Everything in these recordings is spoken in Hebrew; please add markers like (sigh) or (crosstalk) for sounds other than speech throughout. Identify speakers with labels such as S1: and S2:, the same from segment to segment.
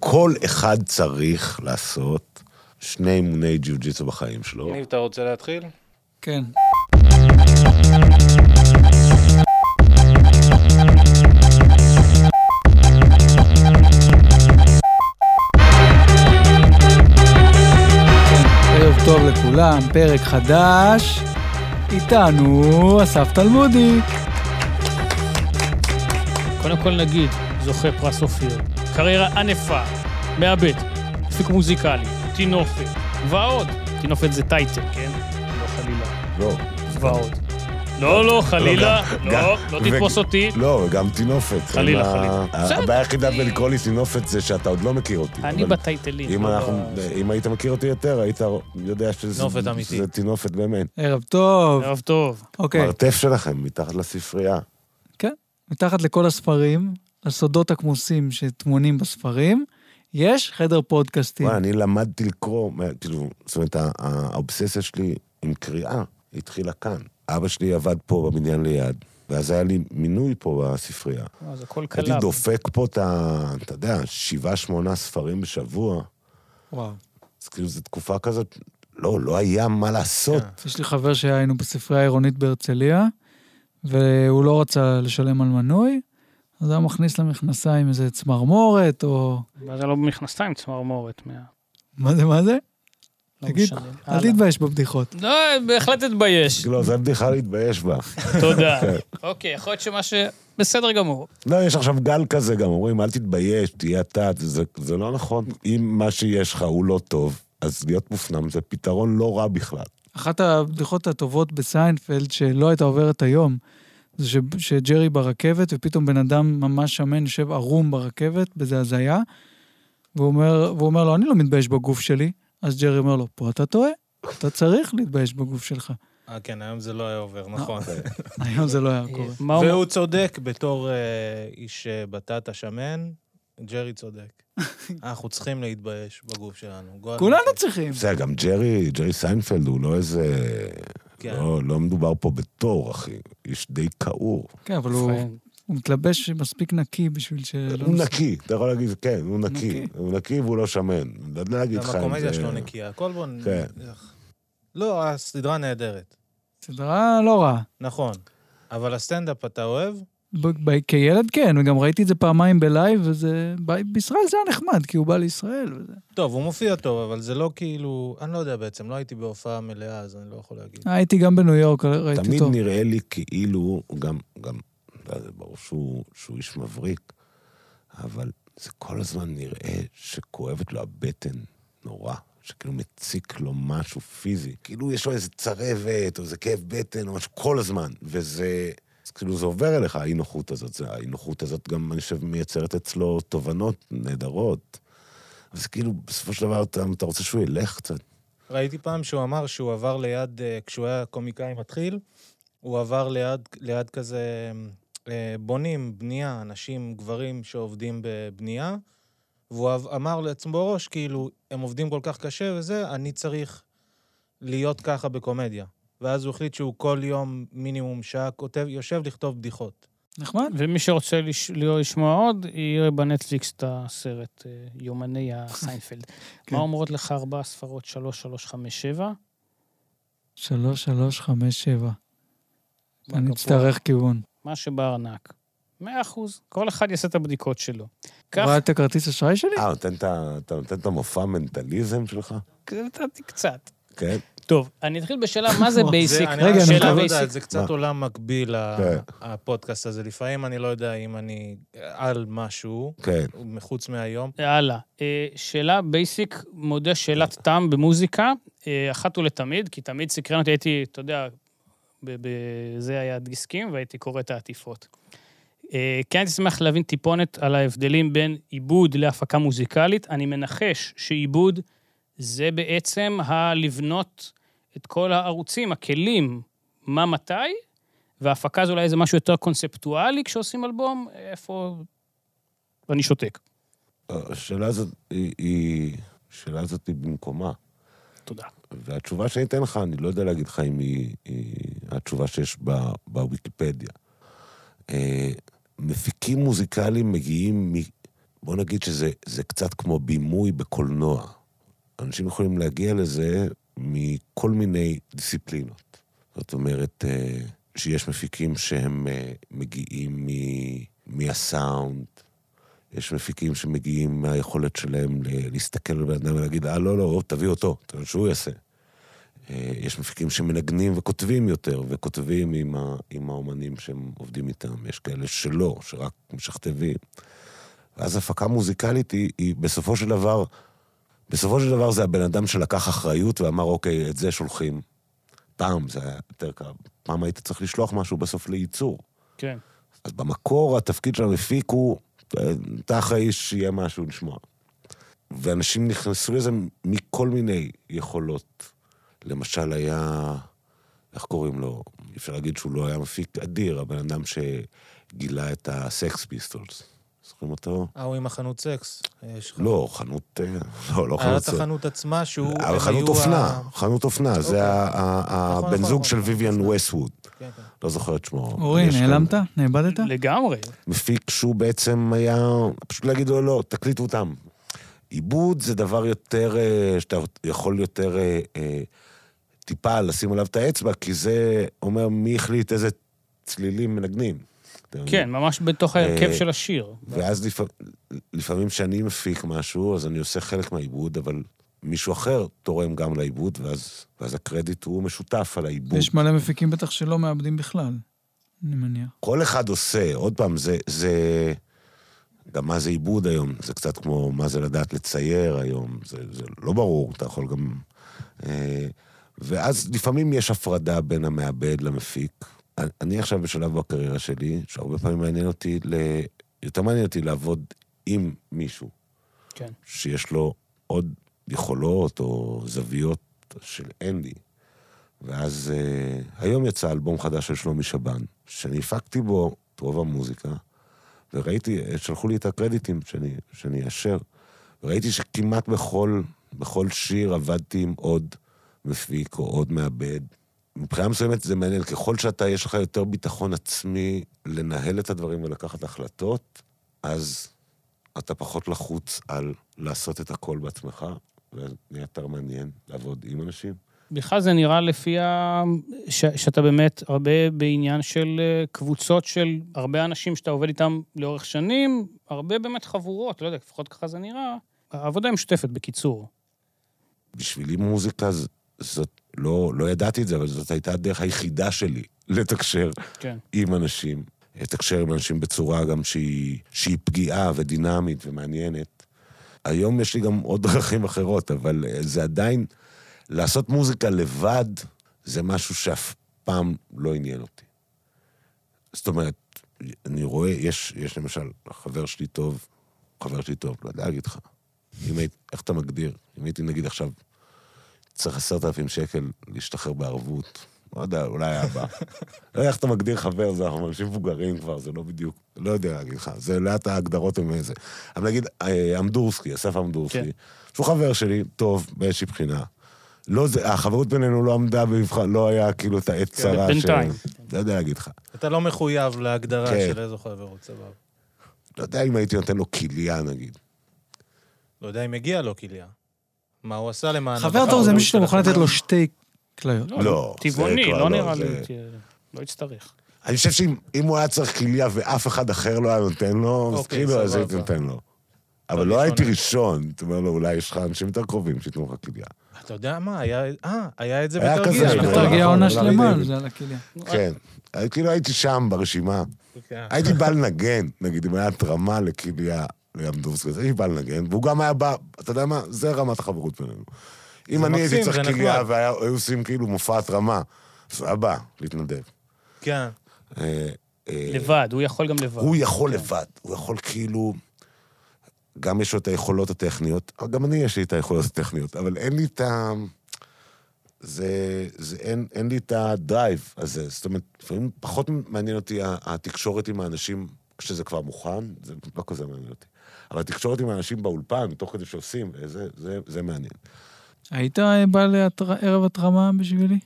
S1: כל אחד צריך לעשות שני אימוני ג'יוג'יצו בחיים שלו.
S2: ניב, אתה רוצה להתחיל?
S3: כן. ערב טוב לכולם, פרק חדש. איתנו אסף תלמודי.
S4: קודם כל נגיד, זוכה פרס אופיר, קריירה ענפה, מעבד, דפיק מוזיקלי, טינופת, ועוד. טינופת זה טייטל, כן? לא חלילה,
S1: לא.
S4: ועוד. לא, לא, חלילה, לא,
S1: גם-
S4: לא
S1: ו-
S4: תתפוס אותי.
S1: לא, וגם טינופת.
S4: חלילה,
S1: עם ה-
S4: חלילה. בסדר.
S1: הבעיה היחידה בלקרוא לי טינופת זה שאתה עוד לא מכיר אותי.
S4: אני
S1: אבל
S4: בטייטלים.
S1: אם
S4: לא
S1: אנחנו-
S4: ב-
S1: אם היית מכיר אותי יותר, היית יודע שזה
S2: טינופת
S1: שזה
S2: אמיתית.
S1: טינופת באמת.
S3: ערב טוב.
S4: ערב טוב.
S3: אוקיי.
S1: מרתף שלכם, מתחת לספרייה.
S3: כן. מתחת לכל הספרים, הסודות הכמוסים שטמונים בספרים, יש חדר פודקאסטים.
S1: וואי, אני למדתי לקרוא, מה- כאילו, זאת אומרת, ה- האובססיה שלי עם קריאה התחילה כאן. אבא שלי עבד פה בבניין ליד, ואז היה לי מינוי פה בספרייה.
S4: אה, זה הכל
S1: הייתי
S4: קלאב.
S1: דופק פה את ה... אתה יודע, שבעה, שמונה ספרים בשבוע.
S3: וואו.
S1: אז כאילו, זו תקופה כזאת, לא, לא היה מה לעשות.
S3: יש לי חבר שהיה היינו בספרייה העירונית בהרצליה, והוא לא רצה לשלם על מנוי, אז היה מכניס למכנסיים איזה צמרמורת, או...
S4: מה זה לא במכנסיים, צמרמורת. מה-
S3: מה זה, מה זה?
S4: לא
S3: תגיד,
S4: משנה.
S3: אל
S4: הלאה.
S3: תתבייש בבדיחות.
S4: לא, בהחלט
S1: (laughs)
S4: אתבייש.
S1: כאילו, זו בדיחה להתבייש בה.
S4: תודה. אוקיי, יכול להיות שמה ש... בסדר גמור.
S1: לא, יש עכשיו גל כזה גם, אומרים, אל תתבייש, תהיה אתה, זה, זה לא נכון. אם מה שיש לך הוא לא טוב, אז להיות מופנם זה פתרון לא רע בכלל.
S3: אחת הבדיחות הטובות בסיינפלד שלא הייתה עוברת היום, זה ש... שג'רי ברכבת, ופתאום בן אדם ממש שמן יושב ערום ברכבת, באיזה הזיה, והוא אומר, והוא אומר לו, אני לא מתבייש בגוף שלי. אז ג'רי אומר לו, פה אתה טועה, אתה צריך להתבייש בגוף שלך. (laughs)
S2: אה, כן, היום זה לא היה
S1: אה,
S2: עובר, נכון.
S1: אוקיי.
S3: היום זה לא היה קורה.
S4: מה הוא-
S2: והוא צודק בתור אה, איש אה, בטטה שמן, ג'רי
S1: (laughs)
S2: צודק. אנחנו צריכים להתבייש בגוף שלנו. גועל
S3: כולנו
S2: נפש.
S3: צריכים.
S1: בסדר, גם ג'רי, ג'רי סיינפלד הוא לא איזה...
S2: כן.
S1: לא, לא מדובר פה בתור, אחי. איש די כעור.
S3: כן, אבל הוא הוא מתלבש מספיק נקי בשביל שלא...
S1: הוא נכון. נקי, אתה יכול להגיד, כן, הוא נקי.
S3: לא נקי.
S1: הוא נקי והוא לא שמן. לא יודע להגיד לך
S2: גם
S1: אם
S2: הקומדיה
S1: זה-
S2: שלו נקייה. הכל בוא... נ-
S1: כן.
S2: איך. לא, הסדרה נהדרת.
S3: סדרה לא רעה.
S2: נכון. אבל הסטנדאפ אתה אוהב?
S3: ב- ב- כילד כן, וגם ראיתי את זה פעמיים בלייב, וזה... ב- בישראל זה היה נחמד, כי הוא בא לישראל. וזה-
S2: טוב, הוא מופיע טוב, אבל זה לא כאילו... אני לא יודע בעצם, לא הייתי בהופעה מלאה, אז אני לא יכול להגיד.
S3: הייתי גם בניו יורק, ראיתי
S1: תמיד
S3: אותו.
S1: נראה לי כאילו, הוא גם, גם, לא יודע, ברור שהוא, שהוא איש מבריק, אבל זה כל הזמן נראה שכואבת לו הבטן נורא, שכאילו מציק לו משהו פיזי. כאילו יש לו איזה צרבת, או איזה כאב בטן, או משהו, כל הזמן. וזה, אז כאילו זה עובר אליך, האי-נוחות הזאת. זה- האי-נוחות הזאת גם, אני חושב, מייצרת אצלו תובנות נהדרות. אבל זה כאילו, בסופו של דבר, אתה, אתה רוצה שהוא ילך קצת.
S2: ראיתי פעם שהוא אמר שהוא עבר ליד, אה, כשהוא היה קומיקאי מתחיל, הוא עבר ליד, ליד כזה אה, בונים, בנייה, אנשים, גברים שעובדים בבנייה, והוא עב- אמר לעצמו בראש, כאילו, הם עובדים כל כך קשה וזה, אני צריך להיות ככה בקומדיה. ואז הוא החליט שהוא כל יום מינימום שעה כותב, יושב לכתוב בדיחות.
S3: נחמד.
S4: ומי שרוצה לש... לא לשמוע עוד, יראה בנטפליקס את הסרט אה, יומני הסיינפלד.
S3: כן.
S4: מה אומרות לך ארבע ספרות 3357?
S3: 3357. אני
S4: בכפול.
S3: אצטרך כיוון.
S4: מה שבארנק. מאה אחוז, כל אחד יעשה את הבדיקות שלו.
S3: הוא
S4: קח
S3: ראה את הכרטיס אשראי שלי?
S1: אה, נותן את ה- אתה נותן את המופע מנטליזם שלך?
S4: קצת- קצת.
S1: כן.
S4: טוב, אני אתחיל בשאלה מה זה
S3: זה-
S4: בייסיק.
S2: אני
S3: רגע,
S2: רק
S3: אני
S2: שאלה
S3: חייב
S2: לא
S4: בייסיק.
S2: יודעת, זה קצת
S1: מה?
S2: עולם מקביל, ה-
S1: כן.
S2: הפודקאסט הזה. לפעמים אני לא יודע אם אני על משהו,
S1: כן.
S2: מחוץ מהיום.
S4: הלאה. אה, שאלה בייסיק, מודה שאלת טעם במוזיקה, אה, אחת ולתמיד, כי תמיד סקרן אותי, הייתי, אתה יודע, ב- ב- זה היה דיסקים, והייתי קורא את העטיפות. אה, כן הייתי שמח להבין טיפונת על ההבדלים בין עיבוד להפקה מוזיקלית. אני מנחש שעיבוד זה בעצם הלבנות את כל הערוצים, הכלים, מה מתי, וההפקה זה אולי איזה משהו יותר קונספטואלי כשעושים אלבום, איפה... אני שותק.
S1: השאלה הזאת היא- היא... השאלה הזאת היא במקומה.
S4: תודה.
S1: והתשובה שאני אתן לך, אני לא יודע להגיד לך אם היא, היא התשובה שיש ב, בוויקיפדיה. אה, מפיקים מוזיקליים מגיעים מ... בוא נגיד שזה זה קצת כמו בימוי בקולנוע. אנשים יכולים להגיע לזה מכל מיני דיסציפלינות. זאת אומרת, אה, שיש מפיקים שהם אה, מגיעים מ, מהסאונד, יש מפיקים שמגיעים מהיכולת שלהם ל- להסתכל על בן אדם ולהגיד, אה, לא, לא, תביא אותו, תראה שהוא יעשה. אה, יש מפיקים שמנגנים וכותבים יותר, וכותבים עם, ה, עם האומנים שהם עובדים איתם. יש כאלה שלא, שרק משכתבים. ואז הפקה מוזיקלית היא, היא בסופו של דבר, בסופו של דבר זה הבן אדם שלקח אחריות ואמר, אוקיי, את זה שולחים. פעם זה היה יותר קל, פעם היית צריך לשלוח משהו בסוף לייצור.
S4: כן.
S1: אז במקור התפקיד של המפיק הוא, אה, אתה אחראי שיהיה משהו לשמוע. ואנשים נכנסו לזה מכל מיני יכולות. למשל היה, איך קוראים לו? אי אפשר להגיד שהוא לא היה מפיק אדיר, הבן אדם שגילה את הסקס פיסטולס. זוכרים אותו?
S2: ההוא עם החנות סקס. אה, יש לך-
S1: לא, חנות... אה, לא, לא
S2: היה
S1: חנות
S2: את
S1: סקס.
S2: החנות עצמה שהוא...
S1: אבל
S2: הם
S1: חנות
S2: היו
S1: אופנה,
S2: ה-
S1: חנות אופנה,
S2: אוקיי.
S1: זה ה- ה-
S2: נכון,
S1: הבן
S2: נכון,
S1: זוג
S2: נכון,
S1: של
S2: נכון,
S1: ויויאן
S2: נכון.
S1: ווסטווד.
S2: כן, כן.
S1: לא זוכר את שמו.
S3: אורי,
S1: יש כאן-
S3: נעלמת? נאבדת?
S4: לגמרי.
S1: מפיק שהוא בעצם היה, פשוט להגיד לו, לא, תקליטו אותם. עיבוד זה דבר יותר, אה, שאתה יכול יותר אה, אה, טיפה לשים עליו את האצבע, כי זה אומר מי החליט איזה צלילים מנגנים. אתה מבין?
S4: כן, ממש בתוך ההרכב
S1: אה,
S4: של השיר.
S1: ואז לפע... לפעמים כשאני מפיק משהו, אז אני עושה חלק מהעיבוד, אבל מישהו אחר תורם גם לעיבוד, ואז, ואז הקרדיט הוא משותף על העיבוד.
S3: יש מלא מפיקים בטח שלא מאבדים בכלל, אני מניח.
S1: כל אחד עושה, עוד פעם, זה, זה... גם מה זה עיבוד היום, זה קצת כמו מה זה לדעת לצייר היום, זה, זה לא ברור, אתה יכול גם... אה, ואז לפעמים יש הפרדה בין המעבד למפיק. אני- אני עכשיו בשלב בקריירה שלי, שהרבה פעמים מעניין אותי, ל... יותר מעניין אותי לעבוד עם מישהו.
S4: כן.
S1: שיש לו עוד יכולות או זוויות של אין לי. ואז אה, היום יצא אלבום חדש של שלומי שבן, שאני הפקתי בו את רוב המוזיקה, וראיתי, אה, שלחו לי את הקרדיטים שאני, שאני אשר, וראיתי שכמעט בכל, בכל שיר עבדתי עם עוד מפיק או עוד מעבד. מבחינה מסוימת זה מעניין, ככל שאתה, יש לך יותר ביטחון עצמי לנהל את הדברים ולקחת החלטות, אז אתה פחות לחוץ על לעשות את הכל בעצמך, וזה נהיה יותר מעניין לעבוד עם אנשים.
S4: בכלל זה נראה לפי ה... ש... שאתה באמת הרבה בעניין של אה, קבוצות של הרבה אנשים שאתה עובד איתם לאורך שנים, הרבה באמת חבורות, לא יודע, לפחות ככה זה נראה. העבודה היא משותפת, בקיצור.
S1: בשבילי מוזיקה ז- זאת, לא, לא ידעתי את זה, אבל זאת הייתה הדרך היחידה שלי לתקשר
S4: כן.
S1: עם אנשים, לתקשר עם אנשים בצורה גם שהיא, שהיא פגיעה ודינמית ומעניינת. היום יש לי גם עוד (laughs) דרכים אחרות, אבל אה, זה עדיין, לעשות מוזיקה לבד זה משהו שאף פעם לא עניין אותי. זאת אומרת, אני רואה, יש, יש למשל חבר שלי טוב, חבר שלי טוב, לא יודע להגיד לך. אם היית, איך אתה מגדיר? אם הייתי נגיד עכשיו צריך עשרת אלפים שקל להשתחרר בערבות, לא יודע, אולי אבא. לא יודע איך אתה מגדיר חבר, זה אנחנו אנשים מבוגרים כבר, זה לא בדיוק, לא יודע להגיד לך, זה לאט ההגדרות הם איזה. אבל נגיד, אה, אמדורסקי, אסף אמדורסקי,
S4: כן.
S1: שהוא חבר שלי, טוב, באיזושהי בחינה. לא זה, החברות בינינו לא עמדה במבחן, לא היה כאילו את העת צרה
S4: כן, בינתיים.
S1: לא יודע להגיד לך.
S2: אתה לא מחויב להגדרה
S1: כן.
S2: של איזו חברות, סבבה.
S1: לא יודע אם הייתי נותן לו כליה, נגיד.
S2: לא יודע אם הגיע לו כליה. מה הוא לא עשה למען...
S3: חבר
S2: הדבר
S3: טוב זה
S2: הזה?
S3: מישהו שאתה מוכן לתת לו שתי כליות.
S1: לא,
S4: טבעוני,
S1: זה כבר לא,
S4: לא נראה
S1: זה-
S4: לי... ת- לא יצטרך.
S1: אני חושב שאם אם הוא היה צריך כליה ואף אחד אחר לא היה נותן לו, אז
S2: אוקיי,
S1: כאילו, אז
S2: סבבה.
S1: הייתי נותן לו. אבל
S2: אני
S1: לא הייתי
S2: שונה.
S1: ראשון, אתה אומר לו, אולי יש לך אנשים יותר קרובים שייתנו לך כליה.
S2: אתה יודע מה, היה... אה, היה את זה
S1: היה
S2: בתרגיל.
S1: כזה,
S2: נכון.
S1: נכון.
S3: תרגיע עונה
S1: נכון,
S3: שלמה,
S1: נכון.
S3: זה על הכליה.
S1: כן. אני כאילו הייתי שם ברשימה.
S2: כן.
S1: הייתי בא לנגן, נגיד, אם היה התרמה לכליה לאמדורסקי, אז הייתי בא לנגן, והוא גם היה בא, אתה יודע מה? זה רמת החברות בינינו. אם
S2: זה
S1: אני הייתי
S2: מקסים,
S1: צריך
S2: זה
S1: כליה
S2: נחמד.
S1: והיו עושים כאילו מופע התרמה, אז היה בא להתנדב.
S2: כן.
S1: אה, אה,
S4: לבד, הוא יכול גם לבד.
S1: הוא יכול לבד, הוא יכול כאילו... גם יש לו את היכולות הטכניות, אבל גם אני יש לי את היכולות הטכניות, אבל אין לי את ה... זה... זה אין, אין לי את הדרייב הזה. זאת אומרת, לפעמים פחות מעניין אותי ה- התקשורת עם האנשים כשזה כבר מוכן, זה לא כזה מעניין אותי. אבל התקשורת עם האנשים באולפן, תוך כדי שעושים, זה, זה, זה מעניין.
S3: אה, היית בא לערב התרמה בשבילי?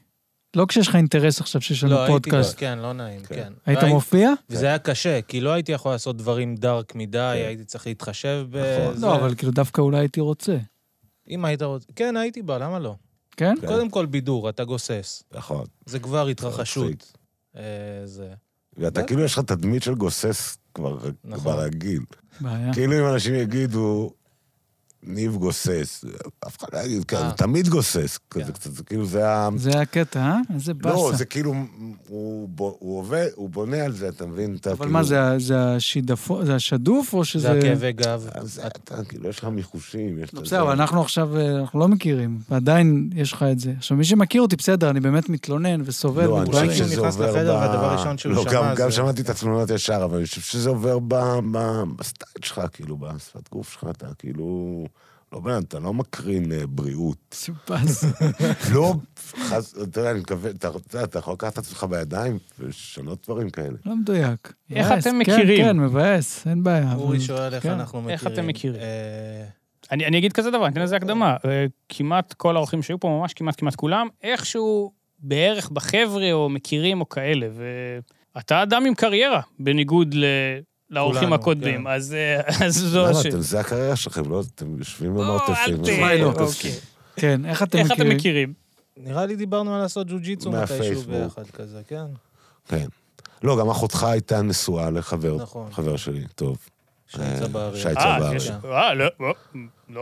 S3: לא כשיש לך אינטרס עכשיו שיש לנו
S2: לא, הייתי,
S3: פודקאסט.
S2: כן, לא נעים,
S1: כן.
S2: כן.
S3: היית
S2: לא הייתי-
S3: מופיע?
S2: וזה היה קשה, כי לא הייתי יכול לעשות דברים דארק מדי,
S1: כן.
S2: הייתי צריך להתחשב
S1: נכון.
S2: בזה.
S3: לא, אבל כאילו דווקא אולי הייתי רוצה.
S2: אם היית רוצה... כן, הייתי בא, למה לא?
S3: כן?
S1: כן.
S2: קודם כל בידור, אתה גוסס.
S1: נכון.
S2: זה כבר התרחשות.
S1: מצחיק.
S2: אה, זה.
S1: נכון, ואתה כאילו יש לך תדמית של גוסס כבר
S2: נכון.
S1: כבר רגיל.
S3: בעיה.
S1: כאילו אם אנשים יגידו, ניב גוסס, אף אחד לא יגיד, כן,
S2: אה.
S1: הוא תמיד גוסס.
S2: כן.
S1: זה קצת- זה כאילו זה ה...
S3: זה הקטע, אה? איזה
S1: לא,
S3: באסה.
S1: זה כאילו, הוא בו- הוא עובד, הוא בונה על זה, אתה מבין? אתה
S3: אבל
S1: כאילו-
S3: מה, זה ה- זה השידפו- זה השדוף או שזה...
S2: זה הכאבי גב.
S1: אז אתה, כאילו, יש לך מיחושים, יש לך...
S3: לא,
S1: זה.
S3: בסדר, אבל אנחנו עכשיו, אה, אנחנו לא מכירים, ועדיין יש לך את זה. עכשיו, מי שמכיר אותי, בסדר, אני באמת מתלונן וסובל.
S1: לא, אני
S3: מתלונן.
S1: חושב
S2: אולי כשהוא
S1: שזה
S2: נכנס
S1: עובר ב...
S2: לחדר והדבר הראשון שהוא
S1: לא,
S2: שמע
S1: גם- גם
S2: זה-
S1: שמעתי את התמונות ישר, אבל אני חושב שזה עובר ב- ב- בסטייל שלך, כאילו, בשפת גוף שלך, אתה כאילו... לא בן אדם, אתה לא מקרין אה, בריאות.
S3: סיפס.
S1: לא, חס... אתה יודע, אני מקווה, אתה יודע, אתה יכול לקחת את עצמך בידיים ולשנות דברים כאלה.
S3: לא מדויק.
S4: איך
S3: מבאס,
S4: אתם
S3: כן,
S4: מכירים?
S3: כן, מבאס, אין בעיה. אבל-
S2: אורי שואל איך
S3: כן.
S2: אנחנו מכירים.
S4: איך אתם מכירים?
S2: אה,
S4: אני, אני אגיד כזה דבר, אני אתן לזה הקדמה. אה, כמעט כל האורחים שהיו פה, ממש כמעט כמעט כולם, איכשהו בערך בחבר'ה או מכירים או כאלה. ואתה אדם עם קריירה, בניגוד ל... לאורחים
S2: כולנו,
S4: הקודמים.
S2: כן.
S4: אז, אה, (laughs) אז זו
S1: למה,
S4: הש-
S1: לא, אתם, זה הקריירה שלכם, לא? אתם יושבים
S4: או, אל
S1: במרתפים.
S4: ת-
S3: התשובה היא לא.
S4: אוקיי.
S3: כן, איך אתם
S4: איך אתם
S3: מכירים?
S4: מכירים?
S2: נראה לי דיברנו על לעשות ג'ו-ג'יצו מתישהו
S1: מהפייסבוק.
S2: ביחד כזה, כן?
S1: כן. לא, גם אחותך הייתה נשואה לחבר
S2: נכון.
S1: חבר שלי, טוב.
S2: שנמצא בארץ.
S1: שי
S2: אה,
S4: אה,
S1: צברי.
S4: יש-
S2: כן.
S4: אה, לא, לא,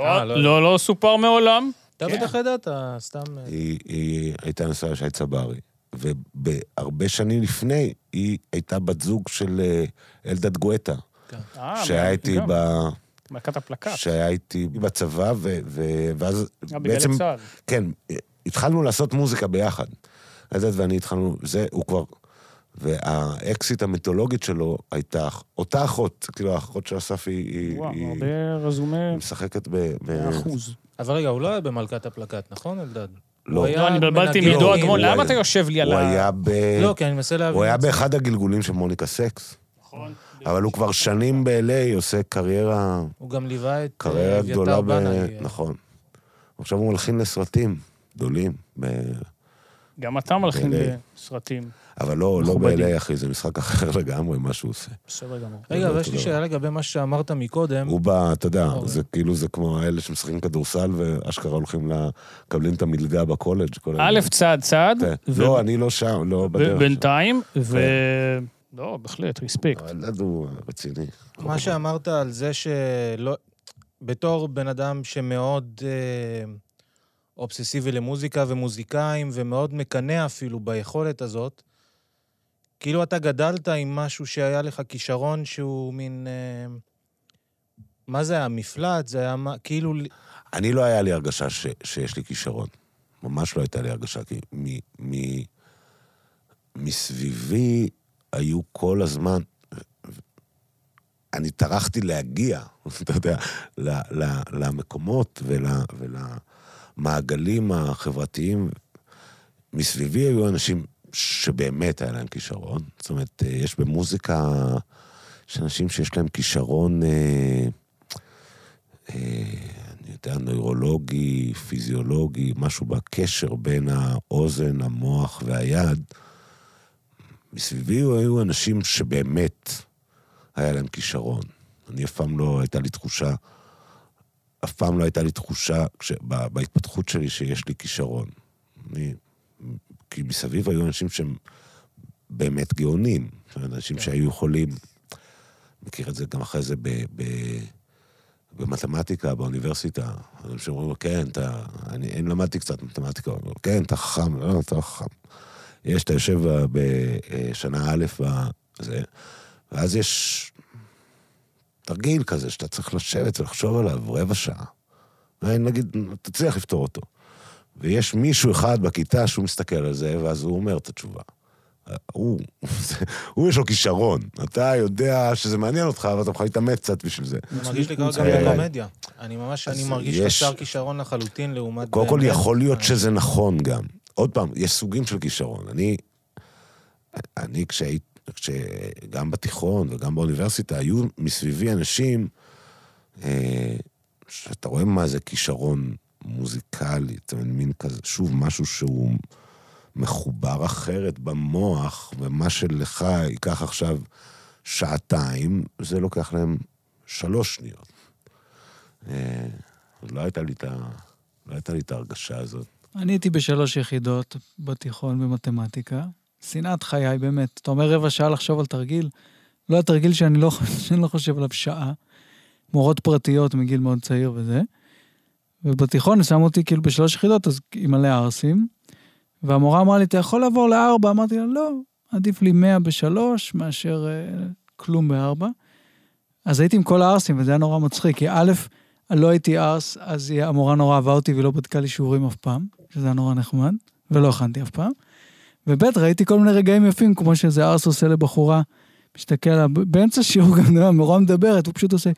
S2: אה,
S4: לא,
S2: לא.
S4: לא, לא סופר מעולם.
S2: אתה
S4: כן.
S2: בטח ידעת, סתם... אה,
S1: היא, היא הייתה נשואה לשי צברי, ובהרבה שנים לפני היא הייתה בת זוג של אה, אלדד גואטה,
S4: אה,
S1: שהיה איתי,
S4: גם,
S1: ב...
S4: מכת הפלקה.
S1: שהיה איתי בצבא, ו... ו... ואז
S4: אה, בגלי
S1: בעצם...
S4: צה"ל.
S1: כן, אה, התחלנו לעשות מוזיקה ביחד. אלדד ואני התחלנו, זה, הוא כבר... והאקסיט המיתולוגית שלו הייתה אח- אותה אחות, כאילו האחות של אסף היא... היא-
S4: וואו,
S1: היא
S4: הרבה רזומה.
S1: היא משחקת ב... ב-
S4: מאה
S1: אה,
S4: אחוז.
S2: אבל רגע, הוא לא היה במלכת הפלקת, נכון, אלדד?
S1: לא,
S2: הוא היה
S4: לא, אני התבלבלתי עם
S2: מנגן.
S4: עידו
S1: הוא
S4: אגמון,
S1: היה-
S4: למה אתה יושב לי על
S1: אה, הוא
S4: ה...
S1: היה ב...
S2: לא, כי אני מנסה להבין.
S1: אה, הוא היה
S2: את זה.
S1: באחד הגלגולים של מוניקה סקס.
S4: נכון.
S1: אבל הוא כבר שנים ב-LA עושה קריירה,
S2: הוא גם ליווה את אה,
S1: קריירה גדולה ב...
S2: בנאי.
S1: נכון. עכשיו הוא מלחין לסרטים גדולים, ב...
S4: גם אתה מלחין
S1: ב-LA.
S4: בסרטים.
S1: אבל לא, לא
S4: מכובדים.
S1: ב-LA, אחי, זה משחק אחר (laughs) לגמרי, מה שהוא עושה.
S4: בסדר גמור.
S2: רגע, אבל
S1: אותו
S2: יש לי
S1: דבר.
S2: שאלה לגבי מה שאמרת מקודם.
S1: הוא בא, אתה יודע,
S2: אוקיי.
S1: זה כאילו, זה כמו האלה שמשחקים כדורסל ואשכרה הולכים ל... מקבלים את המלגה בקולג' כל
S4: א',
S1: העניין.
S4: צעד צעד.
S1: לא, כן.
S4: ו-
S1: לא, אני לא שם, לא
S4: ו-
S1: בדרך. כן.
S4: בינתיים, ו... לא, בהחלט, רספקט.
S1: אבל אלעד הוא לא, רציני.
S2: מה שאמרת על זה שלא... בתור בן אדם שמאוד אה, אובססיבי למוזיקה ומוזיקאים, ומאוד מקנא אפילו ביכולת הזאת, כאילו אתה גדלת עם משהו שהיה לך כישרון שהוא מין... אה, מה זה היה? מפלט? זה היה מה... כאילו...
S1: אני לא היה לי הרגשה ש, שיש לי כישרון. ממש לא הייתה לי הרגשה, כי מ, מ, מסביבי היו כל הזמן... אני טרחתי להגיע, (laughs) אתה יודע, ל, ל, למקומות ול, ולמעגלים החברתיים. מסביבי היו אנשים שבאמת היה להם כישרון. זאת אומרת, אה, יש במוזיקה, יש אנשים שיש להם כישרון... אה, אה, אני יודע, נוירולוגי, פיזיולוגי, משהו בקשר בין האוזן, המוח והיד. מסביבי היו אנשים שבאמת היה להם כישרון. אני אף פעם לא הייתה לי תחושה, אף פעם לא הייתה לי תחושה כש, ב, בהתפתחות שלי שיש לי כישרון. אני, כי מסביב היו אנשים שהם באמת גאונים. זאת אומרת, אנשים שהיו יכולים, מכיר את זה גם אחרי זה ב... ב במתמטיקה באוניברסיטה. אנשים אומרים, כן, אתה... אני, אני למדתי קצת מתמטיקה. הוא אומר, כן, אתה חכם, לא, אתה חכם. יש, אתה יושב אה, בשנה א', ב- זה, ואז יש תרגיל כזה שאתה צריך לשבת ולחשוב עליו רבע שעה. נגיד, תצליח לפתור אותו. ויש מישהו אחד בכיתה שהוא מסתכל על זה, ואז הוא אומר את התשובה. הוא, (laughs) הוא יש לו כישרון. אתה יודע שזה מעניין אותך, אבל אתה מוכן להתאמץ קצת בשביל זה.
S2: זה מרגיש לי כרגע
S1: אה,
S2: גם בקומדיה. אני ממש,
S1: אז
S2: אני מרגיש
S1: יש-
S2: חסר כישרון לחלוטין לעומת... אה.
S1: קודם כל,
S2: באמת.
S1: יכול להיות שזה נכון גם. עוד פעם, יש סוגים של כישרון. אני, אני כשהייתי, גם בתיכון וגם באוניברסיטה, היו מסביבי אנשים אה, שאתה רואה מה זה כישרון מוזיקלי, אתה מבין, מין כזה, שוב, משהו שהוא מחובר אחרת במוח, ומה שלך ייקח עכשיו שעתיים, זה לוקח להם שלוש שניות. אה, לא הייתה לי את ה... לא הייתה לי את ההרגשה הזאת.
S3: אני הייתי בשלוש יחידות בתיכון במתמטיקה. שנאת חיי, באמת. אתה אומר רבע שעה לחשוב על תרגיל? לא היה תרגיל שאני לא, שאני לא חושב (laughs) עליו שעה. מורות פרטיות מגיל מאוד צעיר וזה. ובתיכון שמו אותי כאילו בשלוש יחידות, אז עם מלא ערסים. והמורה אמרה לי, אתה יכול לעבור לארבע? אמרתי לה, לא, עדיף לי מאה בשלוש מאשר אה, כלום בארבע. אז הייתי עם כל הערסים, וזה היה נורא מצחיק, כי א', לא הייתי ערס, אז היא- המורה נורא אהבה אותי והיא לא בדקה לי שיעורים אף פעם, שזה היה נורא נחמד, ולא הכנתי אף פעם. וב', ראיתי כל מיני רגעים יפים, כמו שאיזה ערס עושה לבחורה, מסתכל עליה, ב- באמצע שיעור גם, אתה יודע, המורה מדברת, הוא פשוט עושה,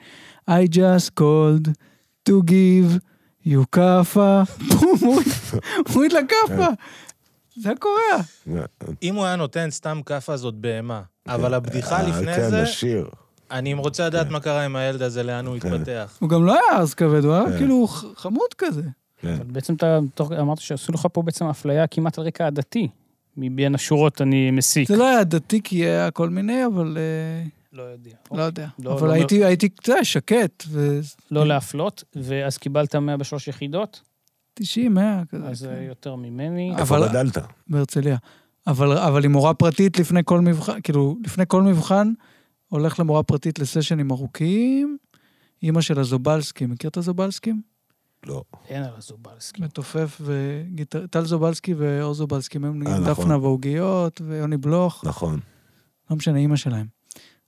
S3: I just called to give you כאפה, בום, מוריד- מוריד לה כאפה. זה הקוריאה.
S2: אם הוא היה נותן סתם כאפה זאת בהמה, אבל הבדיחה
S1: אה,
S2: לפני
S1: כן,
S2: זה,
S1: השיר.
S2: אני רוצה לדעת מה קרה עם הילד הזה, לאן הוא התפתח.
S3: הוא גם לא היה ארס כבד, הוא היה כאילו ח- חמוד כזה.
S1: כן.
S4: אבל בעצם אתה תוך- אמרת שעשו לך פה בעצם אפליה כמעט על רקע עדתי. מבין השורות אני מסיק.
S3: זה לא היה דתי כי היה כל מיני, אבל אה,
S4: לא יודע.
S3: לא יודע.
S4: לא-
S3: אבל
S4: לא-
S3: הייתי, הייתי, אתה יודע, שקט, ו-
S4: לא להפלות, ואז קיבלת 100 בשלוש יחידות,
S3: 90, 100,
S4: אז
S3: כזה,
S4: זה
S3: כן,
S4: יותר ממני.
S3: אה,
S1: איפה
S3: אבל-
S1: גדלת?
S3: בהרצליה. אבל, אבל עם מורה פרטית לפני כל מבחן, כאילו, לפני כל מבחן, הולך למורה פרטית לסשנים ארוכים. אימא של הזובלסקי, מכיר את הזובלסקים?
S1: לא.
S4: אין על הזובלסקי.
S3: מתופף וגיטר... טל זובלסקי ואור זובלסקי, הם נגיד
S1: נכון.
S3: דפנה ועוגיות ויוני בלוך,
S1: נכון.
S3: לא משנה, אימא שלהם.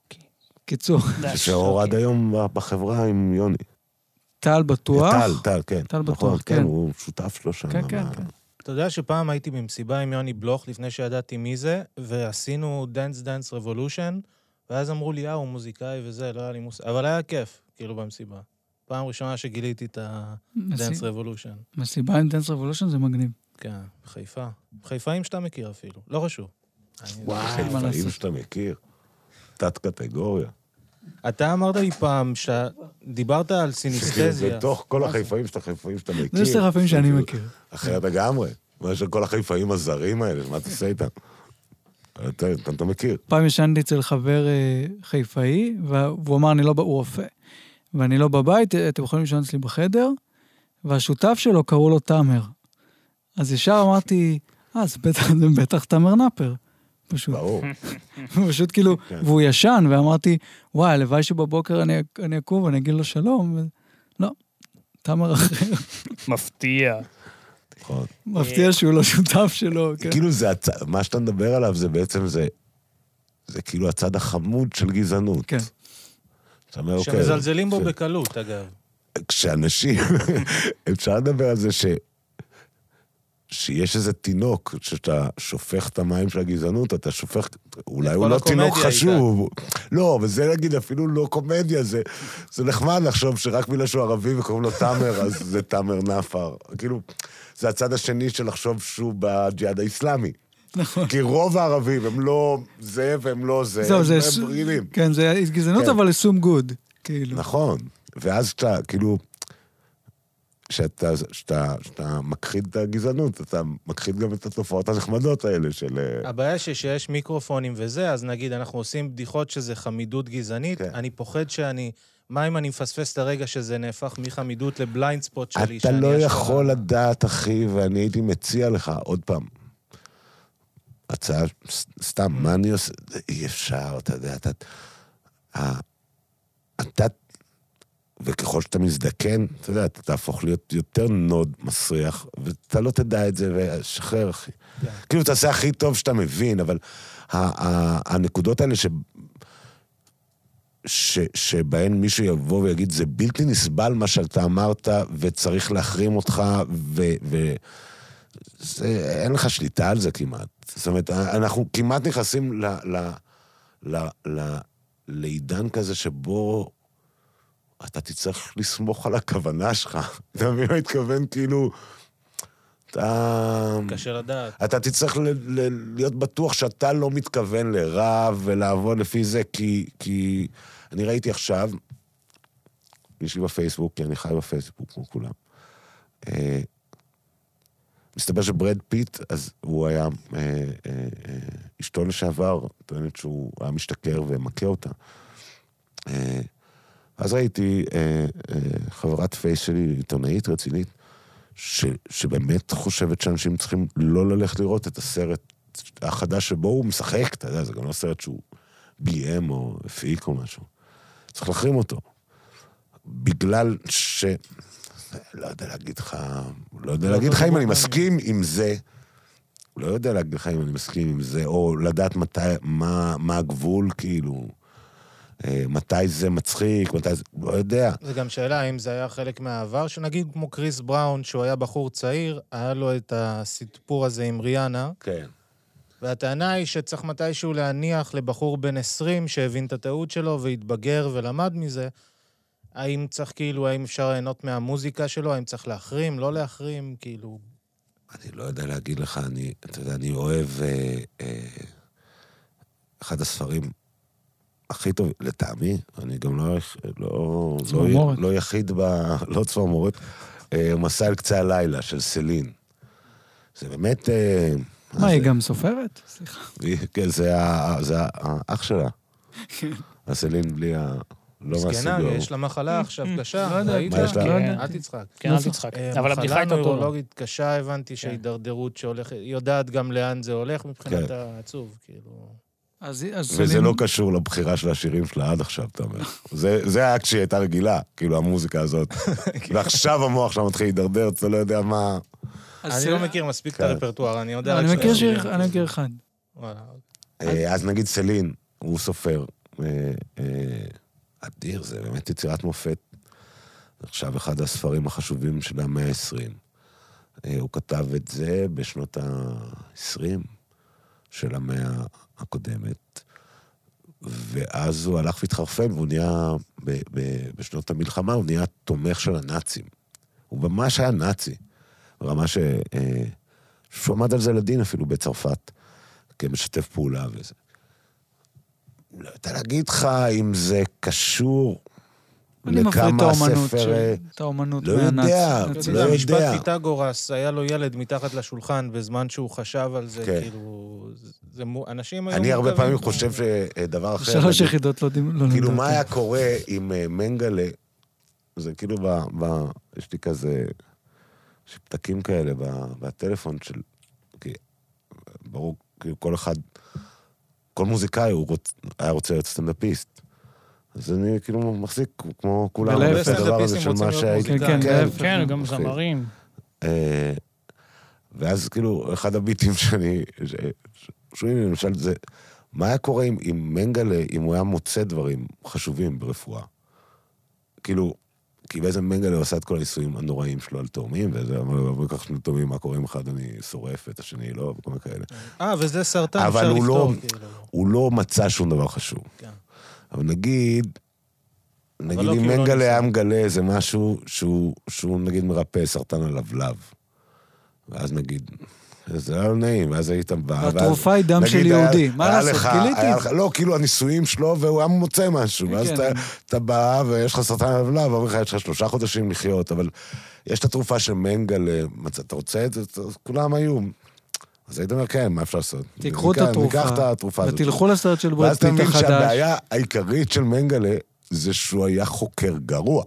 S4: אוקיי.
S3: קיצור,
S1: זה שאור עד היום בחברה עם יוני.
S3: טל בטוח.
S1: טל, טל, כן.
S3: טל
S1: נכון,
S3: בטוח, כן.
S1: הוא שותף שלו שם. אה,
S3: כן, כן,
S1: מה-
S3: כן.
S2: אתה יודע שפעם הייתי במסיבה עם יוני בלוך לפני שידעתי מי זה, ועשינו Dance Dance Revolution, ואז אמרו לי, אה, הוא מוזיקאי וזה, לא היה לי מושג, אבל היה כיף, כאילו, במסיבה. פעם ראשונה שגיליתי את ה-Dance
S3: מסיב-
S2: Revolution.
S3: מסיבה עם דנס רבולושן זה מגניב.
S2: כן, חיפה. חיפאים שאתה מכיר אפילו, לא חשוב. אני-
S3: מה
S1: חיפאים
S3: לעשות?
S1: שאתה מכיר. תת קטגוריה.
S2: אתה אמרת לי פעם, שדיברת על סיניסטזיה.
S1: בתוך כל החיפאים שאתה חיפאים שאתה מכיר.
S3: זה שתי רפאים שאני
S1: כאילו,
S3: מכיר.
S1: אחרת לגמרי. מה של כל החיפאים הזרים האלה, מה תעשה איתם? אתה אתה- אתה מכיר.
S3: פעם ישנתי אצל חבר אה, חיפאי, וה- והוא אמר, אני לא, ב- הוא רופא, ואני לא בבית, אה, אתם יכולים לישון אצלי בחדר, והשותף שלו קראו לו תאמר. אז ישר אמרתי, אה, זה בטח, זה בטח תאמר נאפר. פשוט,
S1: ברור.
S3: (laughs) פשוט כאילו,
S1: כן.
S3: והוא ישן, ואמרתי, וואי, הלוואי שבבוקר אני, אני אקום ואני אגיד לו שלום. ו- לא, תאמר
S1: (laughs)
S3: אחר.
S4: מפתיע.
S1: נכון.
S3: מפתיע שהוא לא שותף שלו, כן.
S1: כאילו זה, הצ- מה שאתה מדבר עליו זה בעצם זה, זה כאילו הצד החמוד של גזענות.
S3: כן.
S1: אתה אומר, אוקיי.
S2: שמזלזלים בו
S1: זה-
S2: בקלות, אגב.
S1: כשאנשים, (laughs) אפשר לדבר על זה ש... שיש איזה תינוק, כשאתה שופך את המים של הגזענות, אתה שופך, אולי הוא
S2: כל
S1: לא
S2: הקומדיה
S1: תינוק חשוב. לא, אבל זה נגיד אפילו לא קומדיה, זה, זה נחמד לחשוב שרק בגלל שהוא ערבי וקוראים לו תאמר, אז זה תאמר נפאר. כאילו, זה הצד השני של לחשוב שהוא בג'יהאד האיסלאמי. נכון. כי רוב הערבים הם לא זה והם לא זה,
S3: זהו, זה...
S1: הם,
S3: ס-
S1: הם רגילים.
S3: כן, זה גזענות,
S1: כן.
S3: אבל לסום גוד. כאילו.
S1: נכון. ואז כשאתה, כאילו, כשאתה כשאתה- כשאתה מכחיד את הגזענות, אתה מכחיד גם את התופעות הנחמדות האלה של... אה,
S2: הבעיה ש- שיש מיקרופונים וזה, אז נגיד, אנחנו עושים בדיחות שזה חמידות גזענית,
S1: כן.
S2: אני פוחד שאני... מה אם אני מפספס את הרגע שזה נהפך מחמידות לבליינד ספוט שלי?
S1: אתה
S2: שאני
S1: לא
S2: אשכרה-
S1: יכול לדעת, אחי, ואני הייתי מציע לך, עוד פעם, הצעה, ס- סתם, מה אני עושה? זה אי אפשר, אתה יודע, אתה... ה- אתה... וככל שאתה מזדקן, אתה יודע, אתה תהפוך להיות יותר נוד מסריח, ואתה לא תדע את זה, ושחרר, אחי.
S2: כן.
S1: כאילו, תעשה הכי טוב שאתה מבין, אבל ה- ה- הנקודות האלה ש... ש, שבהן מישהו יבוא ויגיד, זה בלתי נסבל מה שאתה אמרת, וצריך להחרים אותך, ו... ו... זה, אין לך שליטה על זה כמעט. זאת אומרת, אנחנו כמעט נכנסים ל, ל, ל, ל, לעידן כזה שבו אתה תצטרך לסמוך על הכוונה שלך. אתה מבין מה התכוון? כאילו, אתה...
S2: קשה לדעת.
S1: אתה תצטרך ל- ל- להיות בטוח שאתה לא מתכוון לרע ולעבוד לפי זה, כי, כי אני ראיתי עכשיו, מישהי בפייסבוק, כי אני חי בפייסבוק כמו כולם, אה, מסתבר שברד פיט, אז הוא היה, אה, אה, אה, אשתו לשעבר, טוענת שהוא היה משתכר ומכה אותה. אה, אז ראיתי אה, אה, חברת פייס שלי, עיתונאית רצינית, ש, שבאמת חושבת שאנשים צריכים לא ללכת לראות את הסרט החדש שבו הוא משחק, אתה יודע, זה גם לא סרט שהוא ביים או הפיק או משהו. צריך להחרים אותו. בגלל ש... לא יודע להגיד לך, לא יודע להגיד לך אם אני מסכים עם זה, לא יודע להגיד לך אם אני מסכים עם זה, או לדעת מתי, מה, מה הגבול, כאילו, אה, מתי זה מצחיק, מתי זה, לא יודע.
S2: זה גם שאלה האם זה היה חלק מהעבר, שנגיד כמו קריס בראון, שהוא היה בחור צעיר, היה לו את הסיפור הזה עם ריאנה,
S1: כן.
S2: והטענה היא שצריך מתישהו להניח לבחור בן 20 שהבין את הטעות שלו והתבגר ולמד מזה, האם צריך כאילו, האם אפשר ליהנות מהמוזיקה שלו, האם צריך להחרים, לא להחרים, כאילו...
S1: אני לא יודע להגיד לך, אני, אתה יודע, אני אוהב... אה, אה, אחד הספרים הכי טוב, לטעמי, אני גם לא... לא, לא,
S3: צמרמורת.
S1: לא יחיד ב... לא צמרמורת, אה, מסע אל קצה הלילה של סלין. זה באמת... אה,
S3: מה, היא
S1: זה-
S3: גם סופרת? סליחה.
S1: היא- כן, זה ה- זה ה- האח שלה. אז סלין בלי ה... לא מהסוג
S2: זקנה,
S1: ההוא.
S2: יש לה מחלה עכשיו קשה,
S3: לא יודע,
S2: ראית?
S1: מה יש לה?
S3: לא
S4: כן.
S3: יודע.
S2: אל תצחק.
S4: כן, אל
S3: נוסח.
S4: תצחק.
S2: אה,
S4: אבל הבדיחה הייתה
S2: מחלה
S4: טובה.
S2: נוירולוגית קשה, הבנתי שהידרדרות שהולכת, יודעת גם לאן זה הולך מבחינת
S1: כן.
S2: העצוב, כאילו.
S3: אז היא- אז
S1: וזה
S3: סלין-
S1: לא קשור לבחירה של השירים שלה עד עכשיו, אתה אומר. זה- זה האקט שהיא הייתה רגילה, כאילו, המוזיקה הזאת. ועכשיו המוח שלה מתחיל להידרדר, אתה לא יודע מה...
S3: אז
S2: אני
S3: סל-
S2: לא מכיר מספיק את
S1: כן.
S2: הרפרטואר, אני יודע...
S3: אני
S2: רק
S3: מכיר
S2: שזה-
S3: שיר, אני מכיר אחד.
S2: וואלה.
S1: אה, אז נגיד סלין, הוא סופר. אה, אה, אדיר, זה באמת יצירת מופת. עכשיו אחד הספרים החשובים של המאה ה-20. אה, הוא כתב את זה בשנות ה-20 של המאה הקודמת, ואז הוא הלך והתחרפן, והוא נהיה, ב- ב- בשנות המלחמה, הוא נהיה תומך של הנאצים. הוא ממש היה נאצי. ברמה ש... אה, שהוא עמד על זה לדין אפילו בצרפת, כמשתף פעולה וזה. לא יודע להגיד לך אם זה קשור
S3: אני מפריד את
S1: לכמה
S3: האומנות,
S1: הספר... אה,
S3: של- את האומנות
S1: לא יודע,
S3: מהנאצ-
S1: אתה
S2: אתה
S1: לא
S2: יודע,
S3: נאצ-
S2: משפט
S1: יודע.
S2: פיתגורס, היה לו ילד מתחת לשולחן בזמן שהוא חשב על זה,
S1: כן.
S2: כאילו... זה מו- אנשים היום...
S1: אני הרבה
S2: מורכבים.
S1: פעמים חושב שדבר אחר...
S3: שלוש
S1: נגיד,
S3: יחידות לא דימ- לא נמדדו.
S1: כאילו, מה היה קורה אם אה, מנגלה, זה כאילו ב... ב- יש לי כזה... יש לי פתקים כאלה ב- בטלפון של... כי ברור, כאילו כל אחד... כל מוזיקאי הוא רוצ, היה רוצה להיות סטנדאפיסט. אז אני כאילו מחזיק כמו כולם,
S3: ולהפך.
S1: את הדבר הזה
S2: סטנדאפיסטים
S1: של
S2: רוצים
S1: מה
S2: להיות
S1: שהייתי...
S3: כן, כן,
S2: כן,
S3: להפך.
S4: כן, גם
S1: אוקיי.
S4: זמרים.
S1: אה, ואז כאילו, אחד הביטים (laughs) שאני... ש- ש- שומעים, למשל, זה... מה היה קורה אם, אם מנגלה, אם הוא היה מוצא דברים חשובים ברפואה? כאילו, כי בעצם מנגלה עשה את כל הניסויים הנוראים שלו על תאומים, וזה "לא, אמר לו, "בוא ניקח שני תאומים, מה קורה אם אחד אני שורף ואת השני לא, וכל מיני כאלה.
S2: אה, וזה סרטן,
S1: אבל
S2: אפשר
S1: הוא לא-
S2: לפתור, כאילו.
S1: הוא לא מצא שום דבר חשוב.
S2: כן.
S1: אבל נגיד, נגיד
S2: לא
S1: אם
S2: כי הוא לא
S1: מנגלה
S2: ניסה.
S1: היה מגלה איזה משהו שהוא, שהוא נגיד מרפא סרטן הלבלב. ואז נגיד, זה היה לא נעים, ואז היית בא, ואז...
S3: התרופה היא דם
S1: נגיד,
S3: של
S1: היה-
S3: יהודי, מה
S1: היה
S3: לעשות,
S1: לך-
S3: גיליתי
S1: היה
S3: את זה.
S1: לך- לא, כאילו הניסויים שלו, והוא היה מוצא משהו.
S3: כן,
S1: ואז
S3: כן.
S1: אתה, אתה בא, ויש לך סרטן הלבלב, ואומרים לך, יש לך שלושה חודשים לחיות, אבל יש את התרופה של מנגלה, מצא- אתה רוצה את זה? אתה- כולם היו. אז היית אומר, כן, מה אפשר לעשות?
S3: תיקחו את
S1: ניקח-
S3: התרופה,
S1: ניקח את התרופה הזאת.
S3: ותלכו לסרט של ברד
S1: ואז אתה
S3: פיט
S1: מבין
S3: החדש.
S1: שהבעיה העיקרית של מנגלה זה שהוא היה חוקר גרוע.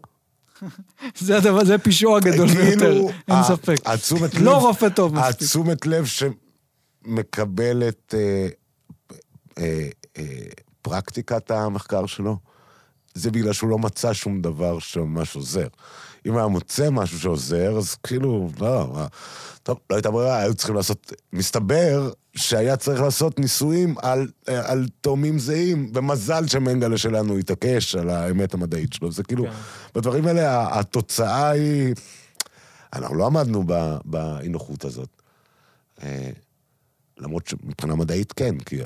S3: זה הדבר, זה פשעו הגדול ביותר, אין
S1: כאילו, ה-
S3: ספק.
S1: התשומת לב...
S3: לא רופא טוב מספיק.
S1: התשומת לב שמקבלת אה, אה, אה, פרקטיקת המחקר שלו, זה בגלל שהוא לא מצא שום דבר שממש עוזר. אם היה מוצא משהו שעוזר, אז כאילו, לא, מה- טוב, לא הייתה ברירה, היו צריכים לעשות... מסתבר שהיה צריך לעשות ניסויים על, אה, על תאומים זהים, ומזל שמנגלה שלנו התעקש על האמת המדעית שלו. זה כאילו,
S2: כן.
S1: בדברים האלה ה- התוצאה היא... אנחנו לא עמדנו ב- באי-נוחות הזאת. אה, למרות שמבחינה מדעית כן, כי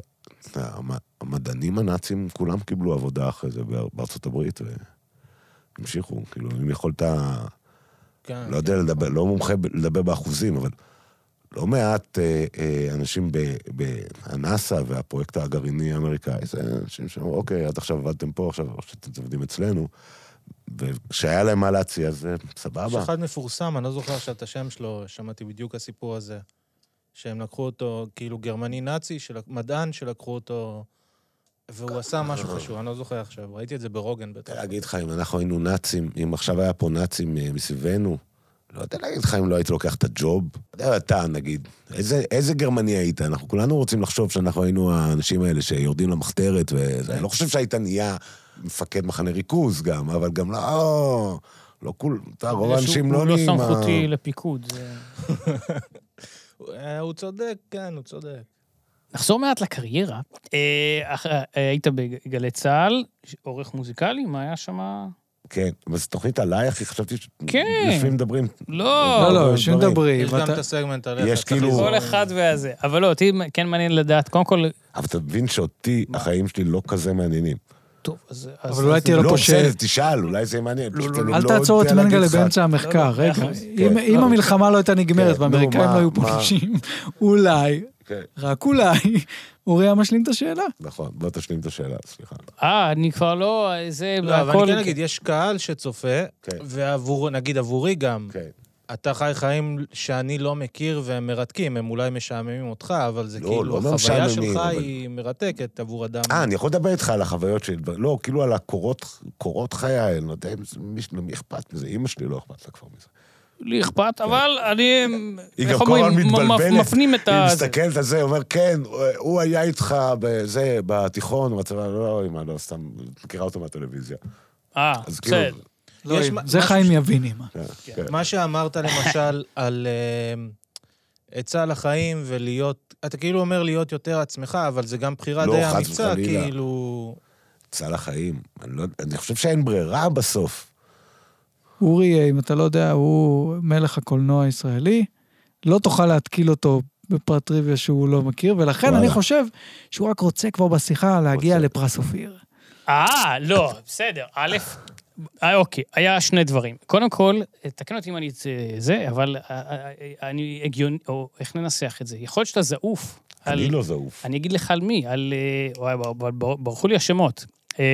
S1: המ- המדענים הנאצים כולם קיבלו עבודה אחרי זה באר- בארצות הברית, והמשיכו, כאילו, אם יכולת,
S2: כן.
S1: לא יודע לדבר, לא מומחה ב- לדבר באחוזים, אבל לא מעט אה, אה, אנשים בנאס"א והפרויקט הגרעיני האמריקאי, זה אנשים שאמרו, אוקיי, עד עכשיו עבדתם פה, עכשיו אתם עובדים אצלנו, וכשהיה להם מה להציע, זה
S2: יש
S1: סבבה.
S2: אחד מפורסם, אני לא זוכר עכשיו את השם שלו, שמעתי בדיוק הסיפור הזה. שהם לקחו אותו, כאילו גרמני נאצי, של, מדען שלקחו אותו, והוא עשה משהו
S1: אה.
S2: חשוב, אני לא זוכר עכשיו, ראיתי את זה ברוגן בטח.
S1: רוצה להגיד לך, אם אנחנו היינו נאצים, אם עכשיו היה פה נאצים אה, מסביבנו, לא יודע להגיד לך אם לא הייתי לוקח את הג'וב. אתה יודע, אתה, נגיד, איזה, איזה גרמני היית? אנחנו כולנו רוצים לחשוב שאנחנו היינו האנשים האלה שיורדים למחתרת,
S4: כן.
S1: וזה- אני לא חושב שהיית נהיה מפקד מחנה ריכוז גם, אבל גם לא... לא כול... אתה, רוב האנשים לא
S4: הוא לא
S1: נהיים... ה-
S4: סמכותי לפיקוד. זה-
S2: אה, הוא צודק, כן, הוא צודק.
S4: נחזור מעט לקריירה. אה, אח- אה, היית בגלי צה"ל, ש- עורך מוזיקלי, מה היה שם?
S1: כן, אבל זו תוכנית עלייך, כי חשבתי ש...
S4: כן.
S1: לפעמים מדברים...
S4: לא,
S3: לא, לא,
S1: אבל דברים.
S3: שמדברים.
S2: יש
S3: ואתה-
S2: גם את הסגמנט עליך.
S1: יש
S2: צריך
S1: כאילו-
S2: לזכור.
S4: כל אחד והזה. אבל לא, אותי כן מעניין לדעת, קודם כל...
S1: אבל אתה מבין שאותי,
S4: מה?
S1: החיים שלי לא כזה מעניינים.
S4: טוב, אז... אז-
S3: אבל אולי
S4: אז-
S3: תהיה לו
S1: לא,
S3: פה ש...
S1: בסדר, תשאל, אולי זה יהיה מעניין. פשוט אני
S3: אל
S1: לא
S3: תעצור את
S1: יודע להגיד
S3: מנגלה
S1: לך.
S3: באמצע המחקר,
S4: לא,
S3: רגע.
S4: מאה אחוז.
S3: אם-
S1: כן,
S3: אם
S1: לא.
S3: המלחמה לא הייתה נגמרת
S1: כן, נו,
S3: והאמריקאים
S1: מה-
S3: לא היו פוגשים, אולי,
S1: כן.
S3: רק אולי, אורי היה משלים את השאלה.
S1: נכון, בוא תשלים את השאלה, סליחה.
S4: אה, אני כבר לא... זה...
S2: לא, אבל
S4: הכל-
S2: אני כן אגיד, יש קהל שצופה,
S1: כן.
S2: ועבור, נגיד עבורי גם,
S1: כן.
S2: אתה חי חיים שאני לא מכיר והם מרתקים, הם אולי משעממים אותך, אבל זה
S1: לא, לא
S2: כאילו, החוויה
S1: משעממים,
S2: שלך
S1: אבל-
S2: היא מרתקת עבור אדם.
S1: אה, אני יכול לדבר איתך על החוויות שלי, לא, כאילו על הקורות קורות חיי, אני לא יודע אם זה- מי- למי אכפת מזה, אימא שלי לא אכפת לה כבר מזה.
S4: לי אכפת, אבל אני...
S1: כן. היא
S4: איך
S1: גם כל הזמן
S4: אומרים? מ-
S1: מתבלבלת.
S4: מפנים את ה...
S1: היא
S4: זה.
S1: מסתכלת על זה, אומר, כן, הוא היה איתך בזה, בתיכון, בצבא, לא, אמא, לא, סתם, את מכירה אותו מהטלוויזיה.
S4: אה,
S1: אז כאילו,
S4: בסדר.
S3: לא,
S2: יש
S3: אם-
S2: מה-
S3: זה
S2: משהו
S3: חיים
S2: ש-
S3: יבין, אמא.
S1: כן, כן.
S2: מה שאמרת למשל על אה, עצה לחיים ולהיות, אתה כאילו אומר להיות יותר עצמך, אבל זה גם בחירה
S1: לא,
S2: די
S1: חס
S2: אמיצה,
S1: וחלילה.
S2: כאילו...
S1: צל החיים. אני לא- אני חושב שאין ברירה בסוף.
S3: אורי, אם אתה לא יודע, הוא מלך הקולנוע הישראלי. לא תוכל להתקיל אותו בפרט טריוויה שהוא לא מכיר, ולכן
S1: וואלה.
S3: אני חושב שהוא רק רוצה כבר בשיחה להגיע
S1: רוצה.
S3: לפרס אופיר.
S4: אה, לא, בסדר. א', אה, אוקיי, היה שני דברים. קודם כל, תקן אותי אם אני זה- זה, אבל אה, אה, אה, אני הגיוני, או איך ננסח את זה? יכול להיות שאתה זעוף. על-
S1: אני לא זעוף.
S4: אני אגיד לך על מי, על... אה, וואי, וואי, וואי, בר- ברחו לי השמות. אה,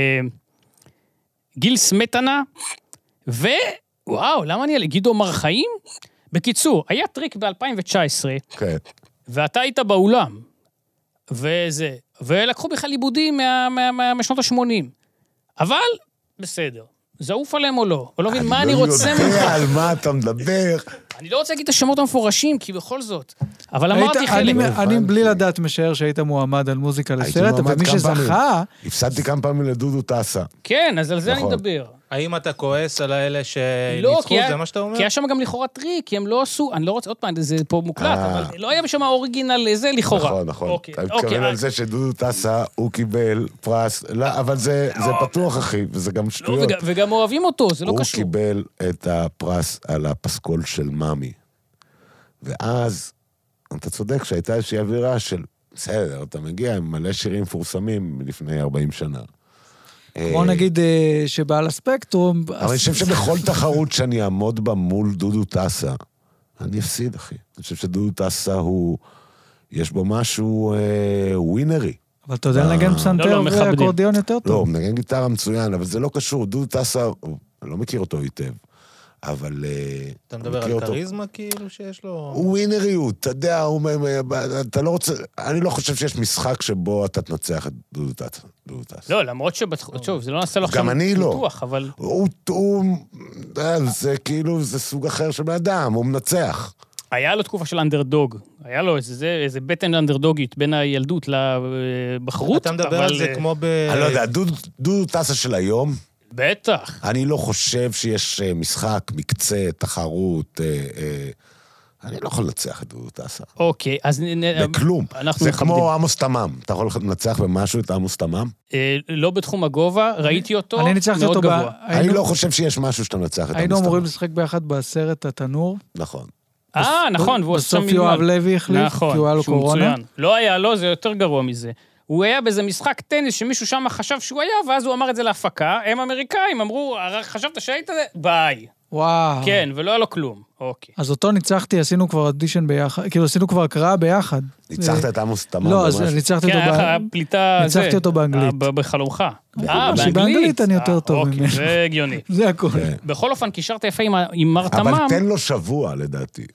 S4: גיל סמטנה, ו... וואו, למה אני על גדעו מר חיים? בקיצור, היה טריק ב-2019,
S1: כן.
S4: ואתה היית באולם, וזה, ולקחו בכלל עיבודים מה, מה, מה, משנות ה-80. אבל, בסדר. זעוף עליהם או לא? אני לא מבין מה אני רוצה
S1: אני לא
S4: ממך.
S1: יודע על מה אתה מדבר.
S4: אני לא רוצה להגיד את השמות המפורשים, כי בכל זאת. אבל אמרתי
S3: היית-
S4: חלק.
S3: אני- אני
S1: הבנתי.
S3: בלי לדעת משער שהיית מועמד על מוזיקה
S1: הייתי
S3: לסרט,
S1: מועמד
S3: ומי
S1: כמה פעמים.
S3: שזכה,
S1: הפסדתי כמה פעמים לדודו טסה.
S4: כן, אז על זה אני
S1: נכון.
S4: מדבר.
S2: האם אתה כועס על האלה
S4: לא,
S2: שניצחו?
S4: כי היה-
S2: אה, זה מה שאתה אומר?
S4: כי היה שם גם לכאורה טריק, כי הם לא עשו, אני לא רוצה, עוד פעם, זה פה מוקלט,
S1: אה.
S4: אבל לא היה שם אוריגינל זה לכאורה.
S1: נכון, נכון.
S4: אוקיי,
S1: אתה
S4: אוקיי.
S1: מתכוון על זה שדודו טסה, הוא קיבל פרס, לא, אבל זה זה פתוח, אחי, וזה גם
S4: לא,
S1: שטויות.
S4: וגם- וגם אוהבים אותו, זה לא
S1: הוא
S4: קשור.
S1: קיבל את הפרס על הפסקול של מאמי. ואז, אתה צודק שהייתה איזושהי אווירה של, בסדר, אתה מגיע עם מלא שירים מפורסמים מלפני 40 שנה.
S3: כמו
S1: אה,
S3: נגיד אה, שבעל הספקטרום...
S1: אבל אני חושב שבכל תחרות שאני אעמוד בה מול דודו טסה, אני אפסיד, אחי. אני חושב שדודו טסה הוא... יש בו משהו אה, ווינרי.
S3: אבל אתה יודע
S1: אה.
S3: לנגן
S4: לא,
S3: פסנתר
S4: לא, מכבדים.
S3: ואקורדיון יותר
S1: לא, הוא
S3: טוב.
S1: מנגן גיטרה מצוין, אבל זה לא קשור. דודו טסה, הוא- אני לא מכיר אותו היטב, אבל... אה,
S2: אתה
S1: אני
S2: מדבר
S1: מכיר
S2: על
S1: אותו.
S2: כריזמה כאילו שיש לו?
S1: הוא ווינריות, אתה יודע, הוא... מ- מ- אתה לא רוצה... אני לא חושב שיש משחק שבו אתה תנצח את דודו טסה. דודו טסה.
S4: לא, למרות שבתח... שוב, זה לא נעשה לו עכשיו
S1: גם אני לא.
S4: ניתוח, אבל...
S1: הוא, הוא, אה, זה כאילו, זה סוג אחר של בן אדם, הוא מנצח.
S4: היה לו תקופה של אנדרדוג. היה לו איזה, זה, איזה בטן אנדרדוגית בין הילדות לבחרות.
S2: אתה מדבר
S4: אבל,
S2: על זה
S4: אה,
S2: כמו ב...
S1: אני לא יודע, דודו- דודו טסה של היום,
S4: בטח.
S1: אני לא חושב שיש אה, משחק, מקצה, תחרות. אה, אה, אני לא יכול לנצח את דודו טסה.
S4: אוקיי, אז... נ-
S3: אה,
S4: נ-
S1: בכלום.
S4: אנחנו
S1: זה
S4: מכבדים.
S1: כמו עמוס תמם. אתה יכול לנצח במשהו את עמוס תמם?
S4: אה, לא בתחום הגובה, ראיתי אותו,
S3: אני ניצחתי
S4: מאוד
S3: אותו ב...
S4: גבוה.
S1: אני
S3: היינו-
S1: לא חושב שיש משהו שאתה מנצח את
S3: היינו
S1: עמוס
S3: אמורים
S1: תמם.
S3: לשחק ביחד בסרט התנור.
S1: נכון.
S4: אה,
S3: בס-
S4: נכון, והוא עשה
S3: בסוף יואב לוי החליף,
S4: נכון,
S3: כי הוא היה לו
S4: שהוא
S3: קורונה.
S4: מצוין. לא היה לו, זה יותר גרוע מזה. הוא היה באיזה משחק טניס שמישהו שם חשב שהוא היה, ואז הוא אמר את זה להפקה, הם אמריקאים, אמרו, "הר- חשבת שהיית? זה?" ביי.
S3: וואו.
S4: כן, ולא היה לו כלום. אוקיי.
S3: אז אותו ניצחתי, עשינו כבר אודישן ביחד, כאילו עשינו כבר הקראה ביחד.
S1: ניצחת את עמוס תמם.
S3: לא, אז
S1: ממש.
S3: ניצחתי
S4: כן,
S3: אותו
S4: היה לך
S3: ב...
S4: פליטה... זה,
S3: ניצחתי אותו באנגלית.
S4: אה, ב- בחלומך. אה, באנגלית.
S3: שבאנגלית אני
S4: אה,
S3: יותר טוב
S4: אוקיי,
S3: ממנו.
S4: זה הגיוני.
S3: זה הכל.
S1: כן.
S4: בכל אופן, קישרת יפה עם ה- עם מר
S1: אבל
S4: תמם.
S1: תן לו שבוע, לדעתי.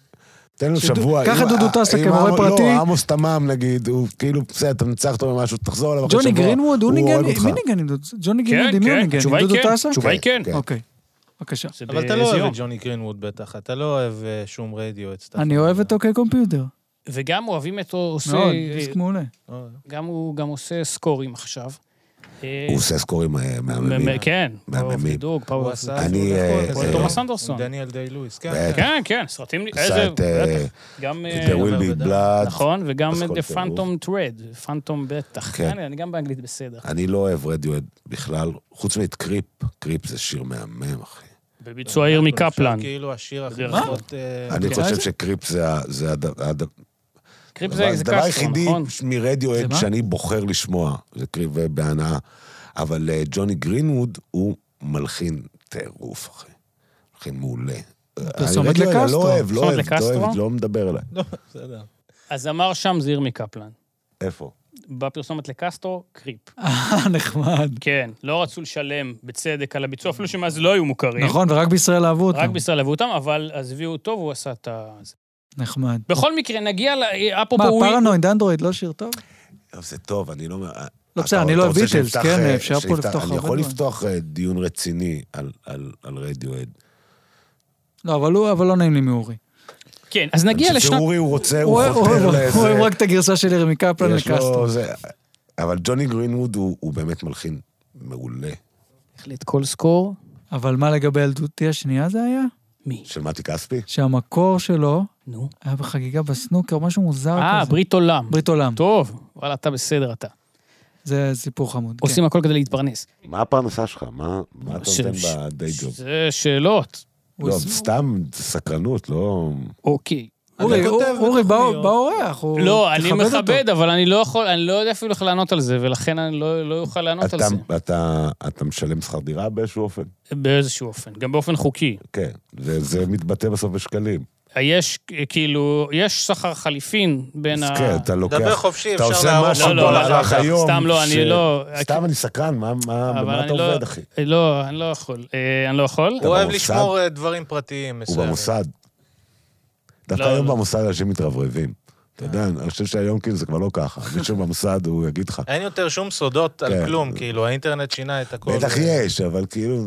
S1: תן לו
S3: שדו-
S1: שבוע.
S3: ככה
S1: אם-
S3: דודו
S1: אה,
S3: טסה
S1: אם
S3: כמורה
S1: עמוס-
S3: פרטי.
S1: לא, עמוס תמם, נגיד, הוא כאילו, בסדר, אתה ניצח אותו במשהו, תחזור אליו אחרי אוקיי, שבוע.
S3: ג'וני גרינווד, הוא ניגן,
S1: הורג אותך.
S3: מי ניגן עם דודו? ג'וני
S4: כן,
S3: גרינווד, עם מי הוא
S4: כן,
S3: ניגן?
S4: התשובה
S3: עם
S4: היא
S3: דודו
S4: כן.
S3: טסה?
S4: התשובה היא כן.
S1: כן.
S3: אוקיי, בבקשה.
S4: זה
S2: אבל אתה לא
S4: באיזה
S2: אוהב
S4: יום.
S2: את ג'וני גרינווד בטח, אתה לא אוהב אה, שום רדיו, את סטאפ.
S3: אני
S1: כן.
S3: אוהב אותו כקומפיוטר,
S4: וגם אוהבים אותו, עושה...
S3: מאוד, דיסק מעולה.
S2: אה,
S4: גם הוא גם עושה סקורים עכשיו. אה,
S1: הוא עושה סקורים אה, מהממים.
S4: מ- כן,
S1: מהממים.
S4: פאוור בידוג,
S2: הוא
S4: פאוור
S2: עשה...
S1: אני,
S2: הוא הכל,
S1: אה,
S2: כזה.
S4: אה, תומאס אנדרסון.
S2: דניאל דיי לואיס, כן.
S1: בטח.
S2: כן.
S4: כן, כן, סרטים...
S1: עשה
S4: איזה...
S1: את אה,
S4: בטח. גם... אה,
S1: There will be
S2: אה,
S1: blood.
S4: נכון, וגם
S1: אז כל
S4: The
S1: טירוף.
S4: Phantom Thread, פאנטום בטח.
S1: כן.
S4: כן, אני גם באנגלית בסדר.
S1: אני לא אוהב רדיואד בכלל, חוץ מאת קריפ. קריפ זה שיר מהמם, אחי.
S4: בביצוע ירמי
S2: אנחנו נחשב
S4: קפלן.
S2: כאילו השיר הכי
S4: בדרך כלל.
S2: פחות... אה, (laughs)
S1: אני
S3: מכירה את
S1: חושב
S3: זה?
S1: שקריפ זה ה- זה הד- הד-
S4: קריפ זה
S1: הדבר
S4: זה
S1: הדבר
S4: קסטרו,
S1: היחידי
S4: נכון?
S3: זה
S1: מרדיואד
S3: מה?
S1: שאני בוחר לשמוע, זה קריפ אה, בהנאה. אבל אה, ג'וני גרינווד הוא מלחין טירוף, אחי. מלחין מעולה.
S3: פרסומת
S1: אני רדיואד,
S3: לקסטרו.
S1: לא אוהב, לא
S4: פרסומת
S1: אוהב, לא
S4: לקסטרו?
S1: אוהב, לא מדבר אליי.
S2: לא, בסדר.
S4: אז אמר שם זה ירמי קפלן.
S1: איפה?
S4: בפרסומת לקסטרו, קריפ.
S3: אה, נחמד.
S4: כן, לא רצו לשלם בצדק על הביצוע, אפילו שמאז לא היו מוכרים.
S3: נכון, ורק בישראל אהבו אותם.
S4: רק בישראל אהבו אותם, אבל אז הביאו אותו והוא עשה את ה... זה.
S3: נחמד.
S4: בכל מקרה, נגיע ל... אה, אפרופו...
S3: מה,
S4: הוא-
S3: פרנויד אנדרואיד לא שיר טוב?
S1: טוב, זה טוב, אני לא...
S3: לא,
S1: אתה-
S3: בסדר, אני
S1: אתה
S3: לא
S1: רוצה
S3: ביטלס,
S1: שנפתח,
S3: כן,
S1: אה,
S3: אפשר פה
S1: שנפתח-
S3: לפתוח
S1: אני
S3: הרבה
S1: יכול
S3: דברים.
S1: לפתוח אה, דיון רציני על- על על רדיואד.
S3: לא, אבל הוא, אבל לא נעים לי מאורי.
S4: כן, אז נגיע
S1: אני חושב
S4: לשנת...
S1: שאורי הוא רוצה,
S3: הוא
S1: הוא
S3: אוהב- הוא
S1: חותר
S3: אוהב- הוא אוהב
S1: לאיזה...
S3: רק את הגרסה של ירמי קפלן
S1: יש לו
S3: לקסטרו.
S1: זה... אבל ג'וני גרינווד הוא הוא באמת מלחין מעולה.
S4: החליט כל סקור.
S3: אבל מה לגבי ילדותי השנייה זה היה?
S4: מי?
S1: של מתי כספי?
S3: שהמקור שלו
S4: נו.
S3: היה בחגיגה בסנוקר, משהו מוזר כזה.
S4: אה, ברית עולם.
S3: ברית עולם. כן.
S4: טוב, וואלה, אתה בסדר, אתה.
S3: זה סיפור חמוד. כן.
S4: עושים הכל כדי להתפרנס.
S1: מה הפרנסה שלך? מה מה אתה
S4: ש-
S1: נותן
S4: ש-
S1: בדיי ג'וב?
S4: זה שאלות.
S3: הוא
S1: לא,
S3: עושה-
S1: סתם סקרנות, לא...
S4: אוקיי.
S3: אורי,
S2: אתה
S3: אור-
S2: כותב
S3: אורי בא
S2: בתוכניות.
S3: בא אורח, הוא...
S4: לא, אני
S3: תכבד אותו.
S4: מכבד, אבל אני לא יכול, אני לא יודע אפילו איך לענות על זה, ולכן אני לא לא אוכל לענות על
S1: אתה-
S4: זה.
S1: אתה- אתה משלם שכר דירה באיזשהו אופן?
S4: באיזשהו אופן, גם באופן חוקי.
S1: כן. זה זה מתבטא בסוף בשקלים.
S4: יש, אה, כאילו, יש סחר חליפין בין
S1: אז
S4: ה...
S1: כן, אתה לוקח...
S2: דבר חופשי,
S1: אתה
S2: אפשר
S1: עושה
S2: להרוג
S1: משהו
S4: לא, לא, לא,
S1: במהלך
S4: לא,
S1: היום.
S4: סתם לא,
S1: ש-
S4: אני לא...
S1: סתם אני סקרן, מה- מה-
S4: אבל
S1: במה
S4: אני
S1: אתה
S4: לא-
S1: עובד, אחי?
S4: אה, לא, אני לא יכול. אה, אני לא יכול.
S2: הוא אוהב
S1: במוסד?
S2: לשמור אה, דברים פרטיים
S1: הוא
S2: מסוימים.
S1: במוסד. דווקא
S4: לא,
S1: היום
S4: לא. אה.
S1: במוסד אנשים מתרברבים. אתה יודע, אני חושב שהיום כאילו זה כבר לא ככה.
S4: (laughs)
S1: מישהו במוסד, הוא יגיד לך.
S2: אין יותר שום סודות
S1: כן.
S2: על כלום, כאילו, האינטרנט שינה את הכל.
S1: בטח יש, אבל כאילו,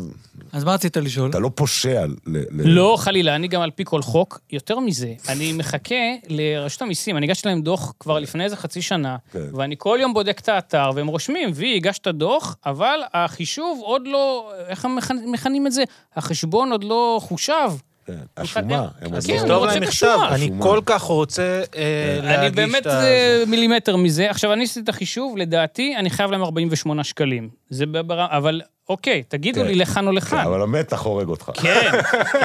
S3: אז מה רצית לשאול?
S1: אתה לא פושע. ל- ל-
S4: לא, חלילה, אני גם על פי כל חוק. יותר מזה, אני מחכה לרשות המיסים, אני הגשתי להם דוח כבר לפני איזה חצי שנה,
S1: כן.
S4: ואני כל יום בודק את האתר, והם רושמים, וי, הגשת דוח, אבל החישוב עוד לא... איך הם מכנ- מכנים את זה? החשבון עוד לא חושב.
S1: כן, השומה. הם
S4: אז
S1: עוד
S4: אה, כן,
S1: לא-
S2: תכתוב
S4: רוצה
S2: להם
S4: את
S2: מכתב,
S4: השומה.
S2: אני
S1: השומה.
S2: כל כך רוצה אה,
S1: כן.
S2: להגיש את ה...
S4: אני באמת אה, מילימטר מזה. עכשיו, אני עשיתי את החישוב, לדעתי, אני חייב להם 48 שקלים. זה בבר... אבל אוקיי, תגידו
S1: כן.
S4: לי לכאן או
S1: כן,
S4: לכאן.
S1: אבל המתח הורג אותך.
S4: כן.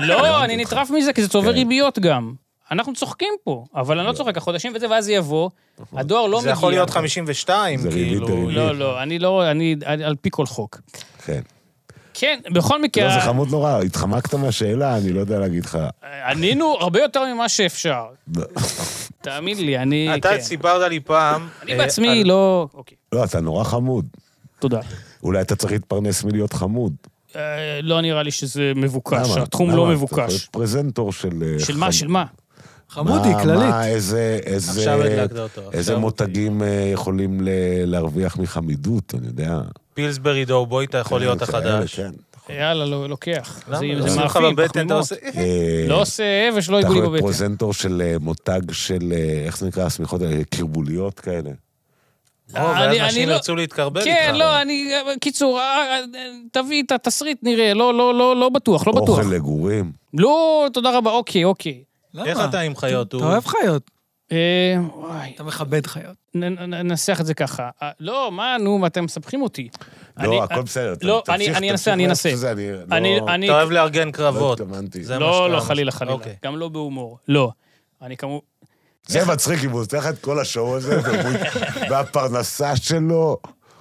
S4: לא, אני
S1: אותך.
S4: נטרף מזה, כי זה צובר
S1: כן.
S4: ריביות גם. אנחנו צוחקים פה, אבל אני לא צוחק, החודשים וזה, ואז זה יבוא, הדואר לא מגיע.
S2: זה יכול להיות 52,
S1: זה ריבית
S2: כאילו.
S1: דריבית.
S4: לא, לא, אני לא, אני על על פי כל חוק.
S1: כן.
S4: כן, בכל
S1: לא, זה
S4: מקרה,
S1: חמוד נורא, התחמקת מהשאלה, אני לא יודע להגיד לך.
S4: ענינו הרבה יותר ממה שאפשר.
S1: לא.
S4: תאמין לי, אני...
S2: אתה
S4: כן.
S2: סיפרת לי פעם...
S4: אני
S2: אה,
S4: בעצמי
S2: על-
S4: לא... אוקיי,
S1: לא, אתה נורא חמוד.
S4: תודה.
S1: אולי אתה צריך להתפרנס מלהיות חמוד.
S4: אה, לא נראה לי שזה מבוקש,
S1: למה?
S4: התחום
S1: למה?
S4: לא
S1: אתה יכול להיות
S4: מבוקש.
S1: פרזנטור של... אה,
S4: של מה,
S1: חג-
S4: של מה?
S3: חמודי,
S1: מה-
S3: כללית.
S1: מה, איזה... איזה-
S2: עכשיו הדלקת אותו.
S1: איזה
S2: עכשיו-
S1: מותגים אה, יכולים ל- להרוויח מחמידות, אני יודע. אה,
S2: פילסברי דאובוי, אתה יכול להיות
S1: כאלה,
S2: החדש.
S1: כן.
S4: יאללה, לא- לוקח. זה
S2: למה?
S4: זה
S2: עושים לך
S4: מאפים,
S2: בבטן, אתה
S4: פחמימות.
S2: עושה...
S1: אה,
S4: לא עושה אבש, לא
S1: אתה
S4: יגעו לי
S1: יכול להיות
S4: בבטן.
S1: פרזנטור של אה, מותג של, אה, איך זה נקרא, השמיכות האלה, קרבוליות כאלה.
S4: לא
S2: או, אה, ואז
S4: אני- אני
S2: נשים
S4: לא-
S2: ירצו להתקרבן איתך.
S4: כן, לא, אני... קיצור, אה, אה, תביא את התסריט, נראה. לא, לא, לא, לא בטוח, לא בטוח.
S1: אוכל לגורים.
S4: לא, תודה רבה, אוקיי, אוקיי.
S3: למה?
S2: איך אתה עם חיות,
S3: אתה
S2: אורי?
S3: אוהב חיות.
S4: אה, וואי,
S3: אתה מכבד חיות.
S4: נ- נ- נ- ננסח את זה ככה. אה, לא, מה, נו, מה, אתם מסבכים אותי. אני-
S1: לא, הכל בסדר. ת-
S4: לא,
S1: תמשיך,
S4: אני- אני אנסה,
S1: תמשיך
S4: אני
S1: מאיפה
S4: אנסה.
S1: שזה, אני לא-
S4: אני, אני...
S2: אתה אוהב לארגן
S1: לא
S2: קרבות.
S1: התכוונתי.
S2: זה מה
S4: לא,
S2: שאתה-
S4: לא, חלילה, חלילה.
S2: אוקיי.
S4: גם לא בהומור. לא. אני כמובן...
S1: (laughs) זה מצחיק, אם הוא עושה לך את כל השואו הזה, והוא- והפרנסה שלו,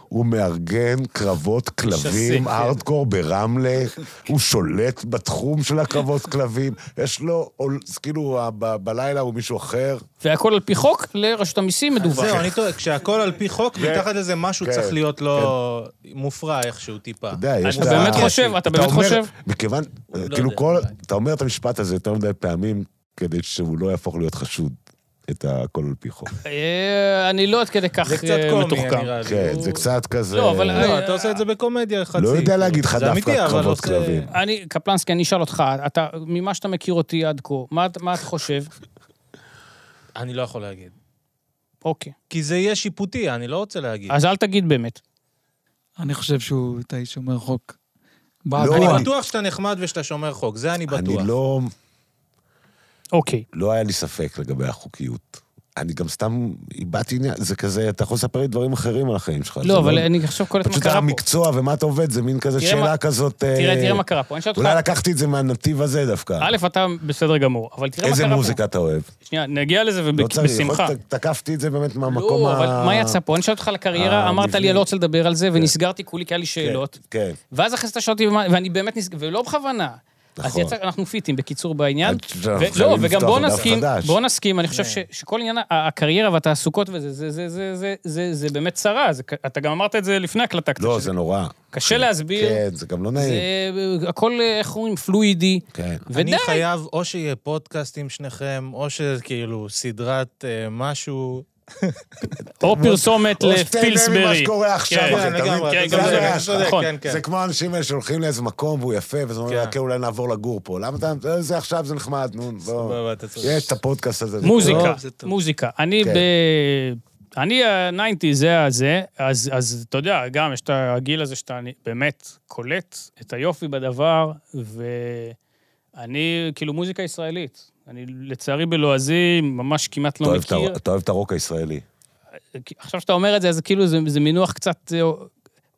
S1: הוא מארגן קרבות כלבים
S4: כן.
S1: ארדקור ברמלה, הוא שולט בתחום של הקרבות כלבים, יש לו, עול- זה כאילו ה- ב- בלילה הוא מישהו אחר,
S4: והכל על פי חוק לרשות המיסים מדווח.
S2: זהו, אני טועה, כשהכול על פי חוק,
S1: כן.
S2: מתחת לזה משהו
S1: כן,
S2: צריך להיות לא מופרע איכשהו טיפה.
S1: אתה יודע, יש
S4: אתה
S1: את ה-
S4: באמת חושב, אתה באמת
S1: אומר,
S4: חושב?
S1: מכיוון,
S2: לא
S1: כאילו
S2: יודע,
S1: כל,
S2: אולי.
S1: אתה אומר את המשפט הזה יותר מדי פעמים, כדי שהוא לא יהפוך להיות חשוד, את הכל על פי חוק.
S4: אה, אני לא עד כדי כך
S2: זה קצת
S4: אה,
S2: קומי,
S4: מתוחכם.
S2: נראה לי.
S1: כן,
S2: הוא-
S1: זה קצת כזה...
S4: לא, אבל- אה,
S2: לא, אתה עושה את זה בקומדיה חצי.
S1: לא יודע להגיד לך
S2: זה אמיתי,
S1: דווקא
S2: אבל לא
S1: קרבות
S2: עושה-
S1: כלבים.
S4: אני, קפלנסקי, אני אשאל אותך, אתה, ממה שאתה מכיר אותי עד כה, מה, את- מה אתה חושב?
S2: אני לא יכול להגיד.
S4: אוקיי.
S2: כי זה יהיה שיפוטי, אני לא רוצה
S1: כן.
S2: להגיד.
S4: אז אל תגיד באמת.
S3: אני חושב שהוא אתה איש שומר חוק.
S1: לא,
S3: בעגוע.
S2: אני בטוח שאתה נחמד ושאתה שומר חוק, זה אני בטוח.
S1: אני לא...
S4: אוקיי.
S1: לא היה לי ספק לגבי החוקיות. אני גם סתם איבדתי עניין, זה כזה, אתה יכול לספר לי דברים אחרים על החיים שלך. זה
S4: לא, אבל אני עכשיו קולט מה
S1: פשוט
S4: קרה פה.
S1: המקצוע ומה אתה עובד, זה מין כזה
S4: תראה
S1: שאלה
S4: מה-
S1: כזאת...
S4: תראה,
S1: אה,
S4: תראה מה קרה פה. אני אשאל אותך,
S1: אולי לקחתי את זה מהנתיב הזה דווקא.
S4: א', אתה בסדר גמור, אבל תראה מה
S1: איזה
S4: קרה פה.
S1: מוזיקה אתה אוהב?
S4: שנייה, נגיע לזה
S1: לא צריך,
S4: ובשמחה.
S1: יכול להיות שתקפתי את זה באמת מהמקום
S4: לא,
S1: ה...
S4: אבל מה יצא פה? אני שאלתי אותך על הקריירה, אמרת לי,
S1: המבנה.
S4: אני לא רוצה לדבר על זה, ונסגרתי כולי, כי היה לי שאלות.
S1: כן.
S4: ואז אחרי זה אתה שואל אותי, "מה-" ואני באמת נסגר, ולא בכוונה. אז
S1: נכון.
S4: יצא, אנחנו פיטים, בקיצור, בעניין.
S1: אני חושב שאנחנו
S4: ו-
S1: חייבים
S4: לא, וגם
S1: לפתוח
S4: בוא
S1: דף
S4: נסכים,
S1: חדש. כן.
S4: בוא נסכים, אני חושב ש- שכל עניין ה- הקריירה והתעסוקות וזה, זה- זה- זה- זה- זה- זה באמת צרה. זה ק- אתה גם אמרת את זה לפני הקלטה. קצת,
S1: לא,
S4: שזה
S1: זה נורא.
S4: קשה להסביר,
S1: כן, זה גם לא
S4: זה
S1: נעים.
S4: הכל, איך אומרים, פלואידי.
S1: כן.
S4: ודי,
S2: אני חייב, או שיהיה פודקאסט עם שניכם, או שכאילו סדרת אה, משהו.
S4: או פרסומת
S1: או שתהנה ממה
S4: לפילסברי.
S1: שקורה עכשיו,
S4: כן,
S1: אחי, אתה מבין?
S2: לגמרי,
S4: כן,
S2: אתה
S1: גם
S2: צודק,
S1: זה
S2: אתה צודק,
S4: נכון.
S2: כן, כן.
S1: זה כמו האנשים האלה שהולכים לאיזה מקום והוא יפה, ואז אומרים,
S2: כן.
S1: כן, אולי נעבור לגור פה. למה אתה... זה- זה עכשיו, זה נחמד, נו, בוא.
S2: סבבה, אתה צודק.
S1: יש את הפודקאסט הזה. כן. זה
S4: מוזיקה,
S3: טוב, זה טוב.
S4: מוזיקה. אני
S1: כן.
S4: ב... אני ה-90 זה הזה, אז, אז אתה יודע, גם יש את הגיל הזה שאתה אני- באמת קולט את היופי בדבר, ואני, כאילו, מוזיקה ישראלית. אני לצערי בלועזי ממש כמעט
S1: אתה
S4: לא
S1: אוהב את
S4: מכיר.
S1: הר- אתה אוהב את הרוק הישראלי.
S4: עכשיו שאתה אומר את זה, אז כאילו זה, זה מינוח קצת אה,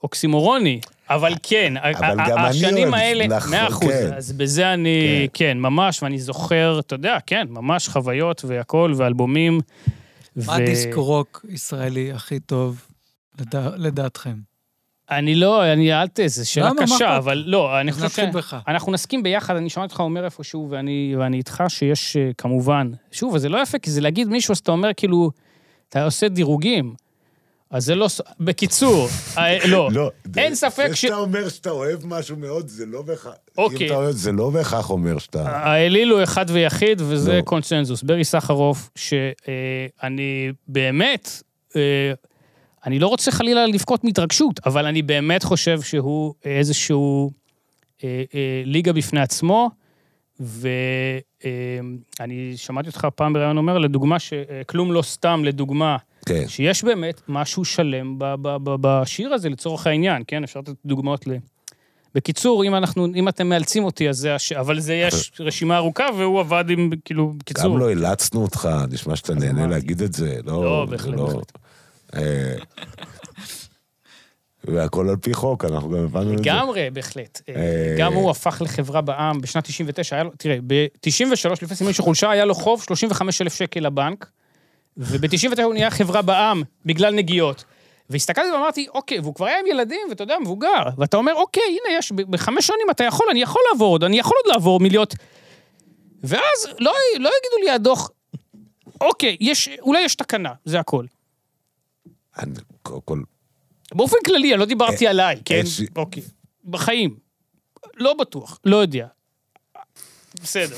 S4: אוקסימורוני, אבל כן, ה-
S1: אה, אבל
S4: ה-
S1: גם
S4: ה-
S1: אני
S4: השנים
S1: אוהב,
S4: האלה,
S1: נכון,
S4: מאה אחוז,
S1: כן.
S4: אז בזה אני, כן. ממש, ואני זוכר, אתה יודע, כן, ממש חוויות והכול, ואלבומים.
S3: מה דיסקו רוק ישראלי הכי טוב לדע- לדעתכם?
S4: אני לא, אני, אל ת... זו שאלה
S3: למה? מה
S4: קשה,
S3: אכפת?
S4: אבל לא, אני
S3: אז
S4: חושב ש...
S3: נתחיל בך.
S4: אנחנו נסכים ביחד, אני שומע אותך אומר איפשהו, ואני, ואני איתך שיש, אה, כמובן, שוב, אז זה לא יפה, כי זה להגיד מישהו, אז אתה אומר, כאילו, אתה עושה דירוגים. אז זה לא... ס- בקיצור, אה, לא, אין ספק ש...
S1: כשאתה אומר שאתה אוהב משהו מאוד, זה לא בהכרח...
S4: אוקיי. אה.
S1: אם אתה אוהב, זה לא בהכרח אומר שאתה...
S4: האליל הוא אחד ויחיד, וזה
S1: לא.
S4: קונצנזוס. ברי סחרוף, שאני באמת, אה, אני לא רוצה חלילה לבכות מהתרגשות, אבל אני באמת חושב שהוא איזשהו אה, אה, ליגה בפני עצמו, ואני שמעתי אותך פעם בראיון אומר, לדוגמה, שכלום לא סתם, לדוגמה,
S1: כן.
S4: שיש באמת משהו שלם ב- ב- ב- בשיר הזה לצורך העניין, כן? אפשר לתת דוגמאות ל... בקיצור, אם, אנחנו, אם אתם מאלצים אותי, אז זה... הש... אבל זה יש רשימה ארוכה, והוא עבד עם, כאילו, בקיצור...
S1: גם לא אילצנו אותך, נשמע שאתה נהנה
S4: אמרתי.
S1: להגיד את זה. לא,
S4: לא,
S1: זה
S4: בהחלט,
S1: לא-
S4: בהחלט.
S1: אה, והכל על פי חוק, אנחנו גם הבנו את זה.
S4: לגמרי, בהחלט. אה,
S1: אה,
S4: גם הוא הפך לחברה בעם בשנת 99, היה לו... תראה, ב-93, לפני סימן של חולשה, היה לו חוב 35,000 שקל לבנק, וב-99 הוא נהיה חברה בעם בגלל נגיעות. והסתכלתי ואמרתי, אוקיי, והוא כבר היה עם ילדים, ואתה יודע, מבוגר. ואתה אומר, אוקיי, הנה, יש, ב- בחמש שנים אתה יכול, אני יכול לעבור עוד, אני יכול עוד לעבור מלהיות... ואז לא, לא יגידו לי הדוח, אוקיי, יש, אולי יש תקנה, זה הכל.
S1: אני- קודם כל,
S4: באופן כללי, אני לא דיברתי עליי, כן?
S1: אה, יש-
S4: אוקיי. בחיים. לא בטוח, לא יודע. בסדר.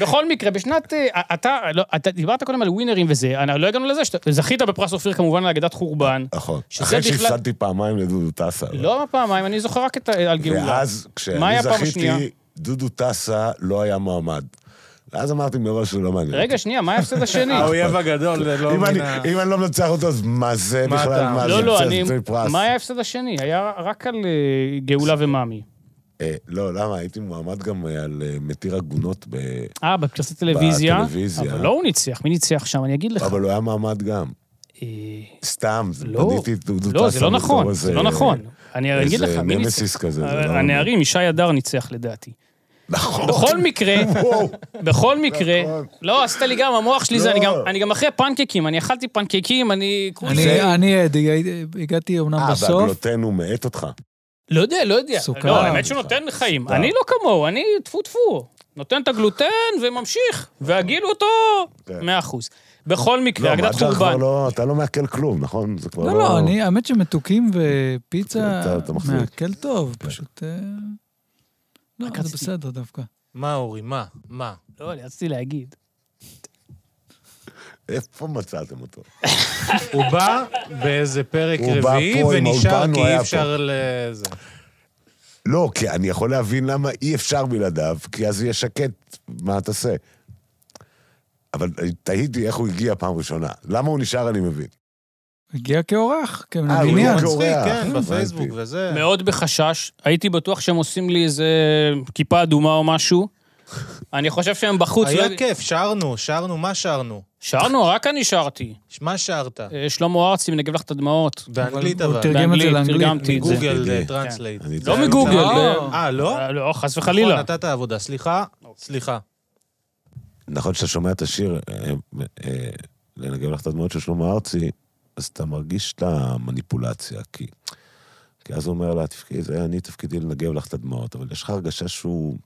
S4: בכל מקרה, בשנת... אה, אתה, לא, אתה דיברת קודם על ווינרים וזה, אני- לא הגענו לזה, שאתה- זכית בפרס אופיר כמובן על אגדת חורבן.
S1: נכון.
S4: שזה
S1: אחרי
S4: בכלל-
S1: שהפסדתי פעמיים לדודו טסה. אבל-
S4: לא פעמיים, אני זוכר רק את ה- על גאולה.
S1: ואז,
S4: מה היה
S1: כשאני
S4: פעם השנייה?
S1: זכיתי, דודו טסה לא היה מועמד. ואז אמרתי מראש שלא מעניין.
S4: רגע, שנייה, מה ההפסד
S1: (laughs)
S4: השני?
S1: אה,
S2: האויב הגדול, זה לא
S1: אם אני-
S2: מן ה...
S1: אם אני לא מנצח אותו, אז מה זה
S2: מה
S1: בכלל?
S2: אתה-
S1: מה זה?
S4: לא, לא,
S1: בסדר,
S4: אני...
S1: זה פרס.
S4: מה היה ההפסד השני? היה רק על אה, גאולה ומאמי.
S1: אה, לא, למה? הייתי מועמד גם אה, על אה, מתיר עגונות, ב-
S4: אה, בפרסת הטלוויזיה.
S1: בטלוויזיה.
S4: אבל לא הוא ניצח, מי ניצח שם? אני אגיד לך.
S1: אבל הוא היה מועמד גם.
S4: אה,
S1: סתם, זה-
S4: לא.
S1: בניתי את דודו טסה.
S4: לא, זה לא
S1: בתור
S4: נכון,
S1: איזה-
S4: זה לא נכון. אני אגיד
S1: איזה
S4: לך, מי אה, ניצח?
S1: נמסיס כזה, זה לא- (laughs)
S4: הנערים, ישי הדר ניצח לדעתי.
S1: נכון.
S4: בכל מקרה,
S1: (laughs) וואו,
S4: בכל
S1: (laughs)
S4: מקרה,
S1: נכון.
S4: לא, עשית לי גם, המוח שלי זה, אני גם-
S1: לא.
S4: אני גם אחרי פנקקים, אני אכלתי פנקקים, אני... כולי-
S3: אני- אני עד, הגעתי אומנם
S1: אה,
S3: בסוף,
S1: והגלוטן הוא מאט אותך.
S4: לא יודע, לא יודע.
S3: סוכר.
S4: לא, האמת שהוא נותן חיים.
S1: סוכר.
S4: אני לא כמוהו, אני טפו טפו. נותן את הגלוטן וממשיך, והגילו אותו
S1: כן.
S4: 100 אחוז. בכל מקרה,
S1: לא,
S4: כן, אגדת
S1: מאג'ר כבר
S4: חורבן.
S1: לא, אתה לא מעכל כלום, נכון? זה כבר לא...
S3: לא, לא, אני, האמת שמתוקים ופיצה,
S1: אתה- אתה מחזיק. כן.
S3: מעכל טוב, פשוט... אה, לא, זה
S4: עקצתי.
S3: בסדר דווקא.
S2: מה, אורי, מה? מה?
S4: לא, אני רציתי להגיד.
S1: איפה מצאתם אותו?
S2: הוא בא באיזה פרק
S1: הוא בא
S2: רביעי
S1: פה עם
S2: ונשאר
S1: האולפן,
S2: כי
S1: הוא
S2: אי
S1: היה אה,
S2: אפשר לזה. כאילו,
S1: לא, כי אני יכול להבין למה אי אפשר בלעדיו, כי אז יהיה שקט, מה תעשה? אבל תהיתי איך הוא הגיע פעם ראשונה. למה הוא נשאר, אני מבין.
S3: הגיע כאורח, כן,
S1: אה, הוא
S3: כמניין.
S1: הגיע
S2: מצחיק,
S1: כאורח,
S2: כן,
S1: הבנתי.
S2: בפייסבוק וזה.
S4: מאוד בחשש, הייתי בטוח שהם עושים לי איזה כיפה אדומה או משהו. אני חושב שהם בחוץ.
S2: היה
S4: לא-
S2: כיף, שרנו, שרנו, מה שרנו?
S4: שרנו, רק אני שרתי.
S2: מה שרת?
S4: אה, שלמה ארצי מנגב לך את הדמעות. לא
S2: באנגלית
S3: הוא
S2: אבל.
S3: תרגם את זה
S4: באנגלית,
S3: לאנגלית.
S4: תרגמתי את זה.
S2: מגוגל
S1: זה.
S2: אה, טרנסלייט.
S1: אני
S4: לא
S1: יודע.
S4: מגוגל.
S3: לא.
S2: אה, לא?
S4: אה, לא, חס וחלילה. אוקיי.
S2: נכון, נתת עבודה. סליחה, סליחה.
S1: נכון שאתה שומע את השיר, אה, אה, לנגב לך את הדמעות של שלמה ארצי, אז אתה מרגיש את המניפולציה, כי... כי אז הוא אומר לה, תפקידי, זה אני תפקידי לנגב לך את הדמעות, אבל יש לך הרגשה שהוא...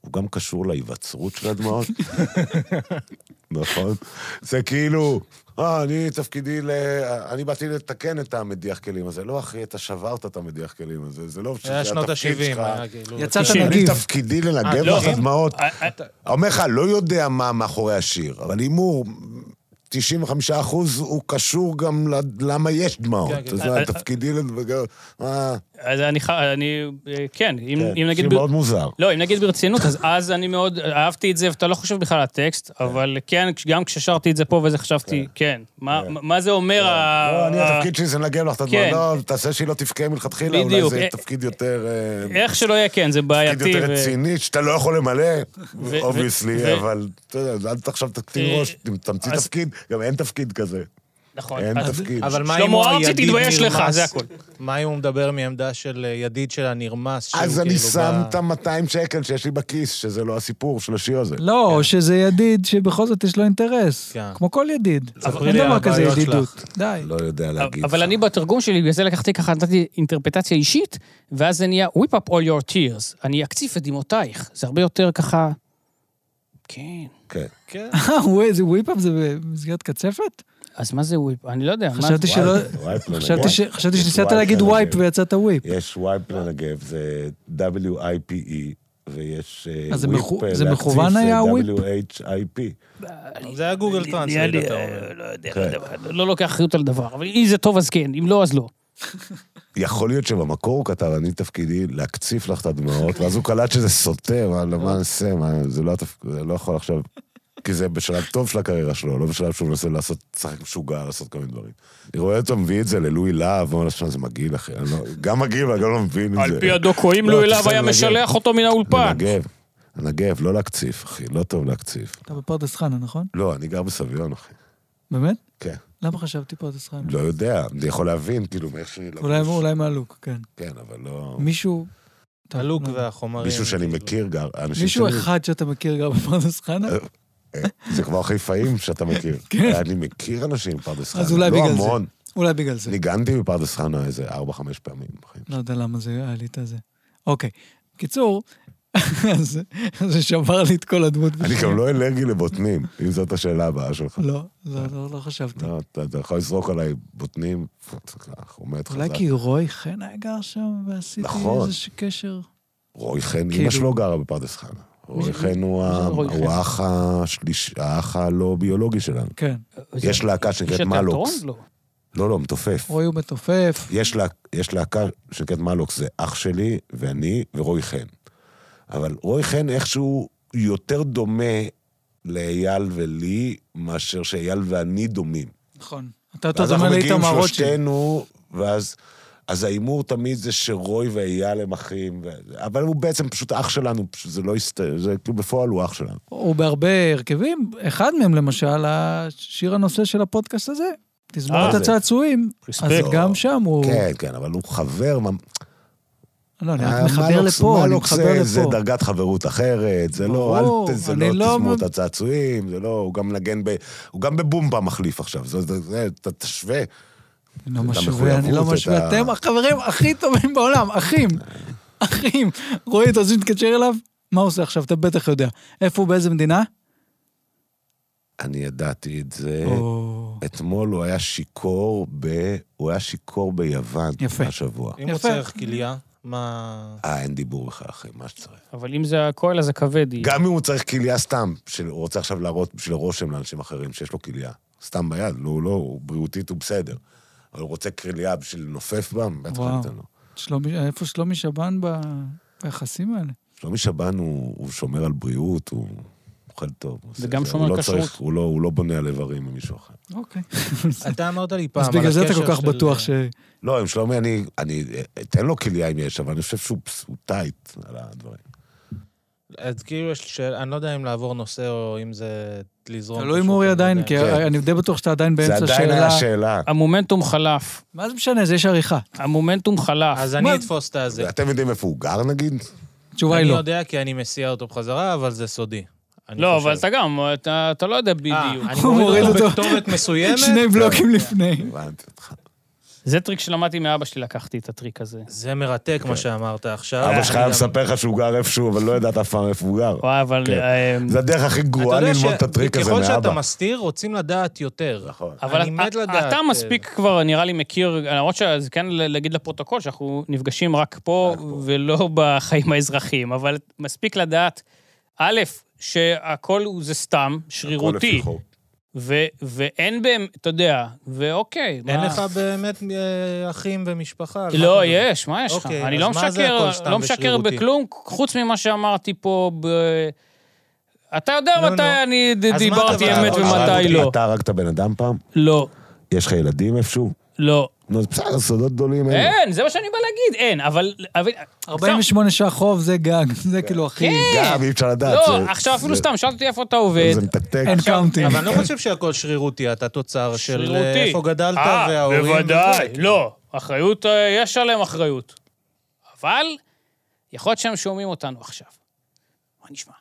S1: הוא גם קשור להיווצרות של הדמעות, נכון? זה כאילו, אה, אני תפקידי ל... אני באתי לתקן את המדיח כלים הזה. לא, אחי, אתה שברת את המדיח כלים הזה, זה לא...
S2: זה היה כאילו- כן. שנות
S1: התפקיד
S2: ה-70.
S1: שלך.
S3: יצאת
S4: תשעים.
S1: אני
S3: נגיב.
S1: תפקידי
S2: אה,
S1: לנגב
S2: לא,
S1: לך את
S2: אם-
S1: הדמעות.
S4: אה, אה,
S1: אומר לך, לא יודע מה מאחורי השיר, אבל הימור, 95 אחוז, הוא קשור גם ל- למה יש דמעות.
S2: כן, כן.
S1: אז
S4: אה,
S1: זה תפקידי לדבר... אה,
S4: אז אני, ח- אני, אה, כן, אם
S1: כן,
S4: אם נגיד...
S1: שיר
S4: ב-
S1: מאוד מוזר.
S4: לא, אם נגיד ברצינות, אז אז אני מאוד אהבתי את זה, ואתה לא חושב בכלל על הטקסט, אבל כן, כש- גם כששרתי את זה פה וזה חשבתי, כן, מה- מה מה זה אומר ה...
S1: לא, אני,
S4: ה-
S1: התפקיד שלי זה לנגב לך את הדמעות.
S4: אה. כן.
S1: לא, תעשה שהיא לא תבכה מלכתחילה, אולי
S4: בדיוק.
S1: זה
S4: אה,
S1: תפקיד יותר... אה,
S4: איך שלא יהיה, כן, זה
S1: תפקיד
S4: בעייתי.
S1: יותר
S4: ו-
S1: רציני, שאתה לא יכול למלא,
S4: ו-
S1: אובייסלי,
S4: ו-
S1: אבל אתה יודע, אל תחשב תקטין
S4: אה,
S1: ראש, תמציא
S4: אז-
S1: תפקיד, גם אין תפקיד כזה.
S4: נכון.
S1: אין
S4: אז-
S1: תפקיד.
S2: אבל מה
S4: שלמה
S2: אם הוא
S4: ארצי,
S2: הידיד
S4: תתבייש לך,
S2: נרמס?
S4: זה הכל.
S2: מה אם הוא מדבר מעמדה של אה, ידיד של הנרמס? שהוא
S4: כן,
S1: אז
S4: לא
S1: אני
S2: כאילו
S1: שם
S2: בא-
S1: את ה-200 שקל שיש לי בכיס, שזה לא הסיפור של השיר הזה.
S3: לא, או שזה ידיד שבכל זאת יש לו אינטרס.
S2: כן.
S3: כמו כל ידיד.
S2: ספרי
S3: אין
S2: לי על
S3: דבר כזה
S2: הבעיות
S3: ידידות. די. (laughs)
S1: לא יודע להגיד.
S4: אבל אני בתרגום שלי, בגלל זה לקחתי ככה, נתתי אינטרפטציה אישית, ואז זה נהיה whip up all your tears. אני אקציף את דמעותייך. זה הרבה יותר ככה... כן.
S1: כן.
S2: כן.
S3: אה, וואי, זה וויפ-אפ זה במסגרת קצפת?
S4: אז מה זה whip? אני לא יודע. מה-
S3: חשבתי שלא...
S1: וייפ, וייפ לנגב.
S3: חשבתי ש- חשבתי
S1: יש כן,
S3: שניסית
S1: וייפ
S3: להגיד
S1: לנגב.
S3: וייפ ויצאת וויפ.
S1: יש וייפ לנגב, זה W-I-P-E, E, ויש אה,
S3: אז זה
S1: וויפ
S3: מכו-
S1: אה,
S3: זה
S1: להקציף,
S3: מכוון
S1: זה
S3: היה וויפ?
S1: W-H-I-P.
S2: זה היה גוגל
S4: נהיה
S2: טרנסלייט,
S4: לי,
S2: אתה
S4: אה,
S2: אומר.
S4: לא יודע, לא יודע, לא לוקח אחריות על דבר. אבל אם זה טוב אז כן, אם לא אז לא.
S1: יכול להיות שבמקור הוא כתב, אני תפקידי להקציף לך את הדמעות, ואז הוא קלט שזה סותר, מה- מה נעשה, מה- זה לא התפקיד, זה לא יכול עכשיו... כי זה בשלב טוב של הקריירה שלו, לא בשלב שהוא מנסה לעשות, לשחק משוגע, לעשות כל מיני דברים. אני רואה אותו מביא את זה ללואי להב, ואומר לו, שמע, זה מגעיל, אחי. אני לא- גם מגעיל, אבל גם לא מבין את זה.
S4: על פי הדוקו, אם
S1: לא,
S4: לו
S1: אתה
S4: אליו
S1: שם
S4: היה
S1: לנגב.
S4: משלח אותו מן האולפן.
S1: לנגב, לנגב, לא להקציף, אחי, לא טוב להקציף.
S3: אתה בפרדס חנה, נכון?
S1: לא, אני גר בסביון, אחי.
S3: באמת?
S1: כן.
S3: למה חשבתי פרדס חנה?
S1: לא יודע, אני יכול להבין, כאילו, מאיך שאני
S3: אולי-
S1: לבוש.
S3: אולי מהלוק, כן.
S1: כן, אבל לא...
S3: מישהו... טוב,
S2: הלוק
S3: לא יודע.
S2: והחומרים. כאילו.
S1: מישהו שאני מכיר גר, אנשים
S3: מישהו
S1: שאני-
S3: אחד שאתה מכיר גר בפרדס חנה?
S1: אה, זה כבר חיפאים שאתה מכיר.
S3: (laughs) כן.
S1: אני מכיר אנשים מפרדס חנה,
S3: אז אולי
S1: לא
S3: בגלל זה.
S1: המון.
S3: אולי בגלל זה.
S1: ניגנתי מפרדס חנה איזה 4-5 פעמים.
S3: (laughs)
S1: בחיים
S3: לא יודע למה זה היה לי את הזה. אוקיי. קיצור, (laughs) אז- אז זה שבר לי את כל הדמות.
S1: שלי. אני
S3: בשנייה.
S1: גם לא אלרגי לבוטנים, אם זאת השאלה הבאה
S3: (laughs)
S1: שלך.
S3: לא, לא, לא, לא חשבתי.
S1: לא, אתה אתה יכול לזרוק עליי בוטנים, פצח, עומד
S3: אולי
S1: חזק.
S3: כי רוי חן היה גר שם ועשיתי
S1: נכון.
S3: איזה קשר.
S1: רועי חן,
S3: כאילו-
S1: אמא שלו גרה בפרדס חנה. רועי חן הוא
S4: מי זה
S1: ה-
S4: רועי
S1: הוא
S4: חן?
S1: האח השליש- האח הלא ביולוגי שלנו.
S3: כן,
S1: יש להקה שנקראת
S4: של תיאטרון?
S1: מלוקס.
S4: לא.
S1: לא, לא, מתופף.
S3: רוי הוא מתופף.
S1: יש לה- יש להקה שנקראת מלוקס, זה אח שלי ואני ורועי חן. אבל רועי חן איכשהו יותר דומה לאייל ולי, מאשר שאייל ואני דומים.
S3: נכון. אתה יותר
S1: ואז אנחנו
S3: דומה
S1: מגיעים
S3: לאיתמר רוטשילד.
S1: שלושתנו, ואז... אז ההימור תמיד זה שרוי ואייל הם אחים, ו- אבל הוא בעצם פשוט אח שלנו, פשוט זה לא הסת... זה כאילו בפועל הוא אח שלנו.
S3: הוא בהרבה הרכבים, אחד מהם למשל, השיר הנושא של הפודקאסט הזה, תזמורת
S1: אה, זה-
S3: הצעצועים. אז
S1: רספקט.
S3: גם שם הוא...
S1: כן, כן, אבל הוא חבר, ממ-
S3: לא, אני רק מחבר לפה, אני
S1: מלוק
S3: מחבר
S1: זה, זה
S3: לפה.
S1: דרגת חברות אחרת, זה לא,
S3: ברור,
S1: אל ת- זה
S3: אני
S1: לא
S3: לא
S1: תשמעו
S3: מב-
S1: את הצעצועים, זה לא, הוא גם מנגן ב... הוא גם בבומבה מחליף עכשיו, זה, זה, זה, אתה תשווה.
S3: אני לא
S1: את
S3: משווה, אני לא
S1: המחויבות, את
S3: משווה.
S1: ה-
S3: אתם החברים הכי טובים בעולם, אחים. אחים. רועי, אתה רוצה שתתקשר אליו? מה הוא עושה עכשיו? אתה בטח יודע. איפה הוא, באיזה מדינה?
S1: אני ידעתי את זה.
S3: או...
S1: אתמול הוא היה שיכור ב... הוא היה שיכור ביוון.
S3: יפה. אה.
S1: השבוע.
S2: אם הוא
S3: יפה.
S2: צריך כליה, מה...
S1: אה, אין דיבור בכלל, אחי, מה שצריך.
S4: אבל אם זה הכהל, אז הכבד יהיה.
S1: גם אם הוא צריך כליה סתם, של- הוא רוצה עכשיו להראות בשביל רושם לאנשים אחרים שיש לו כליה. סתם ביד, לא, הוא לא, הוא בריאותית הוא בסדר. אבל הוא רוצה כליה בשביל לנופף בה, בטח
S3: וואו.
S1: לא ניתן לו.
S3: שלומי- איפה שלומי שבן ב- ביחסים האלה?
S1: שלומי שבן הוא, הוא שומר על בריאות, הוא אוכל טוב. הוא עושה
S4: וגם
S1: זה,
S4: שומר
S1: הוא לא
S4: על כשרות.
S1: צריך- הוא לא- הוא לא בונה על איברים ממישהו אחר.
S3: אוקיי.
S2: אתה אמרת לי פעם
S3: אז
S2: על
S3: בגלל זה אתה
S2: הקשר
S3: כל כך
S2: של- אה,
S3: בטוח ש...
S1: לא, עם שלומי אני, אני אתן לו כליה אם יש, אבל אני חושב שהוא פס- הוא טייט על הדברים.
S2: אז כאילו יש לי שאלה, אני לא יודע אם לעבור נושא או אם זה לזרום.
S3: תלוי אם
S2: פשוט, אני
S3: אורי
S2: לא
S3: עדיין,
S2: יודע.
S3: כי
S1: כן.
S3: אני די בטוח שאתה עדיין
S1: זה
S3: באמצע
S1: עדיין היה
S3: שאלה.
S4: אה,
S1: השאלה.
S4: המומנטום חלף.
S3: מה זה משנה? זה יש עריכה.
S4: המומנטום חלף.
S2: אז
S3: מה-
S2: אני אתפוס את הזה.
S1: אתם יודעים איפה הוא גר נגיד?
S3: התשובה
S2: אני
S3: היא לא.
S2: יודע כי אני מסיע אותו בחזרה, אבל זה סודי. אני
S4: לא,
S2: חושב.
S4: אבל אתה גם, אתה אתה לא יודע
S2: אה,
S4: בדיוק. לא,
S2: אני
S3: הוא
S2: מוריד
S3: מוריד
S2: אותו
S3: אותו.
S2: בכתובת מסוימת.
S3: (laughs) שני בלוקים לפני.
S1: הבנתי אותך.
S4: זה טריק שלמדתי מאבא שלי, לקחתי את הטריק הזה.
S1: כן.
S2: זה מרתק מה שאמרת עכשיו.
S1: אבא שלך
S2: אה, אני
S1: היה
S2: גם-
S1: מספר לך שהוא גר איפשהו, אבל לא ידעת אף פעם איפה הוא גר.
S4: וואי, אבל...
S1: כן.
S4: אה,
S1: זה הדרך הכי גרועה
S2: אתה יודע
S1: ללמוד
S2: ש-
S1: את הטריק הזה
S2: ככל שאתה
S1: מאבא.
S2: מסתיר, רוצים לדעת יותר.
S1: נכון.
S4: אבל
S2: אני
S4: את-
S2: מת
S4: את-
S2: לדעת,
S4: אתה
S2: אה,
S4: מספיק כבר, נראה לי, מכיר, למרות שזה כן ל- להגיד לפרוטוקול שאנחנו נפגשים רק פה
S1: רק פה.
S4: ולא בחיים האזרחיים, אבל מספיק לדעת, א', שהכל הוא- זה סתם,
S1: הכל
S4: שרירותי,
S1: לפי חוק.
S4: ו- ואין בהם, אתה יודע, ואוקיי.
S2: אין
S4: מה-
S2: לך באמת אה, אחים ומשפחה? על מה
S4: לא,
S2: אתה מדבר?
S4: יש, מה יש לך?
S2: אוקיי,
S4: אני
S2: אז
S4: לא
S2: מה זה
S4: משקר,
S2: הכל סתם
S4: לא משקר
S2: ושרירותי?
S4: בכלום, חוץ ממה שאמרתי פה ב... אתה יודע
S2: נו,
S4: מתי
S2: נו.
S4: אני ד-
S2: לא, אז מה
S4: דיברתי
S2: אתה-
S4: אמת
S2: אתה-
S4: ומתי
S1: הרגת-
S4: לא.
S1: אתה הרגת בן אדם פעם?
S4: לא,
S1: יש לך ילדים איפשהו?
S4: לא.
S1: נו, אז בסדר, סודות
S2: אה.
S1: גדולים אין.
S4: אין, זה מה שאני בא להגיד, אין, אבל... אבל-
S3: 48 שעה חוב זה גג, זה כאילו הכי...
S4: כן.
S1: גם אי אפשר לדעת.
S4: לא,
S1: זה-
S4: עכשיו אפילו
S1: זה-
S4: סתם, שאלת אותי איפה אתה עובד.
S1: זה מתקתק.
S3: אין
S4: עכשיו-
S3: קאונטים.
S2: אבל אני לא חושב שהכל שרירותי, אתה תוצר של אה,
S4: שרירותי.
S2: איפה גדלת
S4: אה,
S2: וההורים...
S4: בוודאי,
S2: וזה.
S4: לא. אחריות, אה, יש עליהם אחריות. אבל, יכול להיות שהם שומעים אותנו עכשיו. מה נשמע?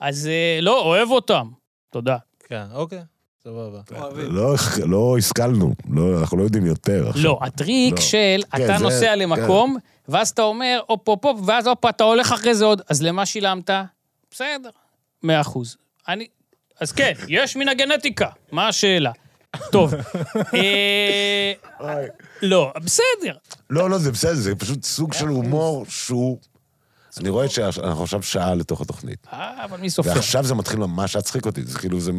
S4: אז אה, לא, אוהב אותם. תודה.
S2: כן, אוקיי, סבבה.
S4: כן.
S1: לא, לא השכלנו, לא, אנחנו לא יודעים יותר. עכשיו.
S4: לא, הטריק
S1: לא.
S4: של
S1: כן,
S4: אתה
S1: זה-
S4: נוסע למקום, ואז אתה אומר, הופ, הופ, הופ, ואז הופ, אתה הולך אחרי זה עוד, אז למה שילמת? בסדר, מאה אחוז. אני...
S1: (laughs)
S4: אז כן, יש מן הגנטיקה, מה השאלה? טוב, אה,
S1: אוי.
S4: לא, בסדר.
S1: לא, לא, זה בסדר, זה פשוט סוג של הומור שהוא... אני רואה שאנחנו עכשיו שעה לתוך התוכנית.
S4: אה, אבל מי סופר?
S1: ועכשיו זה מתחיל ממש להצחיק אותי, זה כאילו זה...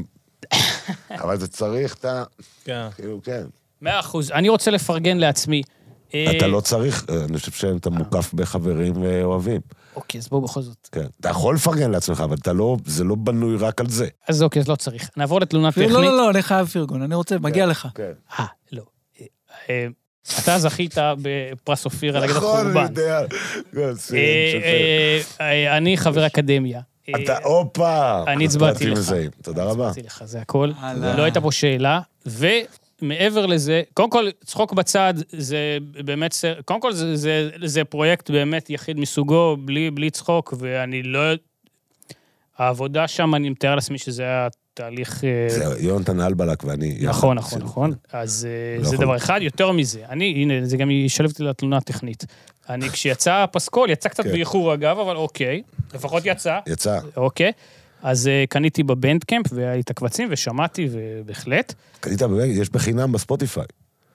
S1: אבל זה צריך את ה...
S2: כן.
S1: כאילו, כן.
S4: מאה אחוז. אני רוצה לפרגן לעצמי. אה,
S1: אתה לא צריך, אני חושב שאתה מוקף בחברים ואוהבים.
S4: אוקיי, אז בואו בכל זאת.
S1: כן. אתה יכול לפרגן לעצמך, אבל אתה לא, זה לא בנוי רק על זה.
S4: אז אוקיי, אז לא צריך. נעבור לתלונה
S3: לא,
S4: טכנית.
S3: לא, לא, אני חייב פרגון, אני רוצה, מגיע לך.
S1: כן.
S4: אה, לא. אה, אה, אתה זכית בפרס אופיר על הגדת
S1: נכון, אני
S4: חורבן.
S1: יודע. כן, סיום,
S4: אה,
S1: שופט.
S4: אה, אה, אני חבר אקדמיה. אה,
S1: אתה, הופה!
S4: אני הצבעתי
S1: פרטים
S4: לך.
S1: מזהים. תודה רבה.
S4: אמרתי לך, זה הכל.
S3: הלאה.
S4: לא הייתה פה שאלה. ומעבר לזה, קודם כל, צחוק בצד, זה באמת, סר- קודם כל, זה, זה, זה פרויקט באמת יחיד מסוגו, בלי, בלי צחוק, ואני לא... העבודה שם, אני מתאר לעצמי שזה היה תהליך... אה,
S1: זהו, יונתן אלבלק ואני... יחד
S4: נכון, נכון,
S1: עשינו.
S4: נכון. אז אה,
S1: לא
S4: זה
S1: יכול.
S4: דבר אחד. יותר מזה, אני, הנה, זה גם ישלב אותי לתלונה הטכנית. אני, כשיצא הפסקול, יצא קצת
S1: כן.
S4: באיחור אגב, אבל אוקיי, לפחות יצא.
S1: יצא.
S4: אוקיי. אז אה, קניתי בבנדקמפ, והיה לי את הקבצים, ושמעתי, ובהחלט.
S1: קנית בבגד, יש בחינם בספוטיפיי.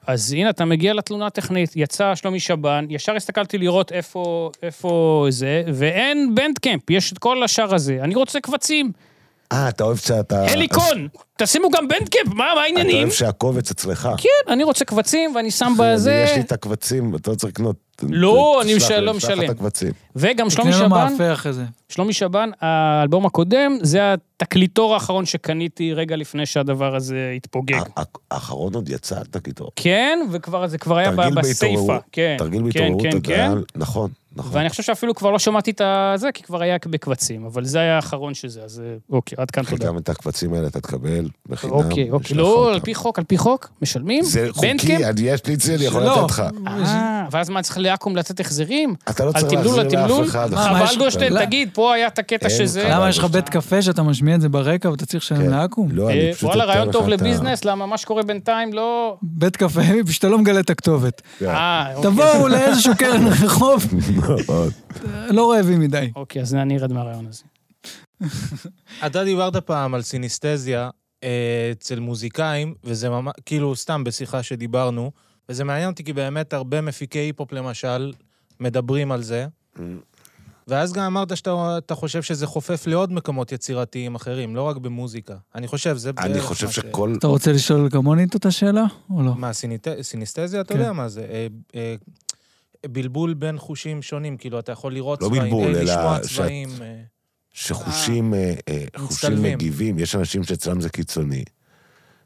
S4: אז הנה, אתה מגיע לתלונה הטכנית, יצא שלומי שבן, ישר הסתכלתי לראות איפה, איפה זה, ואין בנדקמפ, יש את כל השאר הזה. אני רוצה קבצים.
S1: אה, אתה אוהב שאתה...
S4: הליקון, תשימו גם בנדקמפ, מה, מה
S1: אתה
S4: העניינים?
S1: אוהב שהקובץ אצלך.
S4: כן, אני רוצה קבצים, ואני שם בזה,
S1: יש לי את הקבצים, אתה לא צריך לקנות.
S4: לא,
S1: ת-
S4: אני
S1: תשלח
S4: משל-
S1: לי,
S4: לא
S1: תשלח לך
S4: משלם.
S1: את הקבצים.
S4: וגם שלומי
S1: כן
S3: תקנה לו
S4: שבן,
S3: מאפה אחרי זה.
S4: שלומי שבן, האלבום הקודם, זה התקליטור האחרון שקניתי רגע לפני שהדבר הזה התפוגג.
S1: ה- ה- האחרון עוד יצא, תגידו.
S4: כן, וכבר זה כבר היה
S1: תרגיל
S4: ב- בסיפה.
S1: בהתעוררות-
S4: כן,
S1: תרגיל
S4: כן,
S1: בהתעוררות
S4: כן, כן.
S1: הגל, נכון, נכון.
S4: ואני חושב שאפילו כבר לא שמעתי את זה, כי כבר היה בקבצים, אבל זה היה האחרון שזה, אז אה, אוקיי, עד כאן תודה.
S1: חלקם את הקבצים האלה אתה תקבל בחינם.
S4: אוקיי, אוקיי.
S1: ושלח
S4: לא,
S1: אותם.
S4: על פי חוק, על פי חוק, משלמים?
S1: זה
S4: בנדקאמפ?
S1: חוקי, אני- יש לי את זה, אני יכול
S4: לא.
S3: שלא.
S1: לתת לך.
S4: אה, ואז מה, צריך לאקו"ם לתת החזרים?
S1: אתה לא
S4: על
S1: צריך
S4: תמלול, על
S1: להחזיר
S4: תמלול?
S1: לאף אחד.
S3: מה,
S1: אחר
S3: מה
S4: חבל
S1: כך.
S3: יש-
S4: גולדשטיין,
S3: לא.
S4: תגיד, פה היה את הקטע
S1: אין, לא,
S4: שזה...
S1: חבל.
S3: למה יש לך בית קפה שאתה משמיע את זה ברקע ואתה צריך
S1: כן.
S3: לשלם לאקו"ם?
S1: לא, אני
S4: אה,
S1: פשוט...
S4: וואלה,
S1: אתן
S4: רעיון
S1: לך
S4: טוב
S1: את ה-
S4: לביזנס, למה מה שקורה בינתיים לא...
S3: בית קפה, (laughs) שאתה לא מגלה את הכתובת.
S1: כן.
S4: אה, אוקיי.
S3: תבואו לאיזשהו קרן (laughs) רחוב,
S1: מאוד.
S3: לא רעבים מדי.
S4: אוקיי, אז אני ארד מהרעיון הזה.
S2: אתה דיברת פעם על סיניסטזיה אה, אצל מוזיקאים, וזה ממש, כאילו, סתם בשיחה שדיברנו, וזה מעניין אותי כי באמת הרבה מפיקי היפ-הופ למשל מדברים על זה.
S1: Mm.
S2: ואז גם אמרת שאתה אתה חושב שזה חופף לעוד מקומות יצירתיים אחרים, לא רק במוזיקה. אני חושב, זה
S1: (laughs) אני
S4: אה,
S2: בערך
S1: חושב
S2: מה ש-
S4: אוקיי.
S1: שכל...
S3: אתה רוצה לשאול כמוני את אותה שאלה, או לא?
S2: מה, סיניט- סיניסטזיה? אתה
S3: כן.
S2: יודע מה זה. אה, אה, בלבול בין חושים שונים, כאילו, אתה יכול לראות
S1: לא
S2: צבעים,
S1: בלבול, אלא
S2: אה, לשמוע
S1: שאת-
S2: צבעים. אה.
S1: שחושים אה, אה, חושים
S2: מצטלבים.
S1: מגיבים. יש אנשים שאצלם זה קיצוני.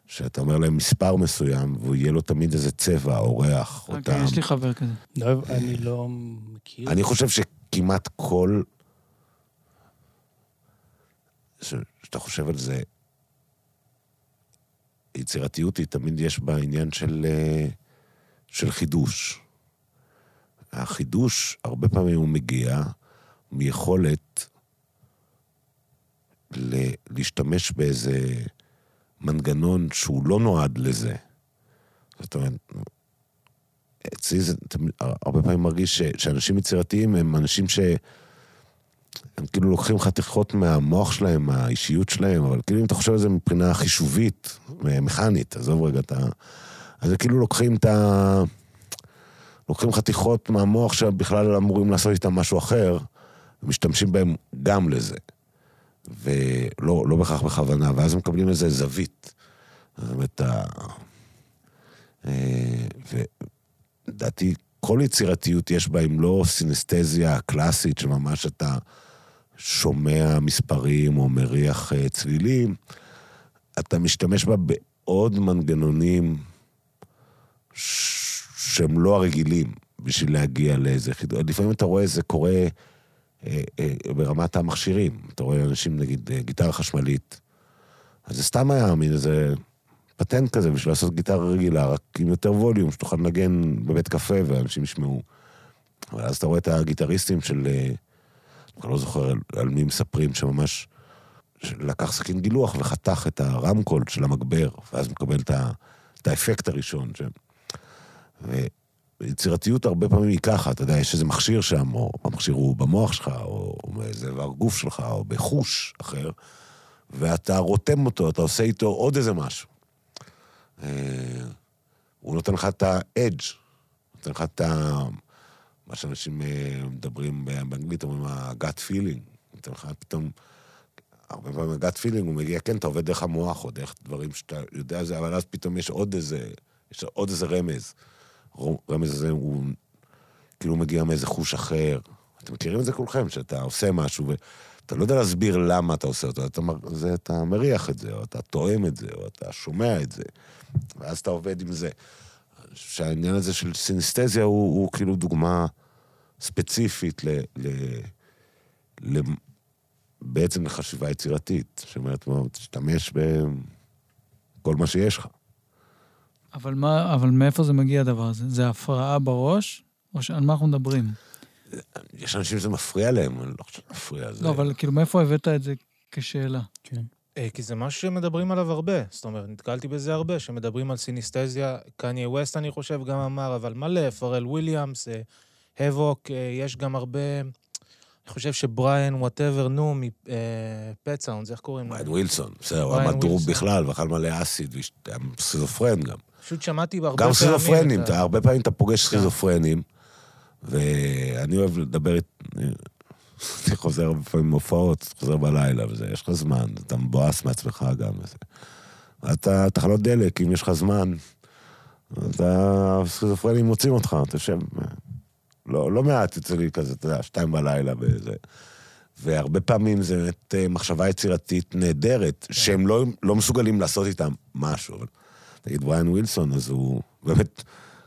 S1: שאתה אומר להם מספר מסוים, ויהיה לו תמיד איזה צבע או ריח או
S3: אוקיי,
S1: טעם.
S3: יש לי חבר כזה.
S4: לא, אני לא מכיר.
S1: אני חושב שכמעט כל... ש- כשאתה חושב על זה, יצירתיות היא תמיד יש בה עניין של, אה, של חידוש. החידוש, הרבה פעמים הוא מגיע מיכולת ל- להשתמש באיזה מנגנון שהוא לא נועד לזה. זאת אומרת, אצלי זה תמיד- הרבה פעמים מרגיש ש, שאנשים יצירתיים הם אנשים ש... הם כאילו לוקחים חתיכות מהמוח שלהם, מהאישיות שלהם, אבל כאילו אם אתה חושב על זה מבחינה חישובית, אה, מכנית, עזוב רגע את ה... אז הם כאילו לוקחים את ה... לוקחים חתיכות מהמוח שבכלל אמורים לעשות איתם משהו אחר, ומשתמשים בהם גם לזה. ולא לא בהכרח בכוונה, ואז הם מקבלים איזה זווית. זאת אומרת, ה... אה, ו... לדעתי, כל יצירתיות יש בה, אם לא סינסטזיה הקלאסית, שממש אתה שומע מספרים או מריח אה, צלילים, אתה משתמש בה בעוד מנגנונים ש- שהם לא הרגילים בשביל להגיע לאיזה חידוד. לפעמים אתה רואה זה קורה אה, אה, ברמת המכשירים. אתה רואה אנשים, נגיד, אה, גיטרה חשמלית, אז זה סתם היה מין איזה פטנט כזה בשביל לעשות גיטרה רגילה, רק עם יותר ווליום, שתוכל לנגן בבית קפה ואנשים ישמעו. אבל אז אתה רואה את הגיטריסטים של... אה, אני לא זוכר על, על מי מספרים, שממש לקח סכין גילוח וחתך את הרמקול של המגבר, ואז מקבל את, ה, את האפקט הראשון. ש... ויצירתיות הרבה פעמים היא ככה, אתה יודע, יש איזה מכשיר שם, או המכשיר הוא במוח שלך, או באיזה איבר גוף שלך, או בחוש אחר, ואתה רותם אותו, אתה עושה איתו עוד איזה משהו. אה, הוא נותן לך את ה-edge, נותן לך את ה... מה שאנשים אה, מדברים ב- באנגלית, אומרים ה-gut feeling. נותן לך פתאום... הרבה פעמים ה-gut feeling הוא מגיע, כן, אתה עובד דרך המוח, או דרך דברים שאתה יודע זה, אבל אז פתאום יש עוד איזה... יש עוד איזה רמז. הרמז הזה הוא כאילו מגיע מאיזה חוש אחר. אתם מכירים את זה כולכם, שאתה עושה משהו ואתה לא יודע להסביר למה אתה עושה אותו, אתה, מר- זה, אתה מריח את זה, או אתה תואם את זה, או אתה שומע את זה, ואז אתה עובד עם זה. שהעניין הזה של סינסטזיה הוא, הוא כאילו דוגמה ספציפית ל... ל, ל בעצם לחשיבה יצירתית, שאומרת, "בוא, תשתמש בכל מה שיש לך.
S3: אבל מה, אבל מאיפה זה מגיע הדבר הזה? זה הפרעה בראש? או שעל מה אנחנו מדברים?
S1: יש אנשים שזה מפריע להם, אני לא חושב שמפריע. זה...
S3: לא, אבל כאילו, מאיפה הבאת את זה כשאלה?
S4: כן.
S2: אה, כי זה משהו שמדברים עליו הרבה. זאת אומרת, נתקלתי בזה הרבה, שמדברים על סיניסטזיה. קניה ווסט, אני חושב, גם אמר, אבל מלא, פרל וויליאמס, אה, הבוק, אה, יש גם הרבה... אני חושב שבריאן וואטאבר, נו, מפט סאונדס, איך קוראים לו?
S1: בריין ווילסון, בסדר, הוא
S2: בריין
S1: עמד דרוב
S2: ווילסון.
S1: בכלל, ואכל מלא אסיד, והיה סכיזופרן גם.
S2: פשוט שמעתי הרבה פעמים... כן.
S1: גם סכיזופרנים,
S2: את
S1: אתה-
S2: ה-
S1: הרבה פעמים אתה פוגש סכיזופרנים, ואני אוהב לדבר, אית- אני חוזר הרבה פעמים מהופעות, חוזר בלילה וזה, יש לך זמן, אתה מבואס מעצמך גם וזה. אתה תחלות דלק, אם יש לך זמן, אתה, הסכיזופרנים מוצאים אותך, אתה יושב, לא, לא מעט יוצא לי כזה, אתה יודע, שתיים בלילה וזה. והרבה פעמים זו באמת אה, מחשבה יצירתית נהדרת,
S4: כן.
S1: שהם לא, לא מסוגלים לעשות איתם משהו. אבל נגיד בריאן ווילסון, אז הוא באמת,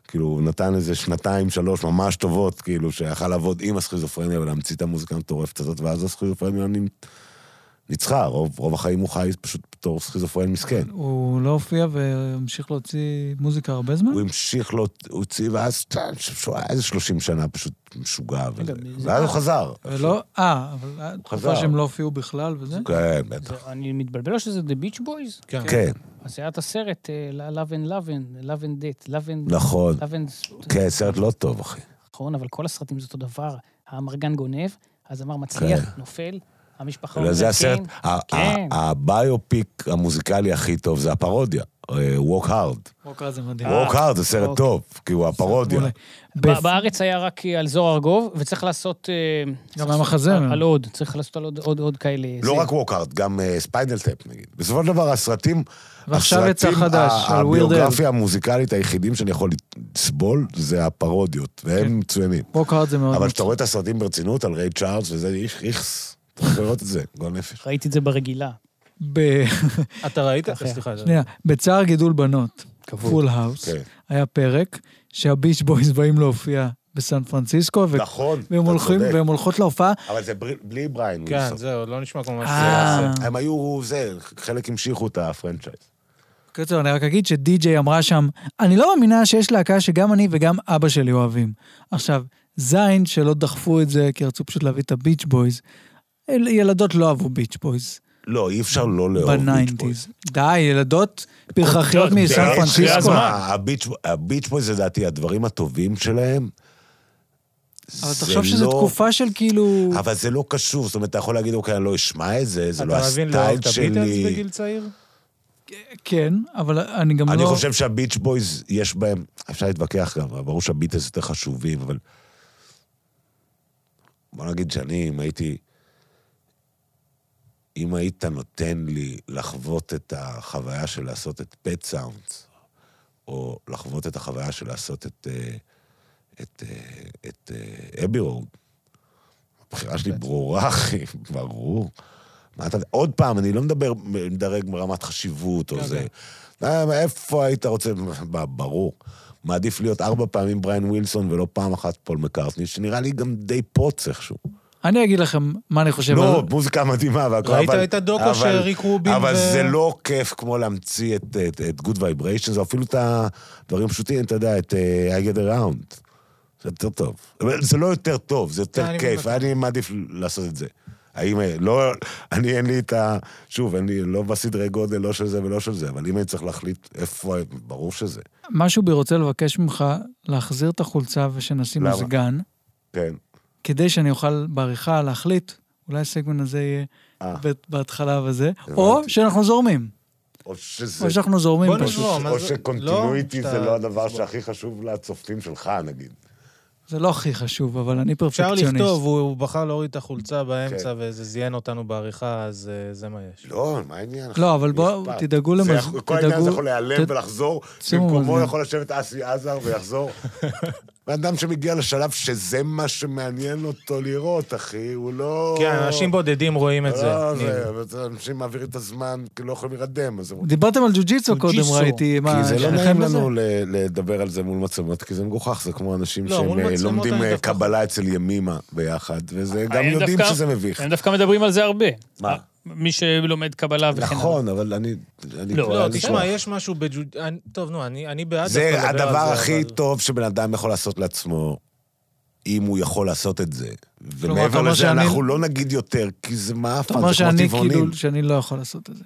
S1: כאילו, הוא נתן איזה שנתיים, שלוש ממש טובות, כאילו, שיכל לעבוד עם הסכיזופרניה ולהמציא את המוזיקה המטורפת הזאת, ואז הסכיזופרניה נ- ניצחה, רוב, רוב החיים הוא חי פשוט בתור סכיזופרן
S4: Mm-hmm.
S1: מסכן.
S3: הוא לא הופיע והמשיך להוציא מוזיקה הרבה זמן?
S1: הוא המשיך לו, הוא הוציא, ואז טאק, שהוא היה איזה 30 שנה פשוט משוגע, וזה.
S4: מי זה?
S1: ואז הוא חזר.
S3: ולא, אה, אבל
S1: חזר.
S3: תקופה שהם לא הופיעו בכלל וזה?
S1: כן, בטח.
S4: זה- אני מתבלבל או שזה The Beach Boys?
S1: כן,
S4: אז היה את הסרט אה, Love and Love and Love and Date, Love and...
S1: נכון.
S3: אה,
S4: Love and...
S1: כן, סרט לא טוב, אחי.
S4: נכון, אבל כל הסרטים זה אותו דבר. האמרגן גונב, הזמר מצליח,
S1: כן.
S4: נופל, המשפחה
S1: אלא
S4: אומרת
S1: זה הסרט,
S4: כן.
S1: ה- ה-
S4: כן.
S1: הביופיק המוזיקלי הכי טוב זה הפרודיה, אה, ווק הארד.
S3: ווקר זה מדהים.
S4: אה,
S1: ווק הארד זה סרט
S4: אוקיי.
S1: טוב, כי הוא הפרודיה.
S3: מעולה.
S4: ב-
S3: בפ-
S4: בארץ היה רק אה, על זוהר ארגוב, וצריך לעשות... אה,
S3: גם היה מחזמר.
S4: על- על עוד, צריך לעשות על עוד- עוד עוד כאלה...
S1: לא
S4: זה-
S1: רק ווק הארד, גם ספיינל טאפ נגיד. בסופו של דבר הסרטים,
S3: ועכשיו יצא
S1: הסרטים,
S3: חדש,
S1: ה-
S3: על Weird Al.
S1: הביוגרפיה המוזיקלית היחידים שאני יכול לסבול זה הפרודיות, והם מצוינים.
S3: ווקהארד זה כן. מאוד
S1: אבל
S3: מצחיק.
S1: כשאתה רואה את הסרטים ברצינות על ריי צ'ארלס וזה איש איכס, אתה יכול לראות את זה, גול נפש.
S4: ראיתי את זה ברגילה.
S3: ב- (laughs)
S2: אתה ראית?
S4: אחיה.
S2: סליחה. זה-
S3: שנייה, בצער גידול בנות, פול האוס,
S1: כן.
S3: היה פרק שהביץ' בויז באים להופיע בסן פרנסיסקו, ו-
S1: נכון, אתה
S3: והם הולכים-
S1: צודק.
S3: והם הולכות להופעה,
S1: אבל זה ברי- בלי בריין
S2: כן,
S1: ווילסון.
S2: זהו, לא נשמע כמו מה שזה
S3: אה.
S2: יעשה.
S1: הם היו זה, חלק המשיכו את הפרנצ'ייז.
S3: בקיצור, אני רק אגיד שדי-ג'יי אמרה שם, אני לא מאמינה שיש להקה שגם אני וגם אבא שלי אוהבים. עכשיו, זין שלא דחפו את זה כי רצו פשוט להביא את הביץ' בויז. אל- ילדות לא אהבו ביץ' בויז
S1: לא, אי אפשר לא לאהוב ביץ' בויז.
S3: בניינטיז. די, ילדות פרחחיות
S4: קולטות,
S3: מסן
S1: לא
S4: כן, זה
S3: פרנסיסקו.
S4: הזמן.
S1: תשמע, הביץ' הביץ' בויז לדעתי, הדברים הטובים שלהם,
S3: אבל
S1: זה
S3: תחשוב שזו
S1: לא-
S3: תקופה של כאילו...
S1: אבל זה לא קשור, זאת אומרת, אתה יכול להגיד, אוקיי, אני לא אשמע את זה, זה לא
S2: אתה מבין לאהוב
S1: הסטייל
S2: את הביטלס
S1: שלי.
S2: בגיל צעיר?
S3: כן, אבל אני גם לא...
S1: אני חושב שהביץ' בויז, יש בהם, אפשר להתווכח גם, אבל ברור שהביטלס יותר חשובים, אבל... בוא נגיד שאני, אם הייתי... אם היית נותן לי לחוות את החוויה של לעשות את פט סאונדס, או לחוות את החוויה של לעשות את... אה, את... אה, את... אבי רוד, הבחירה שלי ברורה, אחי, ברור. מה אתה... עוד פעם, אני לא מדבר, מדרג ברמת חשיבות
S3: לא,
S1: או זה. אה, איפה היית רוצה? ב- ברור. מעדיף להיות ארבע פעמים בריין ווילסון ולא פעם אחת פול מקארטני, שנראה לי גם די פוץ איכשהו.
S3: אני אגיד לכם מה אני חושב.
S1: לא,
S3: על-
S1: מוזיקה מדהימה והכל,
S2: ראית
S1: אבל-
S2: את הדוקו
S1: אבל-
S2: שריק רובין
S1: אבל
S2: ו-
S1: זה לא כיף כמו להמציא את- את את Good Vibrations, או אפילו את הדברים הפשוטים, אתה יודע, את אה, I get around. זה יותר טוב. אבל זה לא יותר טוב, זה
S2: כן,
S1: יותר
S2: אני
S1: כיף,
S2: מבין.
S1: אני מעדיף לעשות את זה. האם, אה, לא, אני אין לי את ה... שוב, אני לא בסדרי גודל, לא של זה ולא של זה, אבל אם אני צריך להחליט איפה, ברור שזה.
S3: משהו בי רוצה לבקש ממך להחזיר את החולצה ושנשים
S1: למה?
S3: מזגן,
S1: כן.
S3: כדי שאני אוכל בעריכה להחליט, אולי הסגמנט הזה יהיה
S1: אה.
S3: ב- בהתחלה וזה, או שאנחנו זורמים.
S1: או שזה...
S3: או שאנחנו זורמים
S2: בוא
S3: פשוט.
S2: נזרום. לא, מה
S1: או
S2: זה-
S1: שקונטיnuity זה
S2: לא, שאתה-
S1: לא הדבר שהכי חשוב לצופים שלך, נגיד.
S3: זה לא הכי חשוב, אבל אני
S2: אפשר
S3: פרפקציוניסט.
S2: לכתוב, הוא הוא בחר להוריד את החולצה באמצע
S1: כן.
S2: וזה זיין אותנו בעריכה, אז אה, זה מה יש.
S1: לא, מה העניין?
S3: לא, אבל
S1: מי
S3: בואו,
S1: אכפת?
S3: תדאגו
S1: זה
S3: למז-
S1: יכול- כל העניין הזה
S3: תדאגו-
S1: יכול להיעלם
S3: ת-
S1: ולחזור,
S3: שימו
S1: במקומו
S3: מזגן.
S1: יכול לשבת אסי עזר
S3: (laughs)
S1: ויחזור. בן אדם שמגיע לשלב שזה מה שמעניין אותו לראות, אחי, הוא לא...
S2: כן, אנשים בודדים רואים את
S1: לא,
S2: זה. ניב.
S1: זה- אנשים מעבירים את הזמן, כי לא יכולים להירדם, אז... הם-
S3: דיברתם על ג'ו-ג'יצו קודם,
S2: ג'ו-ג'יצו.
S3: ראיתי. מה,
S1: כי זה לא
S3: שניכם
S1: נעים
S3: בזה?
S1: לנו ל- לדבר על זה מול מצלמות, כי זה מגוחך, זה כמו אנשים
S2: לא,
S1: שהם
S2: מול
S1: אה,
S2: מצלמות
S1: לומדים
S2: אני
S1: אה,
S2: דווקא- אה,
S1: קבלה אצל ימימה ביחד, וזה גם
S4: הם
S1: יודעים
S4: דווקא-
S1: שזה מביך.
S4: הם דווקא מדברים על זה הרבה.
S1: מה?
S4: מי שלומד קבלה וכן הלאה.
S1: נכון, אבל אני... אני-
S4: לא,
S2: לא,
S1: אני-
S2: תשמע, יש משהו בג'ו... אני- טוב, נו, אני אני בעד... דווקא
S1: זה
S2: לדבר על
S1: הדבר הכי
S2: אבל-
S1: טוב שבן אדם יכול לעשות לעצמו, אם הוא יכול לעשות את זה.
S3: כלומר, אתה
S1: ומעבר
S3: אומר
S1: לזה,
S3: שאני-
S1: אנחנו לא נגיד יותר, כי זה
S3: אתה
S1: מאפן,
S3: אומר
S1: זה כמו
S3: שאני
S1: טבעונים.
S3: כאילו, שאני לא יכול לעשות את זה.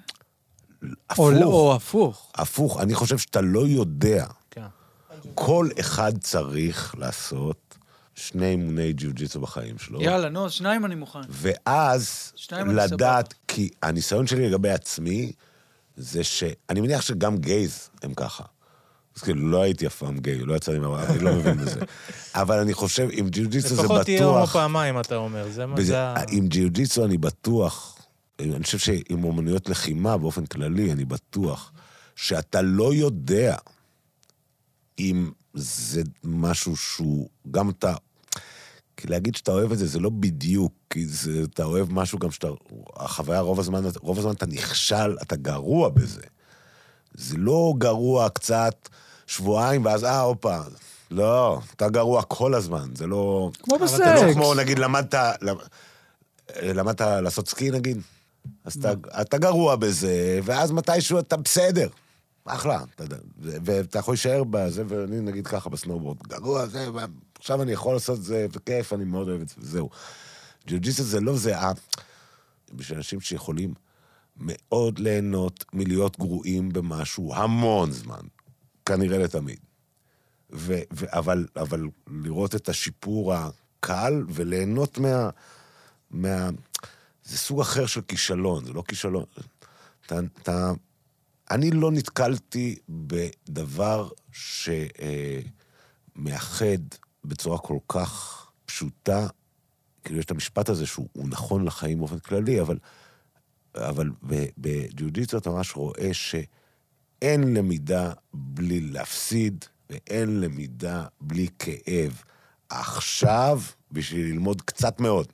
S3: או לא-
S1: הפוך,
S3: או הפוך.
S1: הפוך, אני חושב שאתה לא יודע.
S2: כן.
S1: כל אחד צריך לעשות שני אימוני ג'יוג'יצו בחיים שלו.
S3: יאללה, נו, שניים אני מוכן.
S1: ואז
S3: שניים אני
S1: לדעת, כי הניסיון שלי לגבי עצמי, זה ש... אני מניח שגם גייז הם ככה. אז כאילו, לא הייתי אף פעם גיי, לא יצא לי מה... אני לא מבין
S2: (laughs)
S1: בזה. אבל אני חושב, עם ג'יוג'יצו זה
S2: לפחות תהיה הומו
S1: בטוח...
S2: פעמיים, אתה אומר. זה מה
S1: וזה- אה,
S2: זה... ה-
S1: עם ג'יוג'יצו אני בטוח, אני חושב שעם אומנויות לחימה באופן כללי, אני בטוח שאתה לא יודע אם זה משהו שהוא, גם אתה, כי להגיד שאתה אוהב את זה, זה לא בדיוק, כי זה, אתה אוהב משהו גם שאתה... החוויה רוב הזמן, רוב הזמן אתה נכשל, אתה גרוע בזה. זה לא גרוע קצת שבועיים, ואז אה, הופה. לא, אתה גרוע כל הזמן, זה לא...
S3: כמו
S1: זה לא
S3: בסקס.
S1: כמו, נגיד, למדת... למ- למדת לעשות סקי, נגיד? אז אתה, אתה גרוע בזה, ואז מתישהו אתה בסדר. אחלה, אתה יודע. ו- ואתה יכול להישאר בזה, ואני נגיד ככה בסנואובורד, גרוע, זה, מה- עכשיו אני יכול לעשות את זה, וכיף, אני מאוד אוהב את זה, וזהו. ג'ו-ג'יסו זה לא זה, אה, בשביל אנשים שיכולים מאוד ליהנות מלהיות גרועים במשהו המון זמן, כנראה לתמיד. ו- ו- אבל, אבל לראות את השיפור הקל וליהנות מה... מה... זה סוג אחר של כישלון, זה לא כישלון. אתה, אתה... אני לא נתקלתי בדבר שמאחד בצורה כל כך פשוטה, כאילו יש את המשפט הזה שהוא הוא נכון לחיים באופן כללי, אבל, אבל ב- בג'ודיטו אתה ממש רואה שאין למידה בלי להפסיד ואין למידה בלי כאב. עכשיו, בשביל ללמוד קצת מאוד.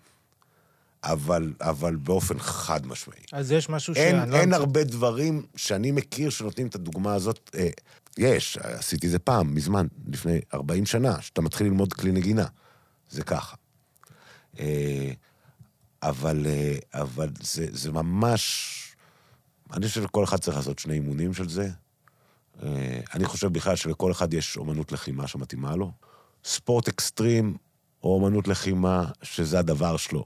S1: אבל, אבל באופן חד משמעי.
S2: אז יש משהו
S1: אין,
S2: שאני לא
S1: אין
S2: המצאתי.
S1: הרבה דברים שאני מכיר שנותנים את הדוגמה הזאת. אה, יש, עשיתי זה פעם, מזמן, לפני 40 שנה, שאתה מתחיל ללמוד כלי נגינה. זה ככה. אה, אבל, אה, אבל זה, זה ממש... אני חושב שכל אחד צריך לעשות שני אימונים של זה. אה, אני חושב בכלל שלכל אחד יש אומנות לחימה שמתאימה לו. ספורט אקסטרים או אומנות לחימה, שזה הדבר שלו.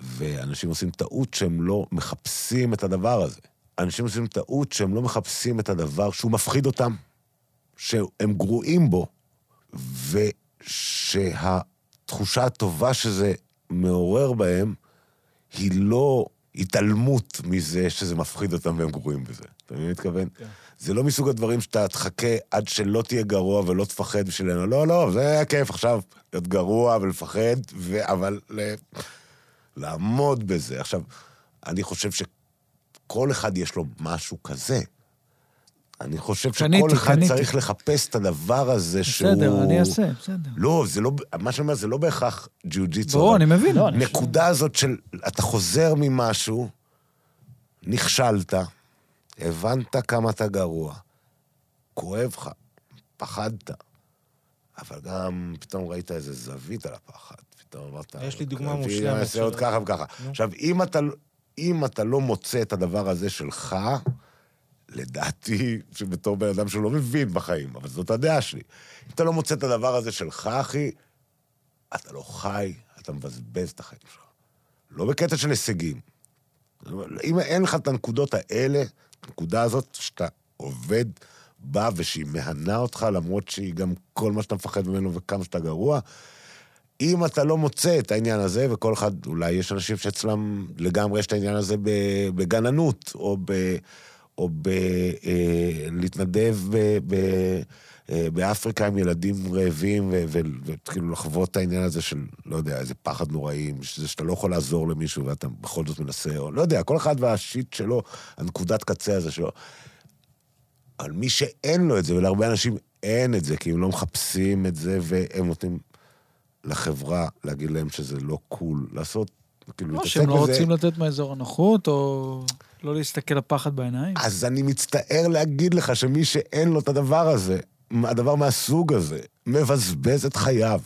S1: ואנשים עושים טעות שהם לא מחפשים את הדבר הזה. אנשים עושים טעות שהם לא מחפשים את הדבר שהוא מפחיד אותם, שהם גרועים בו, ושהתחושה הטובה שזה מעורר בהם היא לא התעלמות מזה שזה מפחיד אותם והם גרועים בזה. אתה מבין מה אני מתכוון?
S2: כן.
S1: זה לא מסוג הדברים שאתה תחכה עד שלא תהיה גרוע ולא תפחד בשבילנו. לא, לא, זה היה כיף עכשיו, להיות גרוע ולפחד, ו... אבל ל- לעמוד בזה. עכשיו, אני חושב שכל אחד יש לו משהו כזה. אני חושב
S3: קניתי,
S1: שכל אחד
S3: קניתי.
S1: צריך לחפש את הדבר הזה שהוא...
S3: בסדר, אני אעשה, בסדר.
S1: לא, זה לא, מה שאני אומר זה לא בהכרח ג'יוג'יצו.
S3: ברור,
S1: אבל-
S3: אני מבין.
S4: לא, אני-
S1: הנקודה הזאת של אתה חוזר ממשהו, נכשלת, הבנת כמה אתה גרוע, כואב לך, פחדת, אבל גם פתאום ראית איזה זווית על הפחד, פתאום אמרת... "אוקיי,
S2: יש לי דוגמה
S1: "אני
S2: מושלמת
S1: אעשה עוד
S2: של-
S1: ככה וככה.
S2: נו.
S1: עכשיו, אם אתה, אם אתה לא מוצא את הדבר הזה שלך, לדעתי, שבתור בן אדם שלא מבין בחיים, אבל זאת הדעה שלי. אם אתה לא מוצא את הדבר הזה שלך, אחי, אתה לא חי, אתה מבזבז את החיים שלך. לא בקטע של הישגים. אבל אם אין לך את הנקודות האלה, הנקודה הזאת שאתה עובד בה ושהיא מהנה אותך, למרות שהיא גם כל מה שאתה מפחד ממנו וכמה שאתה גרוע, אם אתה לא מוצא את העניין הזה, וכל אחד, אולי יש אנשים שאצלם לגמרי יש את העניין הזה ב- בגננות, או ב... או ב... אה, להתנדב ב, ב, אה, באפריקה עם ילדים רעבים, ו- ו- וכאילו לחוות את העניין הזה של, לא יודע, איזה פחד נוראי, שזה שאתה לא יכול לעזור למישהו ואתה בכל זאת מנסה, או לא יודע, כל אחד והשיט שלו, הנקודת קצה הזה שלו. אבל מי שאין לו את זה, ולהרבה אנשים אין את זה, כי הם לא מחפשים את זה, והם נותנים לחברה להגיד להם שזה לא קול לעשות, כאילו,
S3: לא,
S1: להתעסק
S3: שהם לא
S1: בזה.
S3: רוצים לתת מאזור הנוחות, או לא להסתכל לפחד בעיניים.
S1: אז אני מצטער להגיד לך שמי שאין לו את הדבר הזה, הדבר מהסוג הזה, מבזבז את חייו.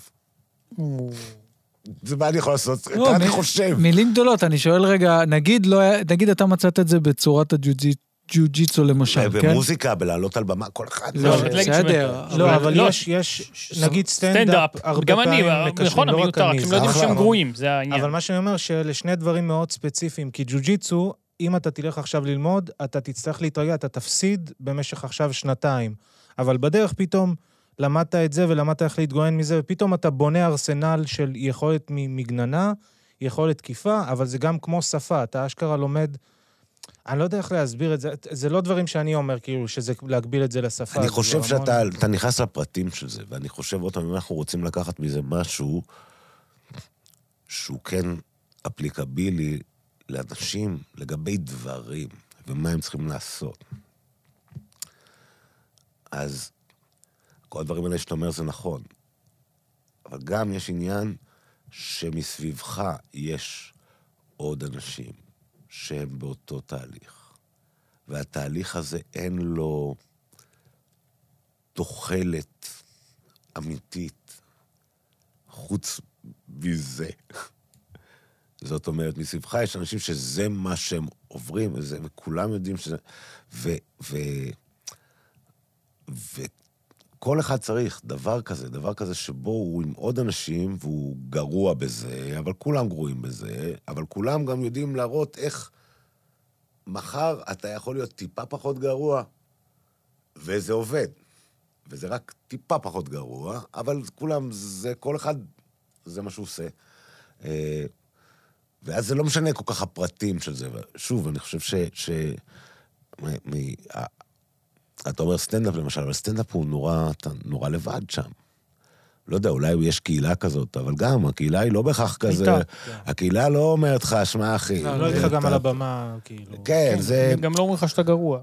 S1: זה מה אני יכול לעשות?
S3: לא,
S1: ככה אני
S3: מ-
S1: חושב.
S3: מילים גדולות, אני שואל רגע, נגיד לא היה- נגיד אתה מצאת את זה בצורת הג'ו-ג'יצו
S1: אה,
S3: למשל, כן?
S1: במוזיקה, בלעלות על במה, כל אחד.
S3: לא,
S4: אבל תגיד
S3: בסדר.
S4: שבאמת-
S2: לא,
S4: אבל-
S2: אבל
S4: לא,
S2: יש, יש,
S4: ש-
S2: נגיד סטנדאפ, הרבה
S4: גם אני,
S2: פעמים מקשרים,
S4: נכון,
S2: לא רק
S4: המיותר,
S2: אני.
S4: אתם
S2: זה
S4: לא יודעים
S2: אחלה,
S4: שהם
S2: אבל-
S4: גרועים, זה העניין.
S2: אבל מה שאני אומר, שאלה שני דברים מאוד ספציפיים, כי ג'ו-ג'יצו, אם אתה תלך עכשיו ללמוד, אתה תצטרך להתרגע, אתה תפסיד במשך עכשיו שנתיים. אבל בדרך פתאום למדת את זה ולמדת איך להתגונן מזה, ופתאום אתה בונה ארסנל של יכולת מ- מגננה, יכולת תקיפה, אבל זה גם כמו שפה, אתה אשכרה לומד... אני לא יודע איך להסביר את זה, זה לא דברים שאני אומר, כאילו, שזה להגביל את זה לשפה.
S1: אני
S2: זה
S1: חושב
S2: כבר
S1: שאתה
S2: המון.
S1: אתה נכנס לפרטים של זה, ואני חושב, עוד פעם, אם אנחנו רוצים לקחת מזה משהו שהוא כן אפליקבילי לאנשים לגבי דברים ומה הם צריכים לעשות, אז כל הדברים האלה שאתה אומר זה נכון. אבל גם יש עניין שמסביבך יש עוד אנשים שהם באותו תהליך, והתהליך הזה אין לו תוחלת אמיתית חוץ מזה. זאת אומרת, מסביבך יש אנשים שזה מה שהם עוברים, וזה, וכולם יודעים שזה... ו... ו... וכל אחד צריך דבר כזה, דבר כזה שבו הוא עם עוד אנשים והוא גרוע בזה, אבל כולם גרועים בזה, אבל כולם גם יודעים להראות איך מחר אתה יכול להיות טיפה פחות גרוע, וזה עובד. וזה רק טיפה פחות גרוע, אבל כולם, זה כל אחד, זה מה שהוא עושה. אה, ואז זה לא משנה כל כך הפרטים של זה. שוב, אני חושב ש... ש... מ... מ... ה- אתה אומר סטנדאפ למשל, אבל סטנדאפ הוא נורא, אתה נורא לבד שם. לא יודע, אולי יש קהילה כזאת, אבל גם, הקהילה היא לא בהכרח כזה...
S2: איתה, כן.
S1: הקהילה לא אומרת לך, שמע, אחי... אה,
S2: לא, לא איתך גם
S1: אתה-
S2: על הבמה, כאילו.
S1: כן, זה...
S4: הם גם לא אומרים לך שאתה גרוע.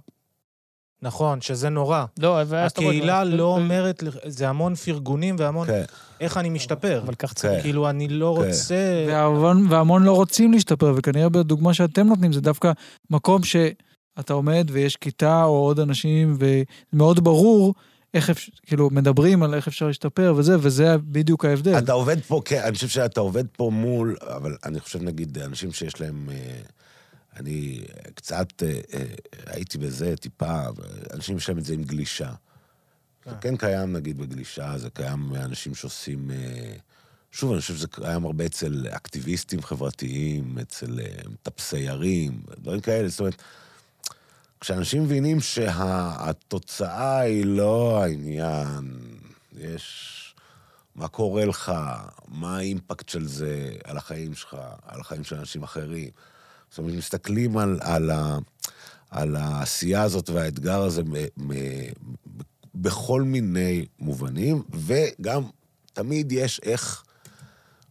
S2: נכון, שזה נורא.
S4: לא, ואז אתה רואה-
S2: הקהילה לא אומרת, לך- זה המון פרגונים והמון
S1: כן,
S2: איך אני משתפר.
S4: אבל כך צריך.
S1: כן.
S2: כאילו, אני לא
S1: כן.
S2: רוצה...
S3: והמון, והמון לא רוצים להשתפר, וכנראה בדוגמה שאתם נותנים זה דווקא מקום שאתה עומד ויש כיתה או עוד אנשים, ומאוד ברור איך אפשר, כאילו, מדברים על איך אפשר להשתפר וזה, וזה בדיוק ההבדל.
S1: אתה עובד פה, כן, אני חושב שאתה עובד פה מול, אבל אני חושב, נגיד, אנשים שיש להם... אה, אני קצת אה, אה, הייתי בזה טיפה, אנשים יש להם את זה עם גלישה. זה
S2: אה.
S1: כן קיים, נגיד, בגלישה, זה קיים מאנשים שעושים... אה, שוב, אני חושב שזה קיים הרבה אצל אקטיביסטים חברתיים, אצל אה, מטפסי ערים, דברים כאלה. זאת אומרת, כשאנשים מבינים שהתוצאה היא לא העניין, יש... מה קורה לך, מה האימפקט של זה על החיים שלך, על החיים של אנשים אחרים. זאת אומרת, מסתכלים על, על, ה, על העשייה הזאת והאתגר הזה מ, מ, בכל מיני מובנים, וגם תמיד יש איך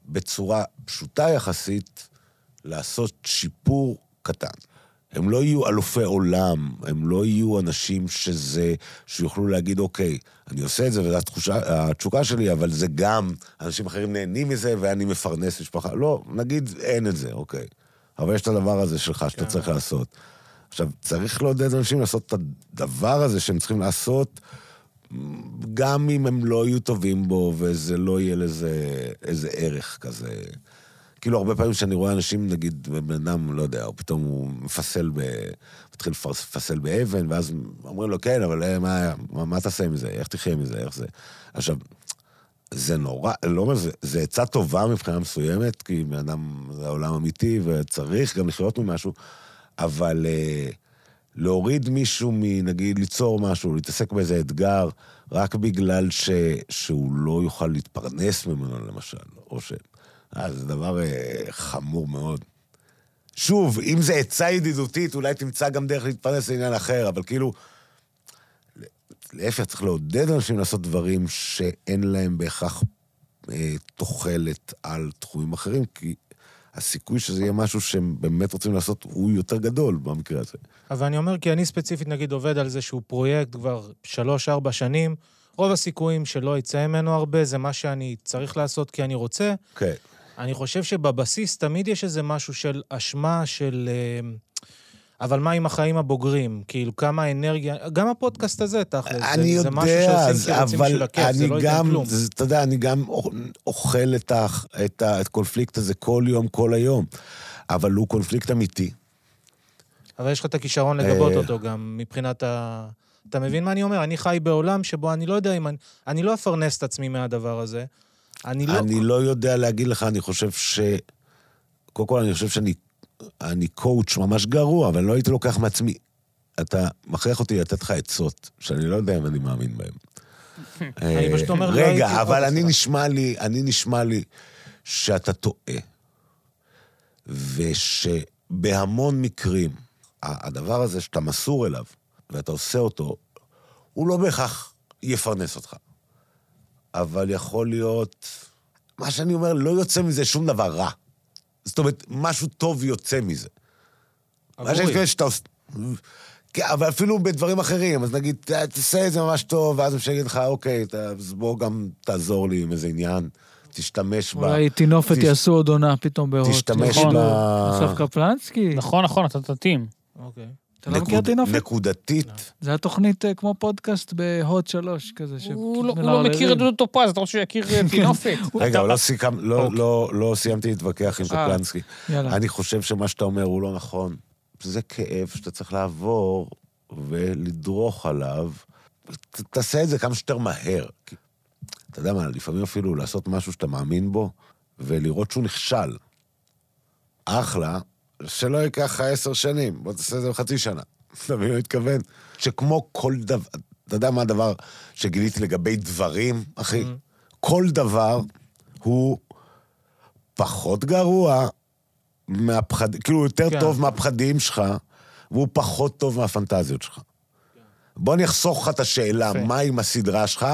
S1: בצורה פשוטה יחסית לעשות שיפור קטן. הם לא יהיו אלופי עולם, הם לא יהיו אנשים שזה, שיוכלו להגיד, אוקיי, אני עושה את זה וזו התחושה, התשוקה שלי, אבל זה גם, אנשים אחרים נהנים מזה ואני מפרנס משפחה. לא, נגיד אין את זה, אוקיי. אבל יש את הדבר הזה שלך שאתה צריך לעשות. עכשיו, צריך לעודד אנשים לעשות את הדבר הזה שהם צריכים לעשות, גם אם הם לא יהיו טובים בו וזה לא יהיה לזה איזה ערך כזה. כאילו, הרבה פעמים כשאני רואה אנשים, נגיד, בן אדם, לא יודע, הוא פתאום הוא מפסל ב... מתחיל לפרס- לפסל באבן, ואז אומרים לו, כן, אבל אה, מה, מה, מה תעשה עם זה? איך תחיה מזה? איך זה? עכשיו, זה נורא, לא אומר, זה, זה עצה טובה מבחינה מסוימת, כי בן אדם זה עולם אמיתי וצריך גם לחיות ממשהו, אבל אה, להוריד מישהו מנגיד ליצור משהו, להתעסק באיזה אתגר, רק בגלל ש, שהוא לא יוכל להתפרנס ממנו למשל, או ש... אה, זה דבר אה, חמור מאוד. שוב, אם זה עצה ידידותית, אולי תמצא גם דרך להתפרנס לעניין אחר, אבל כאילו, להפך, צריך לעודד אנשים לעשות דברים שאין להם בהכרח אה, תוחלת על תחומים אחרים, כי הסיכוי שזה יהיה משהו שהם באמת רוצים לעשות הוא יותר גדול במקרה הזה.
S2: אבל אני אומר, כי אני ספציפית, נגיד, עובד על זה שהוא פרויקט כבר שלוש-ארבע שנים. רוב הסיכויים שלא יצא ממנו הרבה, זה מה שאני צריך לעשות כי אני רוצה.
S1: כן.
S2: אני חושב שבבסיס תמיד יש איזה משהו של אשמה, של... אה, אבל מה עם החיים הבוגרים? כאילו, כמה אנרגיה... גם הפודקאסט הזה, תכל'ס. זה-
S1: אני
S2: זה
S1: יודע,
S2: משהו שעושים
S1: אז-
S2: כי רוצים
S1: אבל
S2: בשביל הכיף, זה
S1: אני
S2: לא ייתן
S1: גם,
S2: כלום.
S1: זה- אתה יודע, אני גם אוכל את ה- את ה- את הקונפליקט הזה כל יום, כל היום, אבל הוא קונפליקט אמיתי.
S2: אבל יש לך את הכישרון לגבות
S1: אה.
S2: אותו גם, מבחינת ה... אתה מבין מה אני אומר? אני חי בעולם שבו אני לא יודע אם אני... אני לא אפרנס את עצמי מהדבר הזה. אני לא...
S1: אני לא יודע להגיד לך, אני חושב ש... קודם כל, אני חושב שאני אני קואוץ' ממש גרוע, אבל לא הייתי לוקח מעצמי. אתה מכריח אותי לתת לך עצות, שאני לא יודע אם אני מאמין בהן.
S2: (laughs)
S1: אה,
S2: אני פשוט אומר, לא הייתי-
S1: רגע, אבל
S2: אוקיי,
S1: אני
S2: סליחה.
S1: נשמע לי, אני נשמע לי שאתה טועה, ושבהמון מקרים, ה- הדבר הזה שאתה מסור אליו, ואתה עושה אותו, הוא לא בהכרח יפרנס אותך. אבל יכול להיות... מה שאני אומר, לא יוצא מזה שום דבר רע. זאת אומרת, משהו טוב יוצא מזה. מה שיש
S2: עבורי.
S1: כאלה שאתה עושה... כן, אבל אפילו בדברים אחרים, אז נגיד, "ת- תעשה את זה ממש טוב, ואז אפשר להגיד לך, אוקיי, ת- אז בוא גם תעזור לי עם איזה עניין. תשתמש בה.
S3: אולי טינופת
S1: תש-
S3: יעשו עוד עונה פתאום בהוט.
S1: תשתמש
S4: נכון.
S1: ב...
S3: אסף קפלנסקי?
S4: נכון, נכון, אתה תתאים.
S2: אוקיי.
S3: אתה לא מכיר
S1: נקוד-
S3: טינופת?
S1: נקודתית.
S3: זה היה תוכנית אה, כמו פודקאסט בהוט 3 כזה. ש-
S4: הוא לא- הוא לא
S3: מלעללים.
S4: מכיר את דודו טופז, אתה רוצה שהוא יכיר אה, (laughs) טינופת?
S1: רגע,
S4: אתה-
S1: אבל לא סיכם- לא-
S4: אוקיי.
S1: לא- לא סיימתי להתווכח עם
S3: אה.
S1: קפלנסקי.
S3: יאללה.
S1: אני חושב שמה שאתה אומר הוא לא נכון. זה כאב שאתה צריך לעבור ולדרוך עליו. ת- תעשה את זה כמה שיותר מהר. כי- אתה יודע מה, לפעמים אפילו לעשות משהו שאתה מאמין בו, ולראות שהוא נכשל. אחלה, שלא ייקח לך עשר שנים, בוא תעשה את זה בחצי שנה. (laughs) אתה מבין מה אני מתכוון? שכמו כל דבר, אתה יודע מה הדבר שגיליתי לגבי דברים, אחי?
S2: Mm-hmm.
S1: כל דבר הוא פחות גרוע מהפחד... כאילו, הוא יותר
S2: כן.
S1: טוב מהפחדים שלך, והוא פחות טוב מהפנטזיות
S2: כן.
S1: שלך. בוא אני אחסוך לך את השאלה,
S4: יפה.
S1: מה עם הסדרה שלך?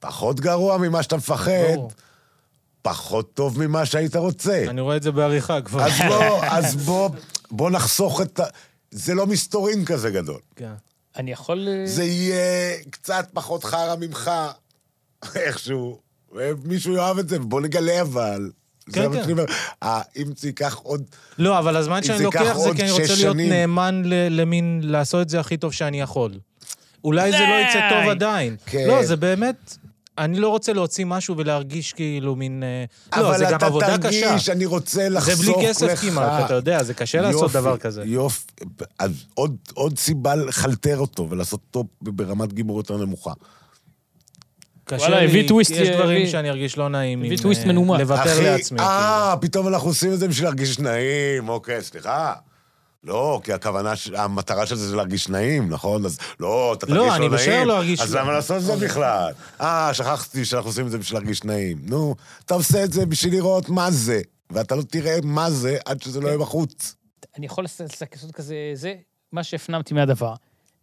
S1: פחות גרוע ממה שאתה מפחד,
S2: ברור.
S1: פחות טוב ממה שהיית רוצה.
S2: אני רואה את זה בעריכה כבר.
S1: אז בוא, אז בוא, בוא נחסוך את ה... זה לא מסתורין כזה גדול.
S2: כן.
S4: אני יכול... אה,
S1: זה יהיה קצת פחות חרא ממך, איכשהו. מישהו יאהב את זה, בוא נגלה אבל. זה
S2: כן,
S1: מה
S2: כן.
S1: שאני אומר. אה, אם זה ייקח עוד...
S2: לא, אבל הזמן
S1: אם
S2: שאני
S1: זה ייקח
S2: לוקח זה
S1: עוד
S2: כי אני
S1: שש
S2: רוצה להיות
S1: שנים.
S2: נאמן ל- למין, לעשות את זה הכי טוב שאני יכול. אולי זה לא יצא טוב
S4: די.
S2: עדיין.
S1: כן.
S2: לא, זה באמת... אני לא רוצה להוציא משהו ולהרגיש כאילו מין... אה, לא,
S1: אבל
S2: זה גם
S1: אתה
S2: עבודה
S1: תרגיש,
S2: קשה.
S1: אני רוצה לחסוך
S2: זה
S1: לך.
S2: בלי כסף כמעט, אתה יודע, זה קשה לעשות
S1: יופי,
S2: דבר כזה.
S1: יופי. אז עוד, עוד סיבה לחלטר אותו ולעשות אותו ברמת גימור יותר נמוכה.
S2: קשה
S4: וואלה,
S2: לי,
S4: הביא
S2: כי
S4: טוויסט,
S2: יש דברים
S4: הביא-
S2: שאני ארגיש לא נעים.
S4: הביא
S2: עם,
S4: טוויסט
S2: אה,
S4: מנומק.
S2: לוותר
S1: אחי,
S2: לעצמי.
S1: אה, פתאום אנחנו עושים את זה בשביל להרגיש נעים, אוקיי, סליחה. לא, כי הכוונה, ש- המטרה של זה זה להרגיש נעים, נכון? אז לא, אתה
S2: לא,
S1: תרגיש לא נעים.
S2: אני בשאר לא ארגיש
S1: אז
S2: לא
S1: למה
S2: נעים.
S1: לעשות את זה בכלל? אה, שכחתי שאנחנו עושים את זה בשביל להרגיש נעים. נו, אתה עושה את זה בשביל לראות מה זה, ואתה לא תראה מה זה עד שזה לא יהיה בחוץ.
S4: אני יכול לס- לס- לעשות כזה, זה מה שהפנמתי מהדבר.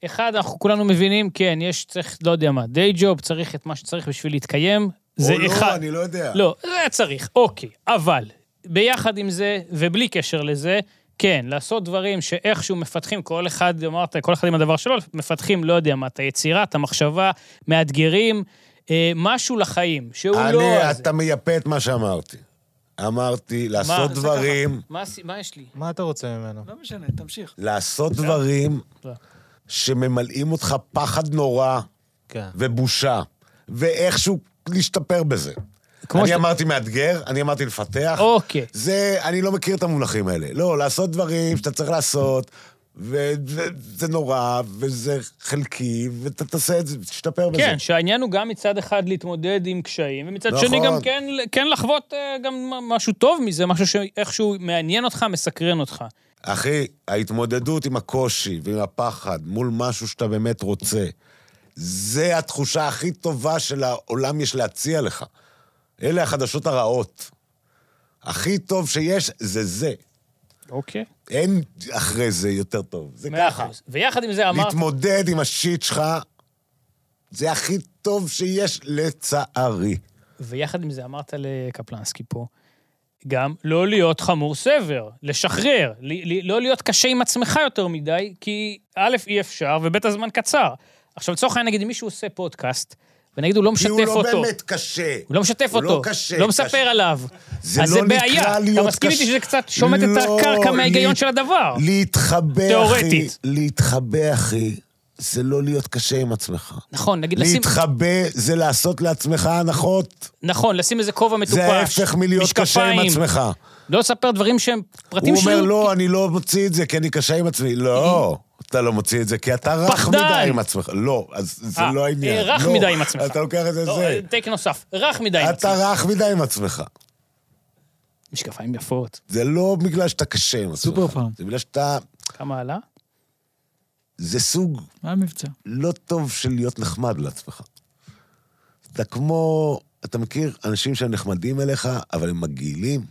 S4: אחד, אנחנו כולנו מבינים, כן, יש, צריך, לא יודע מה, דיי ג'וב, צריך את מה שצריך בשביל להתקיים. זה
S1: או
S4: אחד.
S1: לא, אני לא יודע.
S4: לא, זה היה צריך, אוקיי. אבל, ביחד עם זה, ובלי קשר לזה, כן, לעשות דברים שאיכשהו מפתחים, כל אחד, אמרת, כל אחד עם הדבר שלו, מפתחים, לא יודע מה, את היצירה, את המחשבה, מאתגרים, אה, משהו לחיים, שהוא לא...
S1: אני,
S4: הזה.
S1: אתה מייפה את מה שאמרתי. אמרתי,
S4: מה,
S1: לעשות
S4: עשה
S1: דברים,
S4: ככה. מה עשי- מה יש לי?
S2: כאילו. מה אתה רוצה ממנו?
S3: לא משנה, תמשיך.
S1: לעשות דברים
S4: תודה.
S1: שממלאים אותך פחד נורא.
S2: כן.
S1: ובושה, ואיכשהו להשתפר בזה.
S4: כמו
S1: אני
S4: שאתה-
S1: אמרתי מאתגר, אני אמרתי לפתח.
S4: אוקיי.
S1: זה, אני לא מכיר את המונחים האלה. לא, לעשות דברים שאתה צריך לעשות, וזה נורא, וזה חלקי, ואתה תעשה את זה, תשתפר בזה.
S4: כן, שהעניין הוא גם מצד אחד להתמודד עם קשיים, ומצד
S1: נכון.
S4: שני גם כן, כן לחוות אה, גם משהו טוב מזה, משהו שאיכשהו מעניין אותך, מסקרן אותך.
S1: אחי, ההתמודדות עם הקושי ועם הפחד מול משהו שאתה באמת רוצה, זה התחושה הכי טובה שלעולם יש להציע לך. אלה החדשות הרעות. הכי טוב שיש זה זה.
S4: אוקיי.
S1: אין אחרי זה יותר טוב. זה
S4: מאה
S1: ככה.
S4: אחוז. ויחד עם זה אמרת...
S1: להתמודד עם השיט שלך, זה הכי טוב שיש, לצערי.
S4: ויחד עם זה אמרת לקפלנסקי פה, גם לא להיות חמור סבר, לשחרר, ל- ל- לא להיות קשה עם עצמך יותר מדי, כי א', אי אפשר, וב', הזמן קצר. עכשיו, לצורך העניין, נגיד, אם מישהו עושה פודקאסט, ונגיד, הוא לא משתף
S1: כי הוא
S4: אותו.
S1: לא באמת קשה.
S4: הוא לא משתף
S1: הוא
S4: אותו,
S1: לא קשה.
S4: לא מספר
S1: קשה.
S4: עליו.
S1: זה
S4: אז
S1: לא
S4: זה
S1: נקרא
S4: בעיה. אתה
S1: להיות
S4: מסכים
S1: קשה.
S4: איתי שזה קצת שומט את
S1: לא,
S4: הקרקע מההיגיון
S1: להת-
S4: של הדבר.
S1: להתחבא, אחי.
S4: תיאורטית.
S1: להתחבא, אחי, זה לא להיות קשה עם עצמך.
S4: נכון, נגיד לשים...
S1: להתחבא זה לעשות לעצמך הנחות.
S4: נכון, לשים איזה כובע מטופש,
S1: זה ההפך מלהיות קשה עם
S4: משקפיים.
S1: עצמך.
S4: לא לספר דברים שהם פרטים
S1: הוא
S4: שלי.
S1: אומר, לא, אני לא מוציא את זה כי אני קשה עם עצמי. לא, אתה לא מוציא את זה כי אתה רך
S4: פחדן.
S1: מדי עם עצמך. לא, אז זה
S4: אה,
S1: לא העניין.
S4: אה, רך
S1: לא,
S4: מדי עם עצמך.
S1: אתה לוקח את זה,
S4: לא,
S1: זה.
S4: אה, טייק נוסף, רך מדי. עם עצמך.
S1: אתה רך מדי עם עצמך.
S4: משקפיים יפות.
S1: זה לא בגלל שאתה קשה עם עצמך.
S3: סופר פארם.
S1: זה בגלל שאתה...
S4: כמה עלה?
S1: זה סוג
S3: מה המבצע?
S1: לא טוב של להיות נחמד לעצמך. אתה כמו... אתה מכיר אנשים שהם נחמדים אליך, אבל הם מגעילים,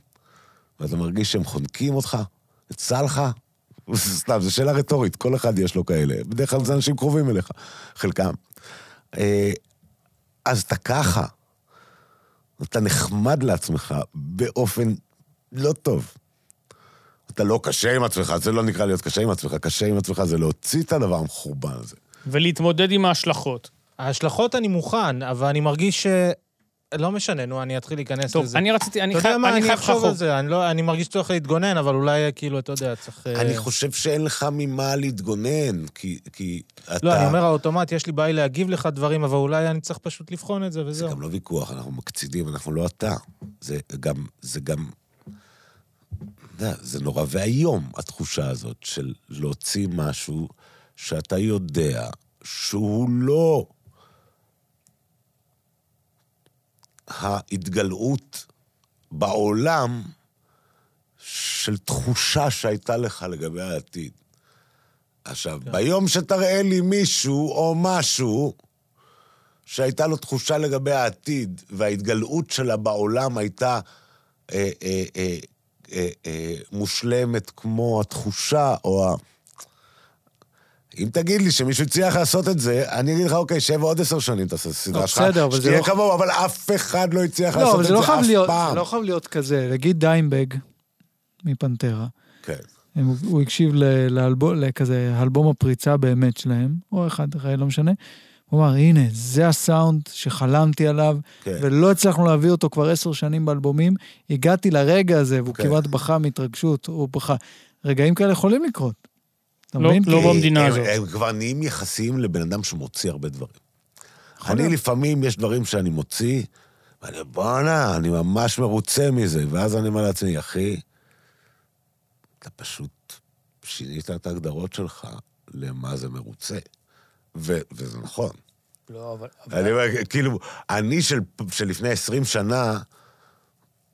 S1: ואתה מרגיש שהם חונקים אותך, יצא לך. (laughs) סתם, זו שאלה רטורית, כל אחד יש לו כאלה. בדרך כלל זה אנשים קרובים אליך, חלקם. אה, אז אתה ככה. אתה נחמד לעצמך באופן לא טוב. אתה לא קשה עם עצמך, זה לא נקרא להיות קשה עם עצמך. קשה עם עצמך זה להוציא את הדבר המחורבן הזה.
S4: ולהתמודד עם ההשלכות.
S2: ההשלכות אני מוכן, אבל אני מרגיש לא משנה, נו, אני אתחיל להיכנס
S4: טוב,
S2: לזה.
S4: אני רציתי, אני
S2: אתה יודע
S4: חייב
S2: מה,
S4: אני
S2: אני
S4: חייב לך
S2: אחשוב
S4: חוק.
S2: על זה, אני לא- אני מרגיש צורך להתגונן, אבל אולי כאילו, אתה יודע, צריך... אה,
S1: אני חושב שאין לך ממה להתגונן, כי, כי אתה...
S2: לא, אני אומר האוטומט, יש לי בעיה להגיב לך דברים, אבל אולי אני צריך פשוט לבחון את זה
S1: זה
S2: וזהו.
S1: גם לא ויכוח, אנחנו מקצידים, אנחנו לא אתה. זה גם, זה גם... אתה יודע, זה נורא ואיום, התחושה הזאת של להוציא משהו שאתה יודע שהוא לא ההתגלעות בעולם של תחושה שהייתה לך לגבי העתיד. עכשיו,
S3: כן.
S1: ביום שתראה לי מישהו או משהו, שהייתה לו תחושה לגבי העתיד, וההתגלעות שלה בעולם הייתה אה, אה, אה, אה, אה, מושלמת כמו התחושה, או ה... אם תגיד לי שמישהו הצליח לעשות את זה, אני אגיד לך, אוקיי, שב עוד עשר שנים תעשה את הסדרה
S3: לא,
S1: שלך,
S3: בסדר, אבל זה
S1: שתהיה
S3: לא-
S1: כמוהו, אבל אף אחד לא הצליח
S3: לא,
S1: לעשות
S3: אבל
S1: את
S3: זה לא
S1: זה
S3: חייב
S1: אף
S3: להיות,
S1: פעם.
S3: זה לא חייב להיות כזה. נגיד דיימבג מפנטרה,
S1: כן.
S3: הם, הוא הקשיב ל- לאלבום, לכזה אלבום הפריצה באמת שלהם, או אחד אחרי, לא משנה. הוא אמר, הנה, זה הסאונד שחלמתי עליו,
S1: כן.
S3: ולא הצלחנו להביא אותו כבר עשר שנים באלבומים. הגעתי לרגע הזה, והוא
S1: כן.
S3: כמעט בכה מהתרגשות, הוא בכה. רגעים כאלה יכולים לקרות. אתה
S4: לא-
S3: מבין?
S4: לא
S1: כי
S4: במדינה
S1: הם-
S4: הזאת.
S1: הם כבר נהיים יחסיים לבן אדם שמוציא הרבה דברים.
S3: יכול
S1: אני
S3: להיות.
S1: לפעמים, יש דברים שאני מוציא, ואני אומר, בואנה, אני ממש מרוצה מזה. ואז אני אומר לעצמי, אחי, אתה פשוט שינית את ההגדרות שלך למה זה מרוצה. ו- וזה נכון.
S4: לא, אבל...
S2: אה,
S4: אבל-
S1: אני אומר, כאילו, אני של, שלפני 20 שנה,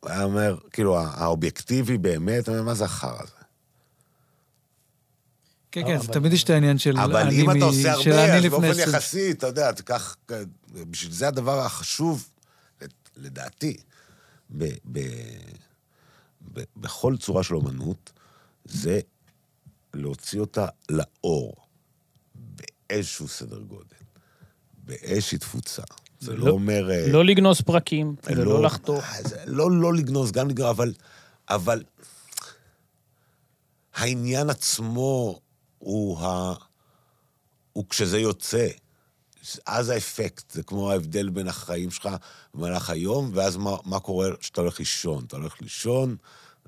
S1: היה אומר, כאילו, הא- האובייקטיבי באמת, אני אומר, מה זה החרא הזה?
S3: כן, כן, זה
S4: אבל-
S3: תמיד יש את העניין של
S1: אבל
S3: אני
S1: אם
S3: מ-
S1: אתה עושה
S3: של
S1: הרבה,
S3: אני
S1: אז
S3: לפני
S1: באופן
S3: עשרים-
S1: יחסי, אתה יודע, תיקח... בשביל זה הדבר החשוב, לדעתי, ב, ב, ב, בכל צורה של אומנות, זה להוציא אותה לאור, באיזשהו סדר גודל, באיזושהי תפוצה. זה לא,
S4: לא-
S1: אומר... אה,
S4: לא לגנוז פרקים, ולא לא לחתוך.
S1: אה, זה לא, לא לגנוז, גם לגנוז, אבל, אבל העניין עצמו הוא, ה, הוא כשזה יוצא. אז האפקט, זה כמו ההבדל בין החיים שלך במהלך היום, ואז מה, מה קורה כשאתה הולך לישון. אתה הולך לישון,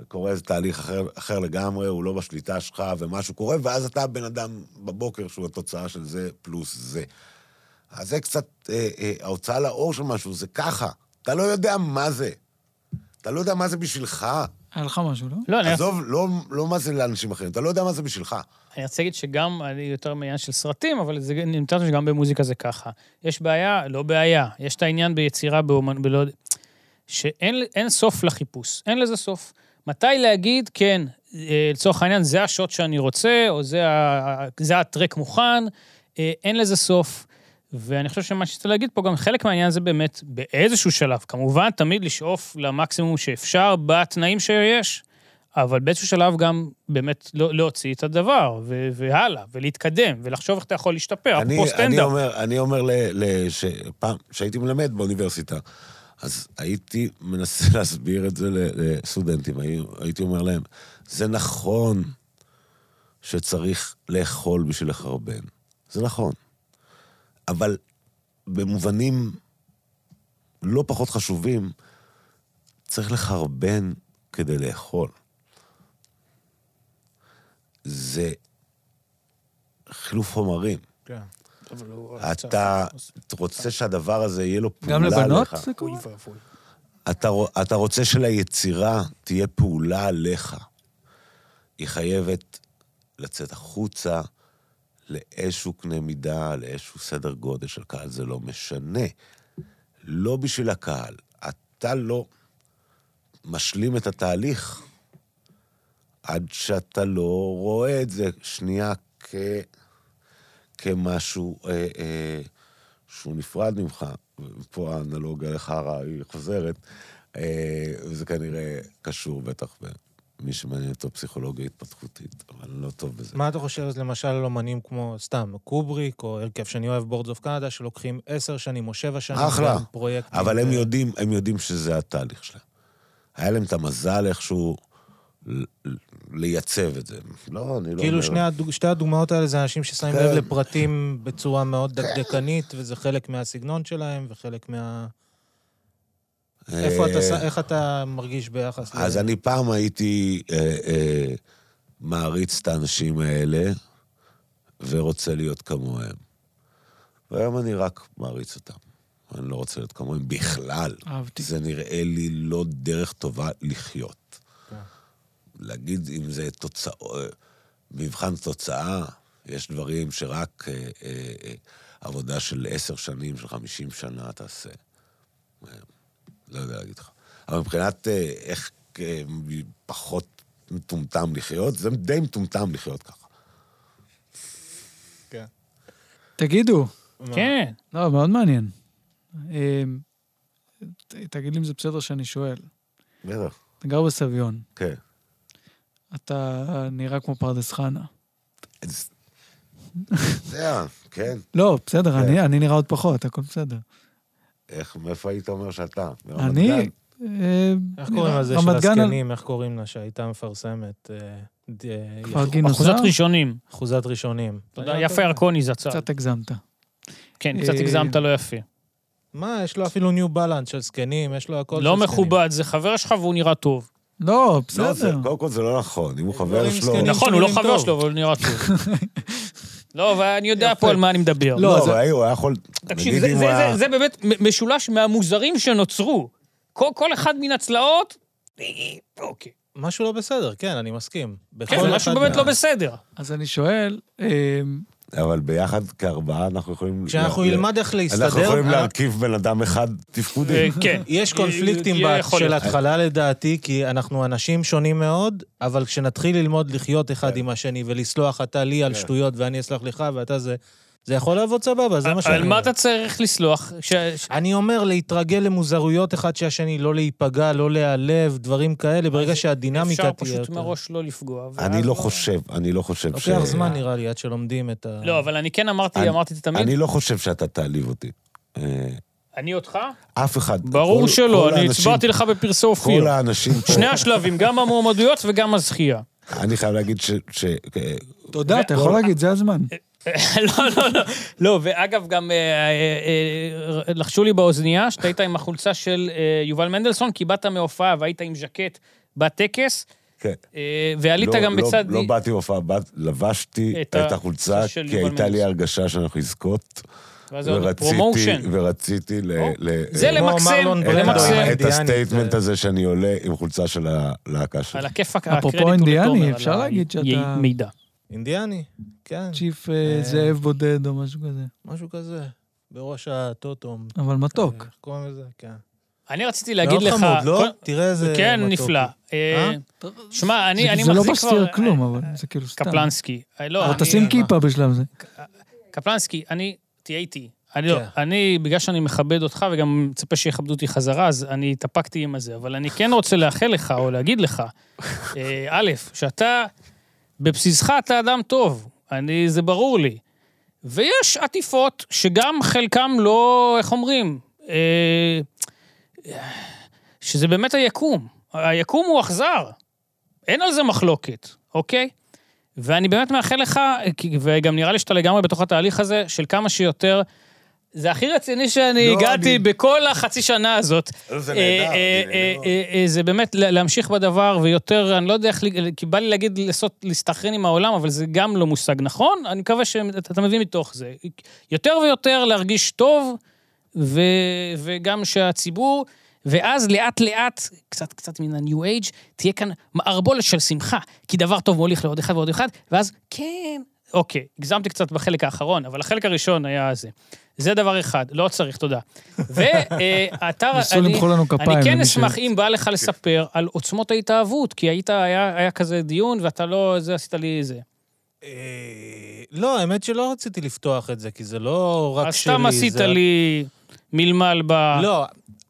S1: קורה איזה תהליך אחר, אחר לגמרי, הוא לא בשליטה שלך, ומשהו קורה, ואז אתה בן אדם בבוקר שהוא התוצאה של זה פלוס זה. אז זה קצת אה, אה, ההוצאה לאור של משהו, זה ככה. אתה לא יודע מה זה. אתה לא יודע מה זה בשבילך.
S3: היה לך משהו, לא?
S4: לא, אני
S1: עזוב, לא, לא מה זה לאנשים אחרים, אתה לא יודע מה זה בשבילך.
S4: אני רוצה להגיד שגם, אני יותר מעניין של סרטים, אבל זה נמצא שגם במוזיקה זה ככה. יש בעיה, לא בעיה. יש את העניין ביצירה באומן... בלא... שאין אין סוף לחיפוש, אין לזה סוף. מתי להגיד, כן, אה, לצורך העניין, זה השוט שאני רוצה, או זה, ה... זה הטרק מוכן, אה, אין לזה סוף. ואני חושב שמה שצריך להגיד פה, גם חלק מהעניין זה באמת באיזשהו שלב. כמובן, תמיד לשאוף למקסימום שאפשר בתנאים שיש, אבל באיזשהו שלב גם באמת לא, להוציא את הדבר, ו- והלאה, ולהתקדם, ולחשוב איך אתה יכול להשתפר,
S1: אני,
S4: אפרופו
S1: אני
S4: סטנדאפ.
S1: אומר, אני אומר ל, ל, ש, פעם, כשהייתי מלמד באוניברסיטה, אז הייתי מנסה (laughs) להסביר את זה ל- לסטודנטים. הי- הייתי אומר להם, זה נכון שצריך לאכול בשביל לחרבן. זה נכון. אבל במובנים לא פחות חשובים, צריך לחרבן כדי לאכול. זה חילוף חומרים.
S2: כן.
S4: אבל הוא-
S1: אתה רוצה שהדבר הזה יהיה לו פעולה
S3: גם לבנות
S1: עליך.
S3: זה קורה?
S4: אוי ואבוי.
S1: אתה, רוצ- אתה רוצה שליצירה תהיה פעולה עליך. היא חייבת לצאת החוצה לאיזשהו קנה מידה, לאיזשהו סדר גודל של קהל, זה לא משנה. לא בשביל הקהל. אתה לא משלים את התהליך עד שאתה לא רואה את זה שנייה כ... כמשהו אה, אה, שהוא נפרד ממך. פה האנלוגיה לחרא היא חוזרת, אה, וזה כנראה קשור בטח במי שמעניין אותו פסיכולוגיה התפתחותית, אבל אני לא טוב בזה.
S2: מה אתה חושב, אז למשל, על אומנים כמו, סתם, קובריק, או הרכב שאני אוהב, בורדס אוף קנדה, שלוקחים עשר שנים או שבע שנים,
S1: אחלה.
S2: גם פרויקטים,
S1: אבל הם
S2: ו-
S1: יודעים, הם יודעים שזה התהליך שלהם. היה להם את המזל איכשהו ל- ל- לייצב את זה. לא, אני לא אומר...
S2: כאילו שני הדוג... שתי הדוגמאות האלה זה אנשים ששמים
S1: כן.
S2: לב לפרטים בצורה מאוד דקדקנית, וזה חלק מהסגנון שלהם וחלק מה... איפה אתה,
S1: אה,
S2: ש- איך אתה מרגיש ביחס
S1: אז אני פעם הייתי אה, אה, מעריץ את האנשים האלה ורוצה להיות כמוהם. והיום אני רק מעריץ אותם. אני לא רוצה להיות כמוהם בכלל.
S3: אהבתי.
S1: זה נראה לי לא דרך טובה לחיות.
S2: כן.
S1: להגיד אם זה תוצא... מבחן תוצאה, יש דברים שרק אה, אה, אה, עבודה של עשר שנים, של חמישים שנה תעשה. אה, לא יודע להגיד לך. אבל מבחינת אה, איך אה, פחות מטומטם לחיות, זה די מטומטם לחיות ככה.
S2: כן.
S3: תגידו,
S2: מה?
S4: כן.
S3: לא, מאוד מעניין. אה, ת- תגיד לי אם זה בסדר שאני שואל.
S1: בטח.
S3: אתה גר בסביון,
S1: כן.
S3: אתה נראה כמו פרדס חנה.
S1: (laughs) אז- יודע, כן.
S3: לא, בסדר,
S1: כן.
S3: אני, אני נראה עוד פחות, הכל בסדר.
S1: איך, מאיפה היית אומר שאתה? מרמת
S3: אני...
S1: גן?
S3: אה,
S2: איך
S3: נראה-
S2: קוראים לזה של
S3: רמת גן על-
S2: הזקנים, איך קוראים לה שהייתה מפרסמת? אה, ד- אה,
S3: כפר
S2: יח-
S3: גינזר?
S4: אחוזת ראשונים.
S2: אחוזת ראשונים.
S4: תודה.
S2: היה
S4: יפה
S2: כזה.
S4: ירקוני זצ"ל.
S3: קצת הגזמת. לא,
S4: כן, קצת
S3: אה,
S4: הגזמת לא יפה.
S2: מה, יש לו אפילו ניו בלנס של זקנים, יש לו הכל של
S4: לא
S2: זקנים.
S4: מכובד, זה חבר שלך והוא נראה טוב.
S3: לא,
S1: לא, זה-
S3: בסדר.
S1: קודם כל זה לא נכון, אם הוא חבר
S2: דברים
S1: שלו...
S2: זקנים
S4: נכון, הוא לא
S2: שנראים
S4: חבר
S2: טוב.
S4: שלו, אבל הוא נראה
S2: (laughs)
S4: טוב. לא, אבל אני יודע
S2: יפה.
S4: פה על מה אני מדבר.
S3: לא,
S1: לא,
S3: זה-
S1: אבל היי, הוא היה יכול...
S4: תקשיב,
S1: נגיד
S4: זה-
S1: אם
S4: זה-
S1: הוא היה-
S4: זה- זה באמת מ- משולש מהמוזרים שנוצרו. כל כל אחד מן הצלעות, אוקיי.
S2: משהו לא בסדר, כן, אני מסכים.
S4: כן,
S2: בכל
S4: זה משהו
S2: אחד
S4: באמת לא
S2: מה- (laughs)
S4: בסדר.
S3: אז אני שואל, אה,
S1: אבל ביחד כארבעה אנחנו יכולים...
S2: כשאנחנו
S1: ל- ל-
S2: נלמד איך להסתדר...
S1: אנחנו יכולים
S2: אה,
S1: להרכיב בן אדם אחד
S4: אה,
S1: תפקודי.
S4: כן.
S2: יש קונפליקטים
S4: יהיה-
S2: בה-
S4: אה, יכול
S2: של
S4: להיות.
S2: התחלה לדעתי, כי אנחנו אנשים שונים מאוד, אבל כשנתחיל ללמוד לחיות
S4: כן.
S2: אחד עם השני ולסלוח אתה לי על
S1: כן.
S2: שטויות ואני אסלח לך ואתה זה, זה יכול לעבוד סבבה, זה מה שאני
S4: אה, על מה
S2: אומר.
S4: אתה צריך לסלוח? ש- ש-
S2: אני אומר להתרגל למוזרויות אחד של השני, לא להיפגע, לא להיעלב, דברים כאלה, ברגע
S4: אפשר
S2: שהדינמיקה תהיה
S4: פשוט
S2: יותר.
S4: מראש לא לפגוע.
S1: אני
S4: ואז
S1: לא חושב, אני לא חושב ש...
S2: לוקח זמן נראה לי עד שלומדים את ה...
S4: לא, אבל אני כן אמרתי,
S1: אני-
S4: אמרתי את זה תמיד,
S1: אני לא חושב שאתה תעליב אותי. אה,
S4: אני אותך?
S1: אף אחד.
S4: ברור
S1: כל-
S4: שלא,
S1: כל
S4: אני
S1: האנשים-
S4: הצבעתי לך בפרסי אופיר.
S1: כל האנשים פה,
S4: שני השלבים, גם המועמדויות וגם הזכייה.
S1: אני חייב להגיד ש... ש- אה,
S3: תודה, אתה יכול להגיד, זה הזמן.
S4: (laughs) לא, לא, לא. לא, ואגב, גם אה, אה, אה, לחשו לי באוזנייה שאתה היית עם החולצה של אה, יובל מנדלסון, כי באת מההופעה והיית עם ז'קט בטקס,
S1: כן.
S4: אה, ועלית
S1: לא-
S4: גם
S1: לא-
S4: בצד...
S1: לא באתי הופעה, באת- לבשתי
S4: את
S1: את
S4: ה-
S1: החולצה,
S4: של
S1: כי
S4: יובל
S1: הייתה לי
S4: מנדלסון.
S1: הרגשה שאנחנו נזכות,
S4: ואז זה עוד
S1: ורציתי,
S4: פרומושן.
S1: ורציתי ל...
S4: או,
S1: ל-
S4: זה
S1: אה,
S2: כמו
S4: למקסם,
S2: מרלון
S1: את ה-
S2: ברנדו עם
S4: למקסם.
S1: את
S2: האינדיאנית,
S1: הסטייטמנט
S2: אה,
S1: הזה שאני עולה עם חולצה של הלהקה שלי.
S4: על הכיפאק,
S3: אפרופו
S4: הקרדיט הוא
S3: אינדיאני,
S4: לתומר
S3: אפשר
S4: על ה-
S3: להגיד שאתה-
S4: יי- מידע.
S2: אינדיאני, כן,
S3: צ'יף אה,
S2: אה.
S3: זאב בודד או משהו כזה.
S2: משהו כזה, בראש הטוטום.
S3: אבל מתוק.
S2: איך קוראים לזה? כן.
S4: אני רציתי להגיד לך...
S2: מאוד חמוד, לא?
S4: כל-
S2: תראה איזה...
S4: כן,
S2: מתוק.
S4: נפלא. אה, שמע, אני
S3: זה-
S4: אני מחזיק
S3: זה
S4: כבר... אה,
S3: לא מסתיר כלום, אבל זה כאילו סתם.
S4: קפלנסקי. אה, לא,
S3: אבל
S4: אני-
S3: תשים
S2: מה?
S3: כיפה בשלב זה.
S4: קפלנסקי, אני, תהיה איתי. אני לא,
S2: כן.
S4: אני, בגלל שאני מכבד אותך וגם מצפה שיכבדו אותי חזרה, אז אני התאפקתי עם הזה. אבל אני כן רוצה לאחל לך, או להגיד לך, אה, א', שאתה, בבסיסך אתה אדם טוב, אני, זה ברור לי. ויש עטיפות שגם חלקם לא, איך אומרים, אה, שזה באמת היקום. היקום הוא אכזר. אין על זה מחלוקת, אוקיי? ואני באמת מאחל לך, כי- וגם נראה לי שאתה לגמרי בתוך התהליך הזה, של כמה שיותר... זה הכי רציני שאני
S1: לא,
S4: הגעתי
S1: אני-
S4: בכל החצי שנה הזאת.
S1: זה
S4: אה, אה, אה,
S1: לא-
S4: אה, אה, זה באמת לה- להמשיך בדבר, ויותר, אני לא יודע איך, ל- כי בא לי להגיד, לעשות, להסתכרן עם העולם, אבל זה גם לא מושג נכון, אני מקווה שאתה מבין מתוך זה. יותר ויותר להרגיש טוב, ו, וגם שהציבור, ואז לאט-לאט, קצת, קצת מן ה-new age, תהיה כאן מערבולת של שמחה, כי דבר טוב מוליך לעוד אחד ועוד אחד, ואז כן, אוקיי, הגזמתי קצת בחלק האחרון, אבל החלק הראשון היה זה. זה דבר אחד, לא צריך,
S3: (laughs)
S4: תודה. ואתה...
S3: ניסו למחוא לנו כפיים.
S4: אני כן
S3: למי ש-
S4: אשמח אם בא לך לספר על עוצמות ההתאהבות, כי היית, היה, היה כזה דיון ואתה לא, זה עשית לי זה.
S2: אה, לא, האמת שלא רציתי לפתוח את זה, כי זה לא רק
S4: אז
S2: שלי.
S4: סתם עשית
S2: זה-
S4: לי מלמל ב...
S2: לא,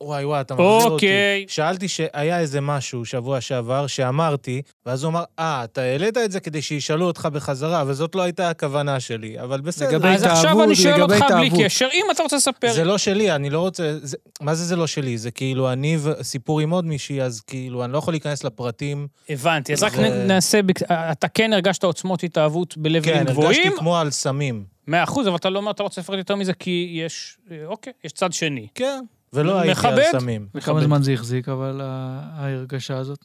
S2: וואי וואי, אתה מחזיר אותי.
S4: אוקיי.
S2: שאלתי שהיה איזה משהו שבוע שעבר שאמרתי, ואז הוא אמר, אה, אתה העלית את זה כדי שישאלו אותך בחזרה, וזאת לא הייתה הכוונה שלי, אבל בסדר.
S3: לגבי-
S4: אז עכשיו
S3: בהתאהבות,
S4: אני שואל
S3: לגבי
S4: אותך בלי
S3: התאהבות.
S4: קשר, אם אתה רוצה לספר.
S2: זה לא שלי, אני לא רוצה... זה, מה זה זה לא שלי? זה כאילו אני וסיפור עם עוד מישהי, אז כאילו, אני לא יכול להיכנס לפרטים.
S4: הבנתי, אז רק
S2: זה-
S4: נ- נעשה, בק- אתה כן הרגשת עוצמות התאהבות בלבלים
S2: כן, הרגשתי
S4: גבוהים,
S2: כמו על סמים.
S4: מאה אחוז, אבל אתה לא אומר, אתה לא רוצה לפרט יותר מזה, כי יש, אה, אוקיי, יש צד שני.
S2: כן. ולא הייתי על
S4: מכבד.
S2: סמים.
S3: כמה זמן זה החזיק, אבל
S4: אה,
S3: ה- ההרגשה הזאת?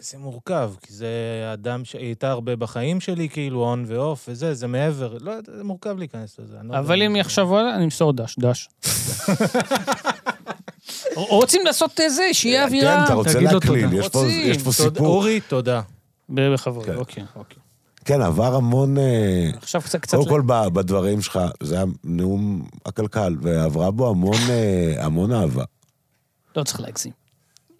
S2: זה מורכב, כי זה אדם שהייתה הרבה בחיים שלי, כאילו, הון ועוף וזה, זה מעבר. לא, יודע, זה מורכב להיכנס לזה. אני לא
S4: אבל
S2: יודע
S4: אם
S2: זה-
S4: יחשבו על זה, אני אמסור דש, דש. (laughs) רוצים לעשות אה, זה, שיהיה
S1: כן,
S4: אווירה.
S1: אתה רוצה
S3: תגיד לו
S1: להקליל,
S3: תודה.
S1: יש פה-
S4: רוצים.
S1: יש פה
S2: תודה-
S1: סיפור.
S2: אורי, תודה.
S4: ב- בכבוד,
S1: כן.
S4: אוקיי, אוקיי.
S1: כן, עבר המון... אה,
S4: עכשיו קצת... קצת
S1: קודם כל, ב- בדברים שלך, זה היה נאום הקלקל, ועברה בו המון, אה, המון אהבה.
S4: לא צריך להגזים.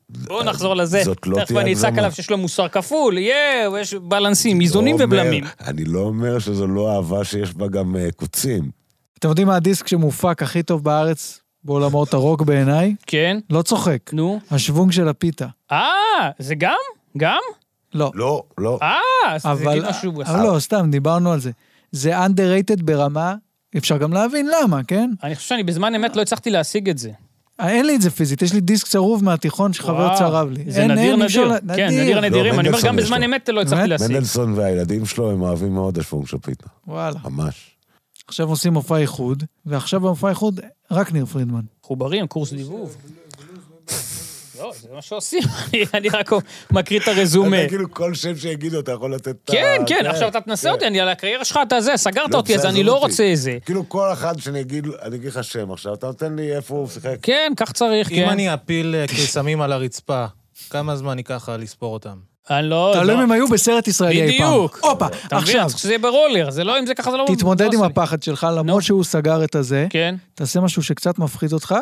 S4: בואו נחזור לזה.
S1: זאת לא
S4: תכף
S1: תהיה
S4: אני אצעק
S1: הגזמה.
S4: עליו שיש לו מוסר כפול, יואו, יש בלנסים, איזונים
S1: לא אומר-
S4: ובלמים.
S1: אני לא אומר שזו לא אהבה שיש בה גם אה, קוצים.
S3: אתם יודעים מה הדיסק שמופק הכי טוב בארץ בעולמות הרוק בעיניי?
S4: כן,
S3: לא צוחק.
S4: נו.
S3: השוונג של הפיתה.
S4: אה, זה גם? גם?
S3: לא.
S1: לא, לא.
S4: אה, אז זה
S3: אבל...
S4: כאילו משהו... הוא
S3: אבל
S4: עשה.
S3: לא, סתם, דיברנו על זה. זה underrated ברמה, אפשר גם להבין למה, כן?
S4: אני חושב שאני בזמן אמת לא הצלחתי להשיג את זה.
S3: אה, אין לי את זה פיזית, יש לי דיסק צרוב מהתיכון שחבר
S4: וואו,
S3: צרב לי.
S4: זה
S3: אין-
S4: נדיר
S3: אין, אי אפשר
S4: נדיר.
S3: לה-
S4: כן, נדיר נדירים. אני אומר,
S1: מנדלסון
S4: גם
S1: יש
S4: בזמן
S1: לו.
S4: אמת לא הצלחתי
S3: באמת?
S4: להשיג.
S1: מנדלסון והילדים שלו, הם אוהבים מאוד השוונג של פיתה.
S3: וואלה.
S1: ממש.
S3: עכשיו עושים מופע איחוד, ועכשיו במופע איחוד רק ניר פרידמן.
S4: מחוברים, קורס דיבוב. לא, זה מה שעושים, (laughs) אני- אני רק מקריא את הרזומה.
S1: אתה כאילו כל שם שיגידו, אתה יכול לתת את ה...
S4: כן, כן, עכשיו אתה תנסה אותי, אני על הקריירה שלך, אתה זה, סגרת
S1: לא,
S4: אותי, אז
S1: בסדר,
S4: אני
S1: עזוב
S4: לא
S1: אותי.
S4: רוצה איזה.
S1: כאילו כל אחד שאני אגיד, אני אגיד לך שם עכשיו, אתה נותן לי איפה הוא שיחק.
S4: כן, כך צריך,
S2: אם
S4: כן.
S2: אני אפיל אה, קיסמים על הרצפה, כמה זמן ייקח לך לספור אותם?
S4: אני לא...
S3: תלוי
S4: לא-
S3: אם הם היו בסרט ישראלי אי פעם.
S4: בדיוק.
S3: הופה,
S4: אתה מבין?
S3: עכשיו,
S4: צריך שזה יהיה ברולר, זה לא, אם זה ככה זה לא...
S3: תתמודד
S4: לא
S3: עם
S4: עושה לי.
S3: הפחד שלך, למרות שהוא סגר את הזה,
S4: כן.
S3: תעשה משהו שקצת מפחיד אותך,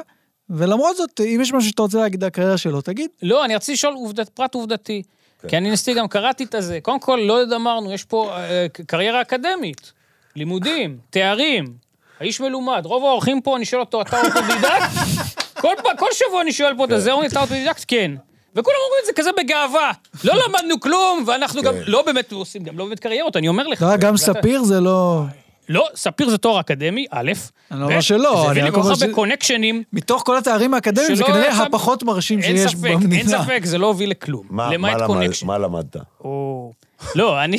S3: ולמרות זאת, אם יש משהו שאתה רוצה להגיד על הקריירה שלו, תגיד.
S4: לא, אני רציתי לשאול עובדת, פרט עובדתי. כי אני ניסיתי, גם קראתי את הזה. קודם כל, לא יודע, אמרנו, יש פה אה, ק- קריירה אקדמית, לימודים, תארים, האיש מלומד. רוב האורחים פה, אני שואל אותו, אתה אוטודידקט? כל פעם, כל שבוע אני שואל פה את הזה, אומרים, אתה אוטודידקט? כן. וכולם אומרים את זה כזה בגאווה. לא למדנו כלום, ואנחנו גם לא באמת עושים, גם לא באמת קריירות, אני אומר לך.
S3: לא, גם ספיר זה לא...
S4: לא, ספיר זה תואר אקדמי, א',
S3: אני לא
S4: ב',
S3: אומר שלא,
S4: זה הביא
S3: אני
S4: לי
S3: רק
S4: כל כך
S3: אומר ש-
S4: הרבה קונקשנים.
S3: מתוך כל התארים האקדמיים, כן, זה
S4: שלא
S3: כנראה
S4: יצא-
S3: הפחות מרשים
S4: אין
S3: שיש
S4: ספק, אין
S3: במדינה.
S4: ספק, זה לא הוביל לכלום.
S1: מה- מה
S4: למעט
S1: למד-
S4: קונקשן.
S1: מה למדת?
S4: או... לא, אני...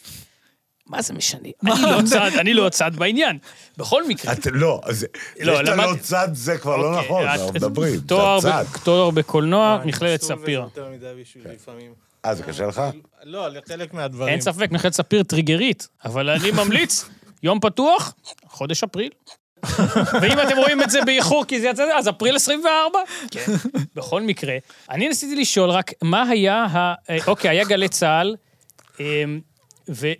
S4: (laughs) מה זה משנה? אני לא צד, אני לא צד בעניין. בכל מקרה.
S1: את- לא, אז יש לה
S4: לא, למד-
S1: לא צד, זה כבר לא
S4: אוקיי,
S1: נכון,
S4: את-
S1: אנחנו מדברים, זה
S4: תואר ב-
S1: צד.
S4: תואר בקולנוע, מכללת
S2: מסלול וזה
S4: ספיר.
S2: יותר מדי בשבילי לפעמים.
S1: אה, זה קשה לך?
S2: לא, לחלק מהדברים.
S4: אין ספק, מכללת ספיר טריגרית, אבל אני (laughs) ממליץ, יום פתוח, חודש אפריל. ואם אתם רואים את זה באיחור כי זה יצא, אז אפריל 24. כן. (laughs) בכל מקרה, אני ניסיתי לשאול רק, מה היה ה... אה, אוקיי, היה גלי צה"ל, אמ,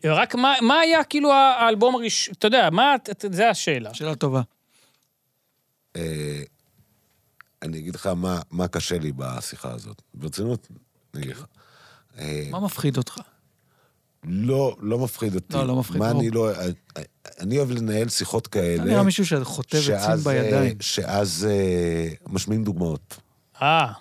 S4: ורק מה, מה היה כאילו האלבום הראשון, אתה יודע, מה, ת- ת- זה השאלה.
S3: שאלה טובה.
S1: אה, אני אגיד לך מה- מה קשה לי בשיחה הזאת. ברצינות, אני אגיד לך. אה,
S3: מה מפחיד אותך?
S1: לא, לא מפחיד אותי.
S3: לא, לא מפחיד,
S1: מה
S3: ברור.
S1: אני לא... אני אוהב לנהל שיחות
S3: אתה נראה
S4: לא
S1: כאלה,
S3: מישהו שחוטב עצים
S1: שאז, אה,
S3: בידיים.
S1: שאז אה, משמיעים דוגמאות.
S4: אה,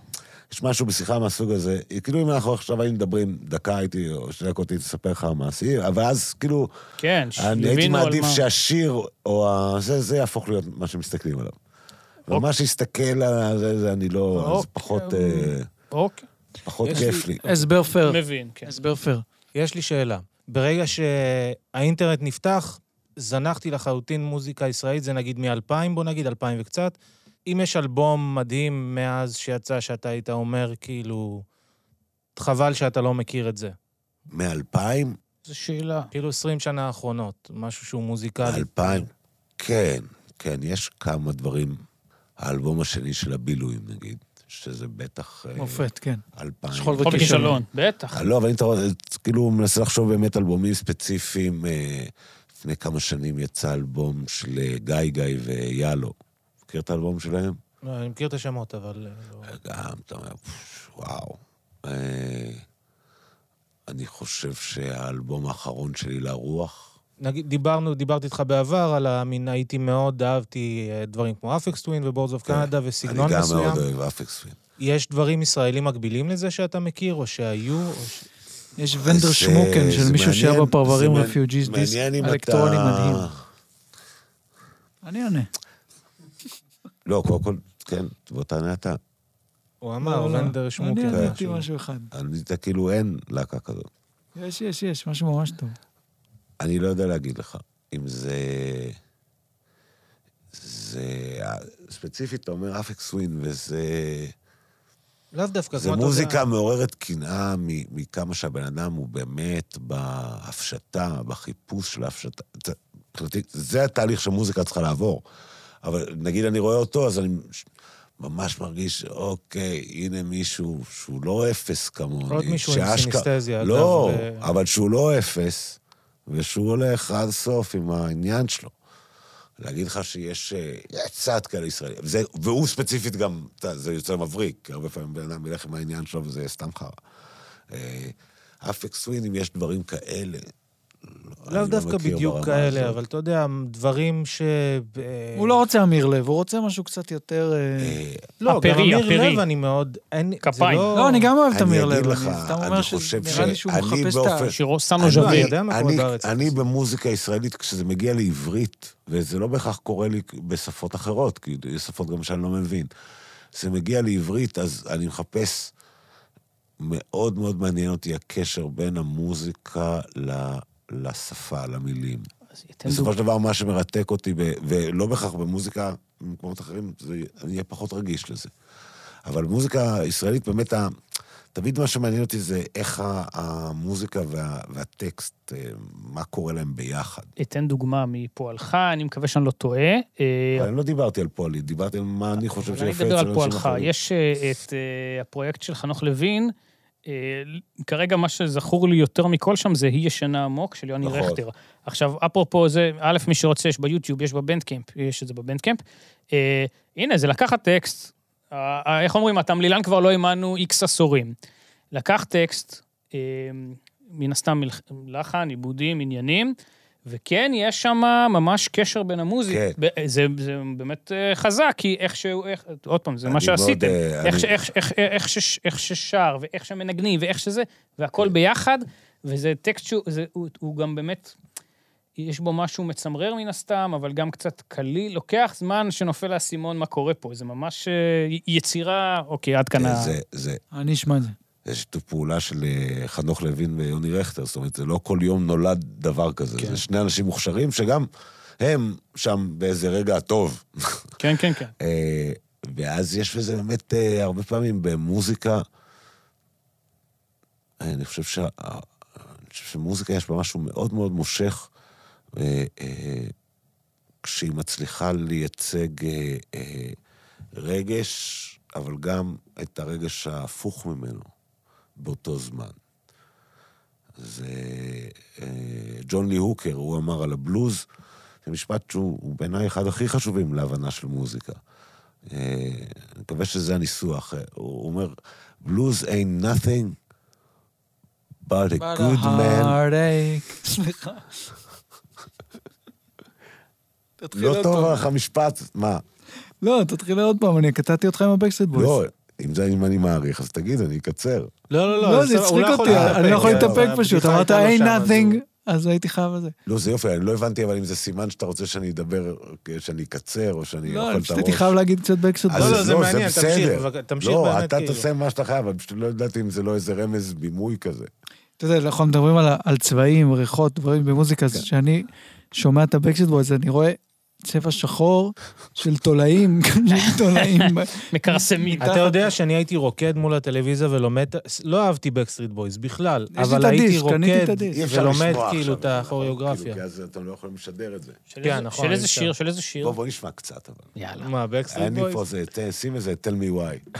S1: יש משהו בשיחה מהסוג הזה, כאילו אם אנחנו עכשיו היינו מדברים דקה הייתי, או שתי דקות הייתי לספר לך מעשי, אבל אז כאילו,
S4: כן,
S1: אני הייתי
S4: שליווינו על
S1: מעדיף
S4: מה.
S1: שהשיר, או ה- זה, זה יהפוך להיות מה שמסתכלים עליו. ממש להסתכל על זה, זה אני לא, זה
S2: אוקיי.
S1: פחות, אה,
S4: אוקיי,
S1: פחות
S2: יש
S1: כיף לי.
S3: הסבר פייר,
S4: מבין, כן.
S3: הסבר פייר.
S2: יש לי שאלה. ברגע שהאינטרנט נפתח, זנחתי לחלוטין מוזיקה ישראלית, זה נגיד מ-2000, בוא נגיד 2000 וקצת. אם יש אלבום מדהים מאז שיצא, שאתה היית אומר, כאילו, חבל שאתה לא מכיר את זה.
S1: מאלפיים?
S4: זו שאלה.
S2: כאילו 20 שנה האחרונות, משהו שהוא מוזיקלי.
S1: אלפיים? כן, כן, יש כמה דברים. האלבום השני של הבילויים, נגיד, שזה בטח... אה,
S3: מופת, כן.
S1: אלפיים.
S3: שכול
S4: חול
S3: וכישלון.
S4: וכישלון, בטח.
S1: לא, אבל אם אתה רואה, כאילו מנסה לחשוב באמת אלבומים ספציפיים. אה, לפני כמה שנים יצא אלבום של אה, גיא גיא ויאלו. מכיר את האלבום שלהם?
S2: לא, אני מכיר את השמות, אבל... אה, לא.
S1: גם, אתה אומר, "פש, וואו. אה, אני חושב שהאלבום האחרון שלי לרוח,
S2: נגיד, דיברנו, דיברתי איתך בעבר על המין, הייתי מאוד, אהבתי אה, דברים כמו אפקס טווין ובורדס אוף קנדה
S1: כן, אני
S2: וסגנון
S1: גם
S2: מסוים.
S1: מאוד אוהב אפקס פין.
S2: יש דברים ישראלים מקבילים לזה שאתה מכיר, או שהיו, או ש...
S3: יש ונדר
S1: אה, זה-
S3: שמוקן של
S1: זה
S3: מישהו שהיה
S1: מעניין,
S3: בפרברים
S1: זה מעניין-
S3: רפיוג'יז, דיסק
S1: מעניין אם
S3: אלקטרוני
S1: אתה-
S3: מדהים. אני עונה.
S1: אה, לא, קודם כל, כן, בוא תענה אתה.
S2: הוא
S1: לא,
S2: אמר, כן. ונדר
S1: אה,
S2: שמוקר.
S3: אני עניתי משהו אחד.
S1: ענית כאילו אין להקה כזאת.
S3: יש, יש, יש, משהו ממש טוב.
S1: אני לא יודע להגיד לך אם זה... זה... ספציפית, אתה אומר אפקס ווין, וזה...
S2: לאו דווקא,
S1: זה
S2: כמו אתה
S1: מוזיקה
S2: יודע,
S1: מעוררת קנאה מ- מכמה שהבן אדם הוא באמת בהפשטה, בחיפוש של ההפשטה. אתה- מבחינתי, זה התהליך שמוזיקה צריכה לעבור. אבל נגיד אני רואה אותו, אז אני ש- ממש מרגיש, אוקיי, הנה מישהו שהוא לא אפס כמוני.
S2: עוד מישהו עם
S1: שאשכרה-
S2: סינסטזיה, אגב,
S1: לא,
S2: ב-
S1: אבל שהוא לא אפס, ושהוא הולך עד סוף עם העניין שלו. להגיד לך שיש אה, קצת כאלה ישראלים, וזה- והוא ספציפית גם, אתה, זה יוצא מבריק, כי הרבה פעמים בן אדם ילך עם העניין שלו וזה יהיה סתם חרא. אה, אפק סווין, אם יש דברים כאלה, אני
S2: לאו
S1: לא
S2: דווקא
S1: מכיר
S2: בדיוק
S1: ברמה
S2: כאלה,
S1: הזאת.
S2: אבל אתה יודע, דברים ש... אה,
S3: הוא לא רוצה אמיר לב, הוא רוצה משהו קצת יותר... אה,
S1: אה,
S2: לא, גם
S4: הפרי,
S2: אמיר
S4: הפרי.
S2: לב אני מאוד... אין- זה
S4: כפיים.
S3: לא, אני גם אוהב את
S1: אני
S3: אמיר
S1: אגיד
S3: לב,
S1: לך,
S3: אני סתם
S1: אני
S3: אומר שזה
S1: חושב
S3: נראה לי שהוא
S1: שאני
S3: מחפש את ה...
S1: באופן-
S4: שירו סנו
S1: אני-
S2: אני
S4: ז'ווי.
S2: יודע מה
S1: אני-
S2: קורה בארץ.
S1: אני במוזיקה הישראלית, כשזה מגיע לעברית, וזה לא בהכרח קורה לי בשפות אחרות, כי יש שפות גם שאני לא מבין. זה מגיע לעברית, אז אני מחפש... מאוד מאוד מעניין אותי הקשר בין המוזיקה ל- לשפה, למילים.
S4: אז אתן
S1: בסופו
S4: דוגמה.
S1: של דבר, מה שמרתק אותי, ב- ולא בהכרח במוזיקה במקומות אחרים, זה- אני אהיה פחות רגיש לזה. אבל מוזיקה ישראלית, באמת, ה- תמיד מה שמעניין אותי זה איך ה- המוזיקה וה- והטקסט, אה, מה קורה להם ביחד.
S4: אתן דוגמה מפועלך, אני מקווה שאני לא טועה. אה,
S1: אבל אני לא דיברתי על פועלי, דיברתי על מה אני חושב
S4: אבל
S1: שיפה
S4: אני
S1: אצל
S4: אדבר על
S1: אנשים
S4: פועלך.
S1: אחרים.
S4: יש אה, את אה, הפרויקט של חנוך לוין. אה, כרגע מה שזכור לי יותר מכל שם זה "היא ישנה עמוק" של יוני
S1: נכון.
S4: רכטר. עכשיו, אפרופו זה, א', מי שרוצה, יש ביוטיוב, יש בבנדקמפ, יש את זה בבנדקמפ. אה, הנה, זה לקחת טקסט. ה- ה- איך אומרים, התמלילן כבר לא האמנו איקס עשורים. לקח טקסט, אה, מן הסתם מלח- לחן, עיבודים, עניינים, וכן, יש שם ממש קשר בין המוזיק.
S1: כן.
S4: ב- זה, זה באמת אה, חזק, כי איך שהוא, איך, עוד פעם, זה
S1: אני
S4: מה
S1: מאוד,
S4: שעשיתם.
S1: אה,
S4: איך,
S1: אני-
S4: ש, איך, איך, איך, שש, איך ששר, ואיך שמנגנים, ואיך שזה, והכל ביחד, וזה טקסט שהוא, זה, הוא, הוא גם באמת, יש בו משהו מצמרר מן הסתם, אבל גם קצת קליל. לוקח זמן שנופל האסימון מה קורה פה, זה ממש אה, יצירה, אוקיי, עד כאן ה...
S1: אה, זה- זה-
S3: אני אשמע את זה.
S1: זה שיתוף פעולה של אה, חנוך לוין ויוני רכטר, זאת אומרת, זה לא כל יום נולד דבר כזה.
S4: כן.
S1: זה שני אנשים מוכשרים שגם הם שם באיזה רגע הטוב.
S4: כן, כן, כן.
S1: אה, ואז יש בזה באמת אה, הרבה פעמים במוזיקה, אה, אני חושב, שה, אה, אני חושב שמוזיקה יש בה משהו מאוד מאוד מושך, אה, אה, כשהיא מצליחה לייצג אה, אה, רגש, אבל גם את הרגש ההפוך ממנו באותו זמן. זה אה, ג'ון לי הוקר, הוא אמר על הבלוז, זה משפט שהוא הוא בעיניי אחד הכי חשובים להבנה של מוזיקה. אה, אני מקווה שזה הניסוח. אה, הוא אומר, בלוז ain't nothing but a good man.
S3: heartache. (laughs) סליחה. תתחיל
S1: לא
S3: עוד
S1: טוב
S3: פעם.
S1: לך המשפט, מה?
S3: לא, תתחיל עוד פעם, אני קטעתי אותך עם הבקסט בויז.
S1: לא, אם זה אם אני מעריך, אז תגיד, אני אקצר.
S2: לא, לא, לא,
S3: לא,
S2: זה
S3: זה
S2: סבבה,
S3: הצחיק
S2: הוא יכול
S3: אותי,
S2: להתאפק,
S3: אני לא יכול
S2: זה-
S3: להתאפק
S2: הבדיחה
S3: פשוט.
S2: הייתה
S3: אמרת
S2: לו
S3: אין
S2: שם, אז הוא-
S3: nothing, אז הייתי חייב על זה.
S1: לא, זה יופי, אני לא הבנתי, אבל אם זה סימן שאתה רוצה שאני אדבר, אה, שאני אקצר, או שאני
S3: לא,
S1: אוכל
S3: אני
S1: את
S3: פשוט
S1: הראש.
S3: הייתי חייב להגיד קצת בקסט
S1: אז
S2: לא,
S3: בויז.
S2: לא, זה מעניין, תמשיך,
S1: בסדר.
S2: בבק- תמשיך
S1: לא,
S2: באמת,
S1: אתה
S2: כאילו.
S1: תעשה מה שאתה חייב, אבל פשוט לא ידעתי אם זה לא איזה רמז בימוי כזה.
S3: אתה יודע, אנחנו מדברים על, ה- על צבעים, ריחות, דברים במוזיקה,
S1: כן.
S3: אז כשאני שומע את הבקסט בויז, אני רואה צבע שחור של תולעים, (laughs)
S1: (laughs)
S3: תולעים.
S4: מקרסמים.
S2: אתה יודע שאני הייתי רוקד מול הטלוויזיה ולומד, לא אהבתי בקסטריט בויז בכלל,
S3: לי
S2: אבל
S3: את הדיסק,
S2: הייתי
S3: קניתי את
S2: רוקד
S3: הדיסק.
S1: אי אפשר
S2: ולומד
S1: לשמוע
S2: כאילו
S1: עכשיו,
S2: את
S1: נכון?
S2: הכוריאוגרפיה.
S1: כאילו, כי אז אתם לא יכולים לשדר את זה.
S4: של
S2: כן,
S4: איזה-
S2: נכון,
S4: של איזה
S2: אי אפשר.
S4: שיר, של איזה שיר.
S1: בוא, בוא נשמע קצת, אבל.
S4: יאללה.
S2: מה, בקסטריט
S1: אני פה,
S2: בויז?
S1: זה, ת- שים איזה tell me
S2: (laughs)
S1: why.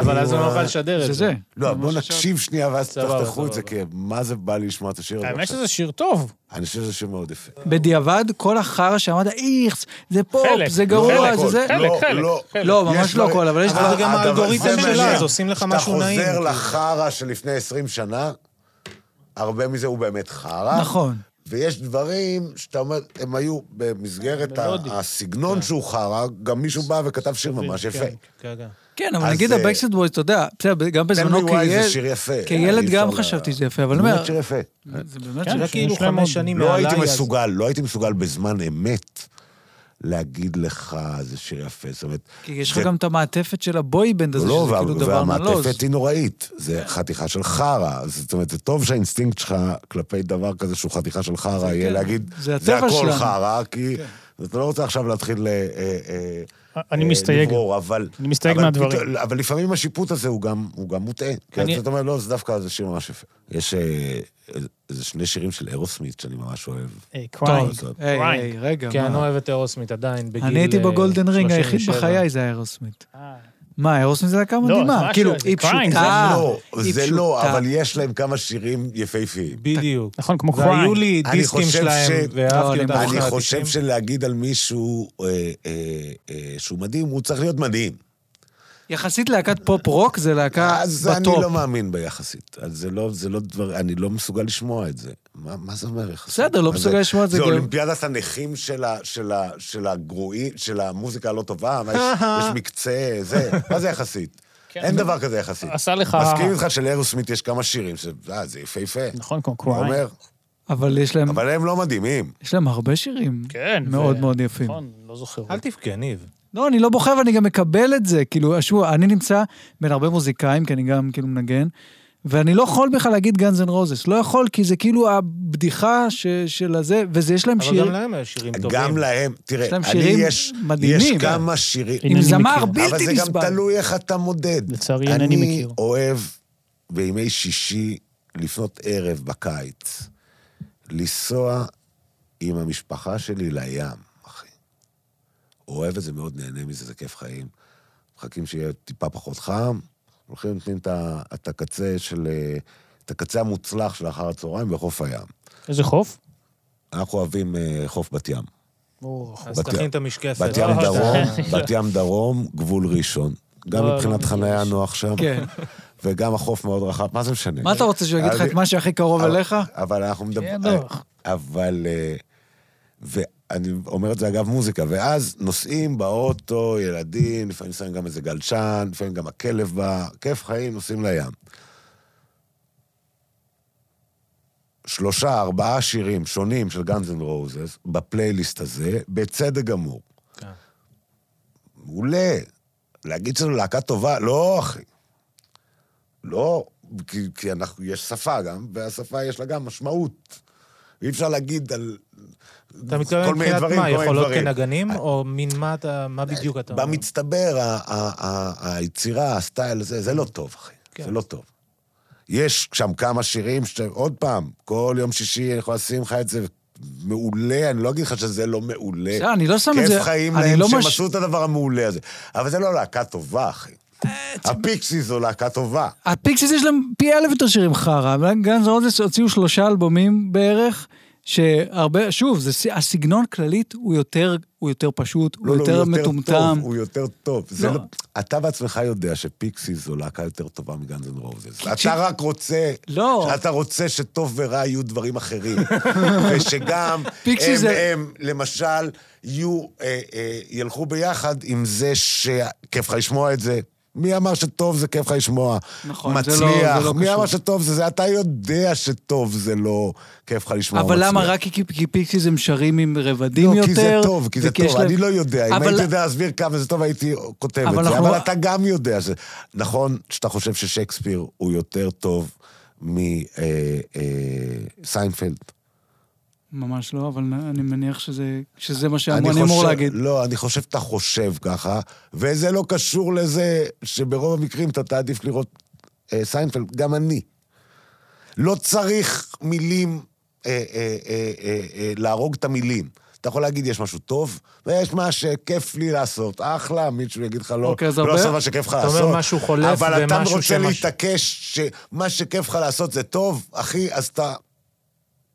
S2: אבל אז הוא לא יוכל לשדר את
S3: שזה.
S2: זה.
S1: לא, בוא נקשיב שנייה, ואז
S2: סבבה,
S1: תפתחו את זה, כי
S2: סבבה.
S1: מה זה בא לי לשמוע את השיר הזה
S4: האמת
S1: עכשיו?
S4: שזה שיר טוב.
S1: אני חושב שזה שיר מאוד יפה.
S3: בדיעבד, כל החרא שאמרת, איכס, זה פופ,
S4: חלק,
S3: זה
S1: לא
S3: גרוע,
S1: הכל,
S3: זה זה.
S4: חלק,
S1: לא,
S4: חלק,
S1: לא.
S4: חלק.
S3: לא, ממש לא הכל, אבל יש
S2: אבל זה
S3: דבר...
S2: גם
S1: הדבר-
S2: האלגוריתם
S1: זה
S2: שלה,
S1: מעניין.
S2: אז עושים לך משהו נעים,
S1: כשאתה
S2: כאילו.
S1: חוזר לחרא שלפני 20 שנה, הרבה מזה הוא באמת חרא.
S3: נכון.
S1: ויש דברים שאתה אומר, הם היו במסגרת ה-
S4: מלודי. כן.
S1: הסגנון שהוא חרא, גם מישהו בא וכתב שיר ממש
S2: כן,
S1: יפה.
S2: כן, כן.
S3: כן, אבל
S1: אז,
S3: נגיד
S1: אה,
S3: הבקסט בויז, אתה יודע, בסדר, גם
S1: תן
S3: בזמנו
S1: לי וואי זה
S3: כילד,
S1: שיר יפה. אה,
S3: כילד
S1: אי אפשר
S3: גם
S1: לה-
S3: חשבתי שזה יפה, אבל אני
S1: באמת
S3: אומר,
S1: שיר יפה.
S3: זה באמת
S4: כן,
S3: שיר
S2: זה
S4: זה
S3: יפה.
S2: כאילו
S4: שלהם מאוד.
S2: חמש שנים
S1: לא
S2: מעליי,
S1: הייתי
S2: אז-
S1: מסוגל, לא הייתי מסוגל בזמן אמת להגיד לך, זה שיר יפה. זאת אומרת,
S3: כי יש לך
S1: זה-
S3: גם את המעטפת של הבויבנד הזה,
S1: לא,
S3: שזה
S1: וה-
S3: כאילו דבר נלוז.
S1: והמעטפת היא נוראית. זה חתיכה של חרא. זאת אומרת, זה טוב שהאינסטינקט שלך כלפי דבר כזה שהוא חתיכה של חרא, יהיה
S3: כן,
S1: להגיד,
S3: זה
S1: זה
S3: הטבע
S1: הכל
S3: שלנו." כן.
S1: חרא, כי אז אתה לא רוצה עכשיו להתחיל אה, אה, אה,
S4: אני
S1: אה,
S4: מסתייג.
S1: לברור, אבל...
S4: אני מסתייג
S1: אבל
S4: מהדברים.
S1: פתאום- אבל לפעמים השיפוט הזה הוא גם, הוא גם מוטעה. כי
S4: אני-
S1: אז אתה אומר, לא, זה דווקא, זה שיר ממש יפה. יש אה, איזה שני שירים של אירוסמית שאני ממש אוהב.
S4: אה, קריינג.
S3: טוב,
S1: קריינג.
S3: היי, כן, אוקיי.
S4: קריינג.
S3: היי, רגע,
S2: כי כן, אני
S3: מה?
S2: אוהב את אירוסמית עדיין, בגיל
S3: אני הייתי
S2: אה,
S3: בגולדן רינג, היחיד
S2: 37.
S3: בחיי זה האירוסמית.
S4: אה,
S3: מה, אירוסמית זה להקה מדהימה,
S4: משהו,
S3: כאילו,
S4: לא, זה
S3: היא
S4: קריינג, זה
S3: פשוטה.
S1: לא,
S3: היא
S1: זה לא,
S3: פשוטה.
S1: אבל יש להם כמה שירים יפהפיים.
S2: בדיוק.
S4: נכון, כמו
S2: והיו
S4: קריינג.
S2: לי
S1: אני
S2: דיסקים
S1: חושב
S2: שלהם,
S1: ש-
S3: לא,
S2: ואהבתי
S3: אני
S2: אותם.
S3: ברור.
S1: אני
S2: בשנות
S1: חושב
S2: ה-90.
S1: שלהגיד על מישהו אה, אה, אה, שהוא מדהים, הוא צריך להיות מדהים.
S3: יחסית להקת פופ רוק זה להקה
S1: אז אני
S3: בטופ.
S1: לא מאמין ביחסית. אז זה לא, זה לא דבר, אני לא מסוגל לשמוע את זה. מה, מה זה אומר יחסית?
S3: בסדר, לא
S1: מה
S3: מסוגל לשמוע את זה
S1: זה
S3: גם.
S1: אולימפיאדת הנכים של, ה, של, ה, של הגרועים, של המוזיקה הלא טובה,
S3: (laughs)
S1: מה, יש, יש מקצה, זה, מה זה יחסית?
S4: כן.
S1: אין דבר כזה יחסית.
S4: עשה לך...
S1: מסכים איתך שלאירוסמית יש כמה שירים, ש- אה, זה יפהפה.
S4: נכון, כמו
S1: אני
S4: קריינג.
S1: אומר,
S3: אבל יש להם-
S1: אבל הם לא מדהימים.
S3: יש להם הרבה שירים
S4: כן. ו-
S3: מאוד מאוד יפים.
S4: נכון, לא זוכר.
S2: אל תבכה, ניב.
S3: לא, אני לא בוחר ואני גם מקבל את זה. כאילו, שוב, אני נמצא בין הרבה מוזיקאים, כי אני גם כאילו מנגן, ואני לא יכול בכלל להגיד גאנז אנד רוזס. לא יכול, כי זה כאילו הבדיחה ש, של הזה, וזה, יש להם
S2: אבל
S3: שיר
S2: גם להם היו שירים טובים.
S1: גם להם,
S3: יש
S1: תראה,
S3: להם
S1: אני
S3: שירים
S1: יש, יש
S3: מדהימים.
S1: כמה שירים,
S4: הנה
S3: עם
S4: אני
S3: זמר
S4: מכיר.
S1: כן, אבל
S3: בלתי
S1: זה גם
S3: נסבל.
S1: תלוי איך אתה מודד.
S4: לצערי, אינני מכיר.
S1: אני אוהב בימי שישי, לפנות ערב בקיץ, לנסוע עם המשפחה שלי לים, אחי. אוהב את זה מאוד, נהנה מזה, זה כיף חיים. מחכים שיהיה טיפה פחות חם, הולכים ונותנים את ה- את הקצה של... אה, את הקצה המוצלח של אחר הצהריים בחוף הים.
S4: איזה חוף?
S1: אנחנו אוהבים אה, חוף בת ים.
S4: אוקיי.
S2: אז
S1: בת
S2: תכין
S1: ים.
S2: את המשקפת.
S1: בת ים
S4: לא,
S1: דרום, (laughs)
S4: לא.
S1: בת ים דרום, גבול ראשון. גם
S4: לא, לא
S1: מבחינת
S4: מכיר
S1: חניה
S4: ראשון.
S1: נוח שם,
S3: כן.
S1: (laughs) וגם החוף מאוד רחב, מה זה משנה?
S3: מה אתה רוצה, שהוא יגיד לך
S1: אני-
S3: את מה שהכי קרוב
S1: אבל- אה,
S3: אליך?
S1: אבל אנחנו
S4: שיהיה
S1: מדברים...
S4: נוח.
S1: אבל... אה, ואני אומר את זה אגב מוזיקה, ואז נוסעים באוטו, ילדים, לפעמים שמים גם איזה גלשן, לפעמים גם הכלב בא, כיף חיים, נוסעים לים. שלושה, ארבעה שירים שונים של גאנז אנד רוזס בפלייליסט הזה, בצדק גמור.
S2: כן.
S1: מעולה. להגיד שזו להקה טובה, לא, אחי. לא, כי, כי אנחנו, יש שפה גם, והשפה יש לה גם משמעות. אי אפשר להגיד על...
S2: אתה מתכוון
S1: כל מיני
S2: מבחינת
S1: דברים,
S2: מה,
S1: כל מיני
S2: יכולות
S1: דברים. אה,
S2: כנגנים, או מן מה אתה, מה בדיוק אתה אומר?
S1: במצטבר, ה- ה- ה- היצירה, הסטייל הזה, זה לא טוב, אחי.
S2: כן.
S1: זה לא טוב. יש שם כמה שירים, ש... עוד פעם, כל יום שישי אני יכול לשים לך את זה מעולה, אני לא אגיד לך שזה לא מעולה.
S3: בסדר, אני לא שם את
S1: כיף
S3: זה.
S1: חיים
S3: אני
S1: להם
S3: לא
S1: שהם
S3: מש-
S1: עשו את הדבר המעולה הזה. אבל זה לא להקה טובה, אחי.
S3: אה,
S1: הפיקסיס זו להקה טובה.
S3: הפיקסיס יש להם פי אלף יותר שירים חרא, אבל גאנז רוזס הוציאו שלושה אלבומים בערך, שהרבה, שוב, זה, ס- הסגנון כללית הוא יותר, הוא יותר פשוט, הוא
S1: לא, לא,
S3: יותר מטומטם.
S1: טוב, הוא יותר טוב. זה
S3: לא.
S1: לא- אתה בעצמך יודע שפיקסיס זו להקה יותר טובה מגאנז אנד רוזס.
S3: ש-
S1: אתה רק רוצה...
S3: לא.
S1: אתה רוצה שטוב ורע יהיו דברים
S3: (laughs)
S1: אחרים. ושגם
S3: פיקסיס
S1: הם,
S3: זה-
S1: הם, למשל, יהיו, אה, אה, ילכו ביחד עם זה שכיף לך לשמוע את זה. מי אמר שטוב זה כיף לך לשמוע?
S3: נכון, זה
S1: מצליח.
S3: לא- זה לא
S1: מי
S3: קשור.
S1: אמר שטוב זה זה? אתה יודע שטוב זה לא כיף לך לשמוע
S3: אבל
S1: מצליח.
S3: למה רק כי- כי פיקסיס הם שרים עם רבדים
S1: לא,
S3: יותר?
S1: כי זה טוב, כי זה
S3: וכי יש
S1: טוב.
S3: להם-
S1: אני לא יודע. אם
S3: אבל-
S1: הייתי יודע להסביר כמה זה טוב, הייתי כותב
S3: אבל
S1: את זה.
S3: אנחנו- לא-
S1: אבל אתה גם יודע ש... נכון שאתה חושב ששייקספיר הוא יותר טוב אה, מסיינפלד.
S3: ממש לא, אבל אני מניח שזה, שזה מה שאמור- אני אמור להגיד.
S1: לא, אני חושב שאתה חושב ככה, וזה לא קשור לזה שברוב המקרים אתה תעדיף לראות אה, סיינפלד, גם אני. לא צריך מילים, אה, אה, אה, אה, אה, להרוג את המילים. אתה יכול להגיד, יש משהו טוב, ויש מה שכיף לי לעשות. אחלה, מישהו יגיד לך לא,
S3: אוקיי, אז הרבה-
S1: לא לעשות מה שכיף לך
S2: אתה אומר
S1: לעשות.
S2: משהו חולף
S1: אבל אתה
S2: ומשהו
S1: רוצה
S2: שמש-
S1: להתעקש שמה שכיף לך לעשות זה טוב, אחי, אז אתה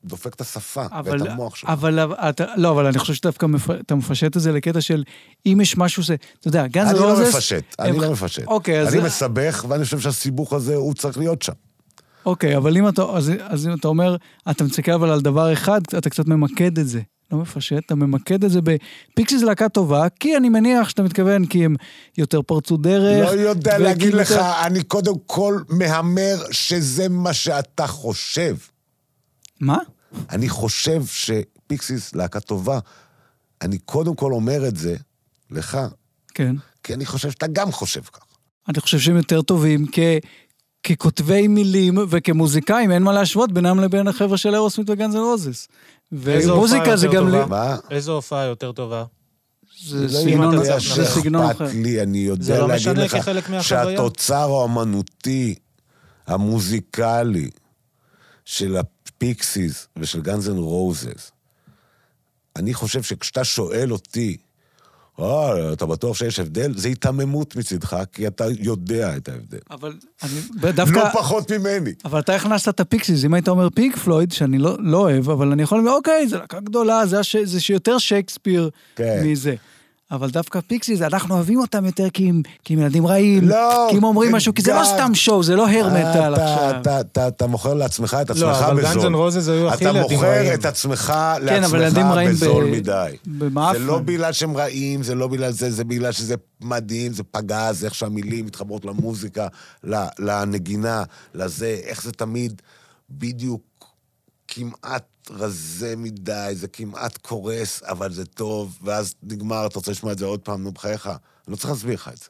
S1: דופק את השפה
S3: אבל,
S1: ואת המוח שלך.
S3: אבל אתה, לא, אבל אני חושב שדווקא מפ... אתה מפשט את זה לקטע של אם יש משהו ש... אתה יודע, גאנז
S1: אני
S3: רוזס...
S1: לא מפשט, אני לא מפשט.
S3: אוקיי, אז...
S1: אני מסבך, ואני חושב שהסיבוך הזה, הוא צריך להיות שם.
S3: אוקיי, אבל אם אתה, אז, אז אם אתה אומר, אתה מסתכל אבל על דבר אחד, אתה קצת ממקד את זה. לא מפשט, אתה ממקד את זה ב... פיקסי זה להקה טובה, כי אני מניח שאתה מתכוון, כי הם יותר פרצו דרך.
S1: לא יודע
S3: אה, וכאילו
S1: להגיד לך,
S3: יותר-
S1: אני קודם כל מהמר שזה מה שאתה חושב.
S3: מה?
S1: אני חושב שפיקסיס להקה טובה. אני קודם כל אומר את זה לך,
S3: כן.
S1: כי אני חושב שאתה גם חושב כך.
S3: אני חושב שהם יותר טובים כ... ככותבי מילים וכמוזיקאים, אין מה להשוות בינם לבין החבר'ה של אירוסמית וגנז אנד רוזס.
S2: איזו הופעה
S3: ומוזיקה זה
S2: יותר
S3: גם...
S2: טובה?
S1: מה?
S2: איזו הופעה יותר טובה?
S3: זה
S1: לא
S3: סגנון-
S1: יודע
S3: זה
S1: שאכפת
S3: סגנון אחר.
S1: לי, אני
S2: זה
S1: יודע
S2: לא
S1: להגיד
S2: משנה
S1: לך
S2: כחלק מהחוויה.
S1: שהתוצר האומנותי, המוזיקלי, של הפיקסיס ושל גאנז אנד רוזס, אני חושב שכשאתה שואל אותי, אה, אתה בטוח שיש הבדל? זה היתממות מצדך, כי אתה יודע את ההבדל.
S3: אבל אני דווקא...
S1: לא פחות ממני.
S3: אבל אתה הכנסת את הפיקסיס, אם היית אומר פיג פלויד, שאני לא, לא אוהב, אבל אני יכול לומר, אוקיי, זו להקה גדולה, זה, הש... זה שיותר שייקספיר
S1: כן.
S3: מזה. אבל דווקא פיקסיס, אנחנו אוהבים אותם יותר כי הם, כי הם ילדים רעים,
S1: לא,
S3: כי הם אומרים משהו, כי זה לא
S1: גג.
S3: סתם שואו, זה לא הר מטאל
S1: אתה-
S3: עכשיו.
S1: אתה- אתה- אתה מוכר לעצמך את עצמך
S2: לא,
S1: בזול.
S2: אבל גאנז אנד רוזס היו הכי
S1: אתה
S2: ילדים
S1: מוכר
S2: רעים.
S1: את עצמך
S3: כן, אבל
S1: לעצמך
S3: ילדים רעים ב-
S1: בזול מדי.
S3: במאפן.
S1: זה לא בגלל שהם רעים, זה לא בגלל זה, זה בגלל שזה מדהים, זה פגז, איך שהמילים מתחברות למוזיקה, ל- לנגינה, לזה, איך זה תמיד בדיוק כמעט רזה מדי, זה כמעט קורס, אבל זה טוב, ואז נגמר, אתה רוצה לשמוע את זה עוד פעם, נו בחייך. אני לא צריך להסביר לך את זה.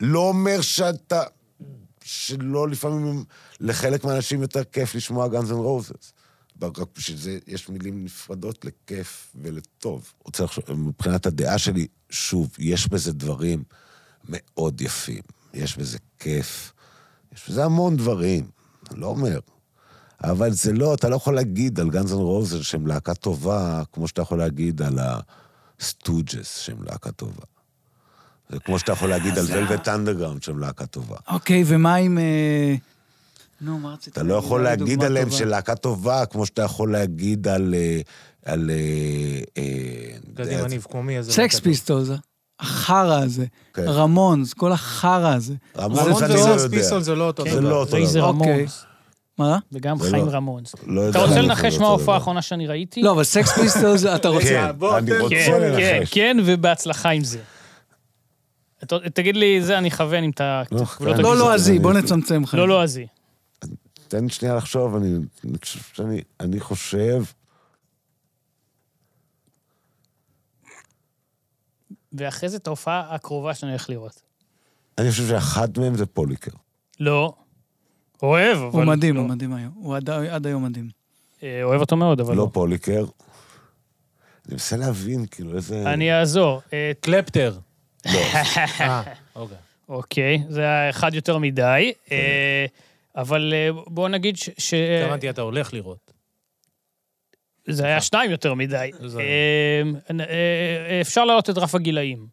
S1: לא אומר שאתה... שלא לפעמים לחלק מהאנשים יותר כיף לשמוע גאנז אנד רוזס. רק בשביל זה יש מילים נפרדות לכיף ולטוב. רוצה לחשוב, מבחינת הדעה שלי, שוב, יש בזה דברים מאוד יפים. יש בזה כיף. יש בזה המון דברים, אני לא אומר. אבל זה לא, אתה לא יכול להגיד על גאנז אנד רוזס שהם להקה טובה, כמו שאתה יכול להגיד על הסטוג'ס שהם להקה טובה. זה כמו שאתה יכול להגיד על ולווט אנדרגראונד שהם להקה טובה.
S3: אוקיי, ומה עם... אה, נו, מה רציתי
S1: אתה לא יכול
S3: אולי
S1: להגיד
S3: דוגמה
S1: עליהם
S3: טובה.
S1: שלהקה טובה, כמו שאתה יכול להגיד על... אה, על... אה, אה,
S2: קדימה נבקומי, איזה...
S3: סקס
S2: להקה טובה.
S3: פיסטולס, החרא הזה,
S1: לא כן.
S3: רמונס, כל החרא הזה.
S1: רמונס
S2: רמון
S1: אני לא
S2: ורולס
S1: יודע.
S2: פיסול זה לא אותו
S1: זה
S2: דבר.
S1: לא אותו
S4: רייזר
S1: דבר.
S3: אוקיי.
S4: רמונס,
S3: מה?
S4: וגם
S1: זה
S4: חיים
S1: לא-
S4: רמונס.
S1: לא יודע
S4: אתה רוצה
S1: אם זה
S4: לנחש
S1: אותו
S4: מה ההופעה
S1: דבר.
S4: האחרונה שאני ראיתי?
S3: לא, אבל סקס פיסטולס,
S1: (laughs)
S3: אתה רוצה...
S1: כן,
S2: בוא,
S1: אני
S2: תן לי.
S1: רוצה
S4: כן, כן,
S1: לנחש.
S4: כן, ובהצלחה עם זה. ת- תגיד לי, זה אני אכוון אם אתה...
S1: לא,
S4: קצת גבולות
S1: כן.
S3: לא
S4: הגזרה.
S3: לועזי, בוא נצמצם לך.
S4: לא לועזי.
S2: כן.
S1: תן שנייה לחשוב, אני, אני חושב שאני, אני חושב...
S4: ואחרי זה את ההופעה הקרובה שאני הולך לראות.
S1: אני חושב שאחד מהם זה פוליקר.
S4: לא. אוהב, אבל...
S3: הוא מדהים,
S4: לא.
S3: הוא מדהים היום. הוא עד- עד היום מדהים.
S4: אה, אוהב אותו מאוד, אבל
S1: לא
S4: לא.
S1: פוליקר. אני מנסה להבין, כאילו, איזה...
S4: אני אעזור. אה,
S2: קלפטר.
S1: לא,
S2: אה, אוקיי.
S4: אוקיי, זה היה אחד יותר מדי. אה, אבל אה, בוא נגיד ש- ש...
S2: התכוונתי, אתה הולך לראות.
S4: זה היה שניים יותר מדי.
S2: זה-
S4: אה, נ- אה, אה, אפשר להעלות את רף הגילאים.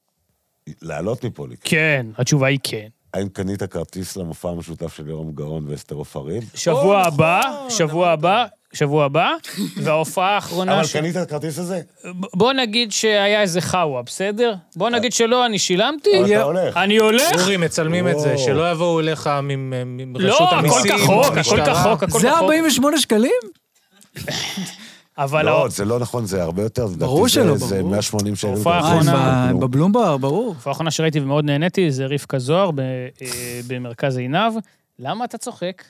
S1: לעלות מפוליקר.
S4: כן, התשובה היא כן.
S1: האם קנית כרטיס למופע המשותף של יורם גאון ואסתר עופרים?
S4: שבוע
S2: או,
S4: הבא,
S2: נכון,
S4: שבוע הבא, שבוע הבא, וההופעה האחרונה...
S1: אבל
S4: ש-
S1: קנית את הכרטיס הזה?
S4: ב- בוא נגיד שהיה איזה חאווה, בסדר? בוא נגיד שלא, אני שילמתי,
S1: אבל
S3: יהיה-
S1: אתה הולך.
S4: אני (laughs) הולך.
S2: אורי, מצלמים את זה,
S1: וואו.
S2: שלא יבואו אליך מ- מ-
S4: לא,
S2: מרשות
S4: הכל
S2: המיסים,
S4: כחוק, הכל
S2: המשטרה.
S4: כחוק, הכל
S3: זה
S4: כחוק.
S3: 48 שקלים?
S4: אבל
S1: לא,
S4: ההופעה
S1: זה לא נכון, זה הרבה יותר. לדעתי
S3: ברור
S1: זה-
S3: שלא,
S1: זה
S3: ברור. אה,
S1: 180 שקל.
S4: ההופעה
S1: זה
S3: מה,
S4: האחרונה.
S1: לא
S3: הם
S1: כלום.
S3: ב- בבלומבר, ברור.
S4: האחרונה שראיתי ומאוד נהניתי זה רבקה זוהר ב- אה, במרכז עינב. למה אתה צוחק?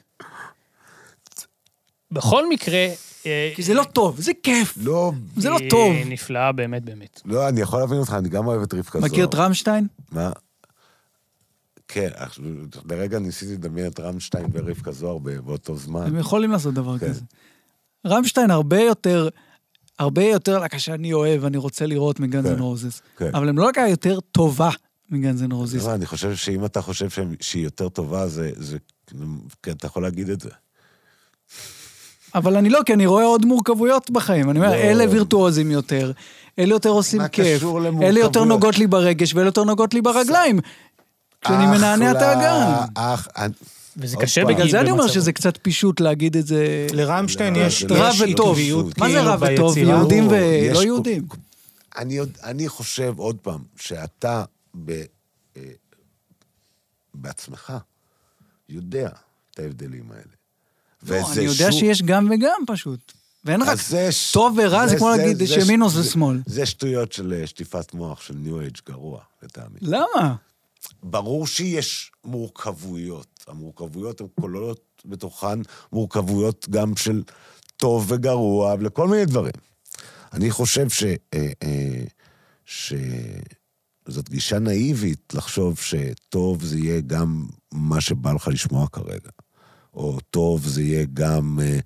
S4: בכל מקרה... אה,
S3: כי זה לא טוב, זה כיף,
S1: לא,
S3: זה לא
S4: היא
S3: טוב.
S4: נפלאה באמת באמת.
S1: לא, אני יכול להבין אותך, אני גם אוהב את רבקה זוהר.
S3: מכיר את רמשטיין?
S1: מה? כן, עכשיו, לרגע ניסיתי לדמיין את רמשטיין ורבקה זוהר ב- באותו זמן.
S3: הם יכולים לעשות דבר
S1: אה. כן.
S3: כזה. רמשטיין הרבה יותר, הרבה יותר להקה שאני אוהב, אני רוצה לראות מגאנז אנד
S1: כן,
S3: רוזס.
S1: כן.
S3: אבל הם לא להקה יותר טובה מגאנז אנד רוזס.
S1: לא, אני חושב שאם אתה חושב שהם- שהיא יותר טובה, זה... זה- כן, אתה יכול להגיד את זה.
S3: אבל אני לא, כי אני רואה עוד מורכבויות בחיים. אני אומר,
S1: לא.
S3: אלה וירטואוזים יותר, אלה יותר עושים
S1: מה
S3: כיף,
S1: קשור
S3: אלה
S1: למורכבויות?
S3: יותר נוגעות לי ברגש ואלה יותר נוגעות לי ברגליים. כשאני מנענע את
S1: אחלה,
S3: האגן.
S1: אח-
S4: וזה
S1: עוד
S4: קשה
S1: פעם.
S4: בגיל...
S3: בגלל זה אני אומר
S4: במצב-
S3: שזה קצת פישוט להגיד את זה.
S2: לרמשטיין
S1: לא,
S2: יש
S1: זה
S3: רע
S2: יש
S3: וטוב.
S2: עקביות,
S3: מה זה
S2: כאילו,
S3: רע וטוב?
S2: ביצירה.
S3: יהודים
S1: ברור,
S3: ולא
S1: יש-
S3: יהודים.
S1: אני, עוד- אני חושב, עוד פעם, שאתה ב, אה, בעצמך יודע את ההבדלים האלה.
S3: לא, אני יודע שיש גם וגם פשוט. ואין רק...
S1: אז זה ש-
S3: טוב ורע, זה כמו להגיד
S1: זה
S3: יש
S1: ש-
S3: ימין או זה
S1: זה-
S3: שמאל.
S1: זה שטויות של אה, שטיפת מוח של ניו אייג' גרוע, לטעמי.
S3: למה?
S1: ברור שיש מורכבויות. המורכבויות הן כוללות בתוכן מורכבויות גם של טוב וגרוע, ולכל מיני דברים. אני חושב ש... אה, אה, ש... זאת גישה נאיבית לחשוב שטוב זה יהיה גם מה שבא לך לשמוע כרגע. או טוב זה יהיה גם אה,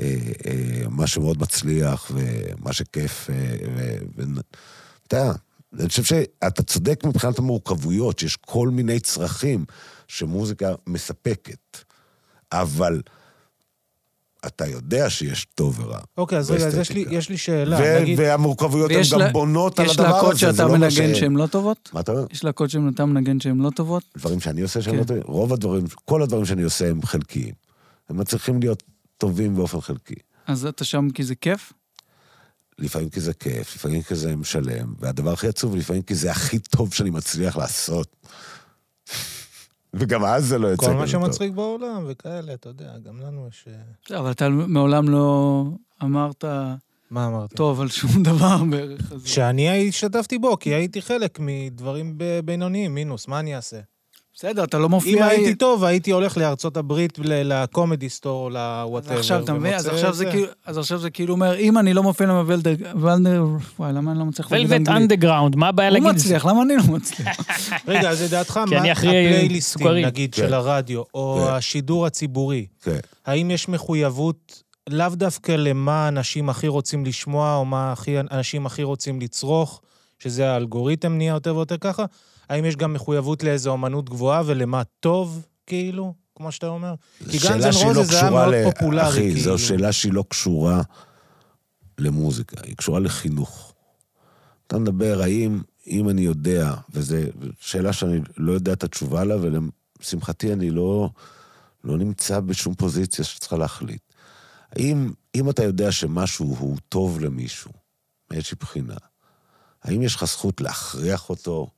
S1: אה, אה, מה שמאוד מצליח ומה שכיף. אה, ו- ו- אתה יודע, אני חושב שאתה צודק מבחינת המורכבויות, שיש כל מיני צרכים שמוזיקה מספקת, אבל אתה יודע שיש טוב ורע.
S2: אוקיי, אז רגע, אז יש לי-
S1: באסתטיקה.
S2: יש לי שאלה.
S1: ו-
S2: נגיד,
S1: והמורכבויות הן
S3: לא, ויש
S1: גם
S3: לה-
S1: בונות על
S3: יש
S1: הדבר הזה,
S3: להקות שאתה
S1: זה לא מה
S3: מנגן שהן לא טובות?
S1: מה אתה אומר?
S3: יש להקות שאתה מנגן שהן לא טובות?
S1: דברים שאני עושה שהם
S3: כן.
S1: לא טובים, רוב הדברים, כל הדברים שאני עושה הם חלקיים. הם לא צריכים להיות טובים באופן חלקי.
S3: אז אתה שם כי זה כיף?
S1: לפעמים כי זה כיף, לפעמים כי זה משלם, והדבר הכי עצוב, לפעמים כי זה הכי טוב שאני מצליח לעשות. (laughs) וגם אז זה לא יוצא
S2: כל מה
S1: כזה טוב.
S2: שמצחיק בעולם וכאלה, אתה יודע, גם לנו יש... אה,
S3: אבל אתה מעולם לא אמרת
S2: מה אמרתי?
S3: טוב על שום דבר בערך. אז-
S2: שאני השתתפתי בו, כי הייתי חלק מדברים ב- בינוניים, מינוס, מה אני אעשה?
S3: בסדר, אתה לא
S2: אם
S3: מופיע...
S2: הייתי טוב, הייתי הולך לארצות הברית, ל- לקומדי סטור,
S3: אז
S2: לוואטאבר.
S3: עכשיו, אתה מבין? אז
S2: ומוצא
S3: עכשיו
S2: את
S3: זה כאילו- אז עכשיו זה כאילו אומר, אם אני לא מופיע למה ולדר... ולדר... וואי, למה אני לא מצליח להגיד
S4: ולווט
S3: אנגלית?
S4: אנדרגראונד, מה הבעיה להגיד
S3: הוא
S4: את זה?
S3: מצליח, למה אני לא מצליח?
S2: רגע, אז לדעתך,
S4: כי
S2: מה
S4: אני אחרי
S2: הפלייליסטים,
S4: סוכרים.
S2: נגיד,
S1: כן.
S2: של הרדיו, או
S1: כן.
S2: השידור הציבורי,
S1: כן.
S2: האם יש מחויבות לאו דווקא למה אנשים הכי רוצים לשמוע, או מה הכי, אנשים הכי רוצים לצרוך, שזה האלגוריתם נהיה יותר ויותר ככה? האם יש גם מחויבות לאיזו אמנות גבוהה ולמה טוב, כאילו, כמו שאתה אומר? כי
S1: שאלה
S2: גם זן
S1: שהיא לא
S2: רוזס זה היה
S1: קשורה
S2: מאוד
S1: ל-
S2: פופולרי,
S1: אחי,
S2: כאילו.
S1: זו שאלה שהיא לא קשורה למוזיקה, היא קשורה לחינוך. אתה מדבר, האם, אם אני יודע, וזו שאלה שאני לא יודע את התשובה לה, ולשמחתי אני לא, לא נמצא בשום פוזיציה שצריכה להחליט. האם, אם אתה יודע שמשהו הוא טוב למישהו, מאיזושהי בחינה, האם יש לך זכות להכריח אותו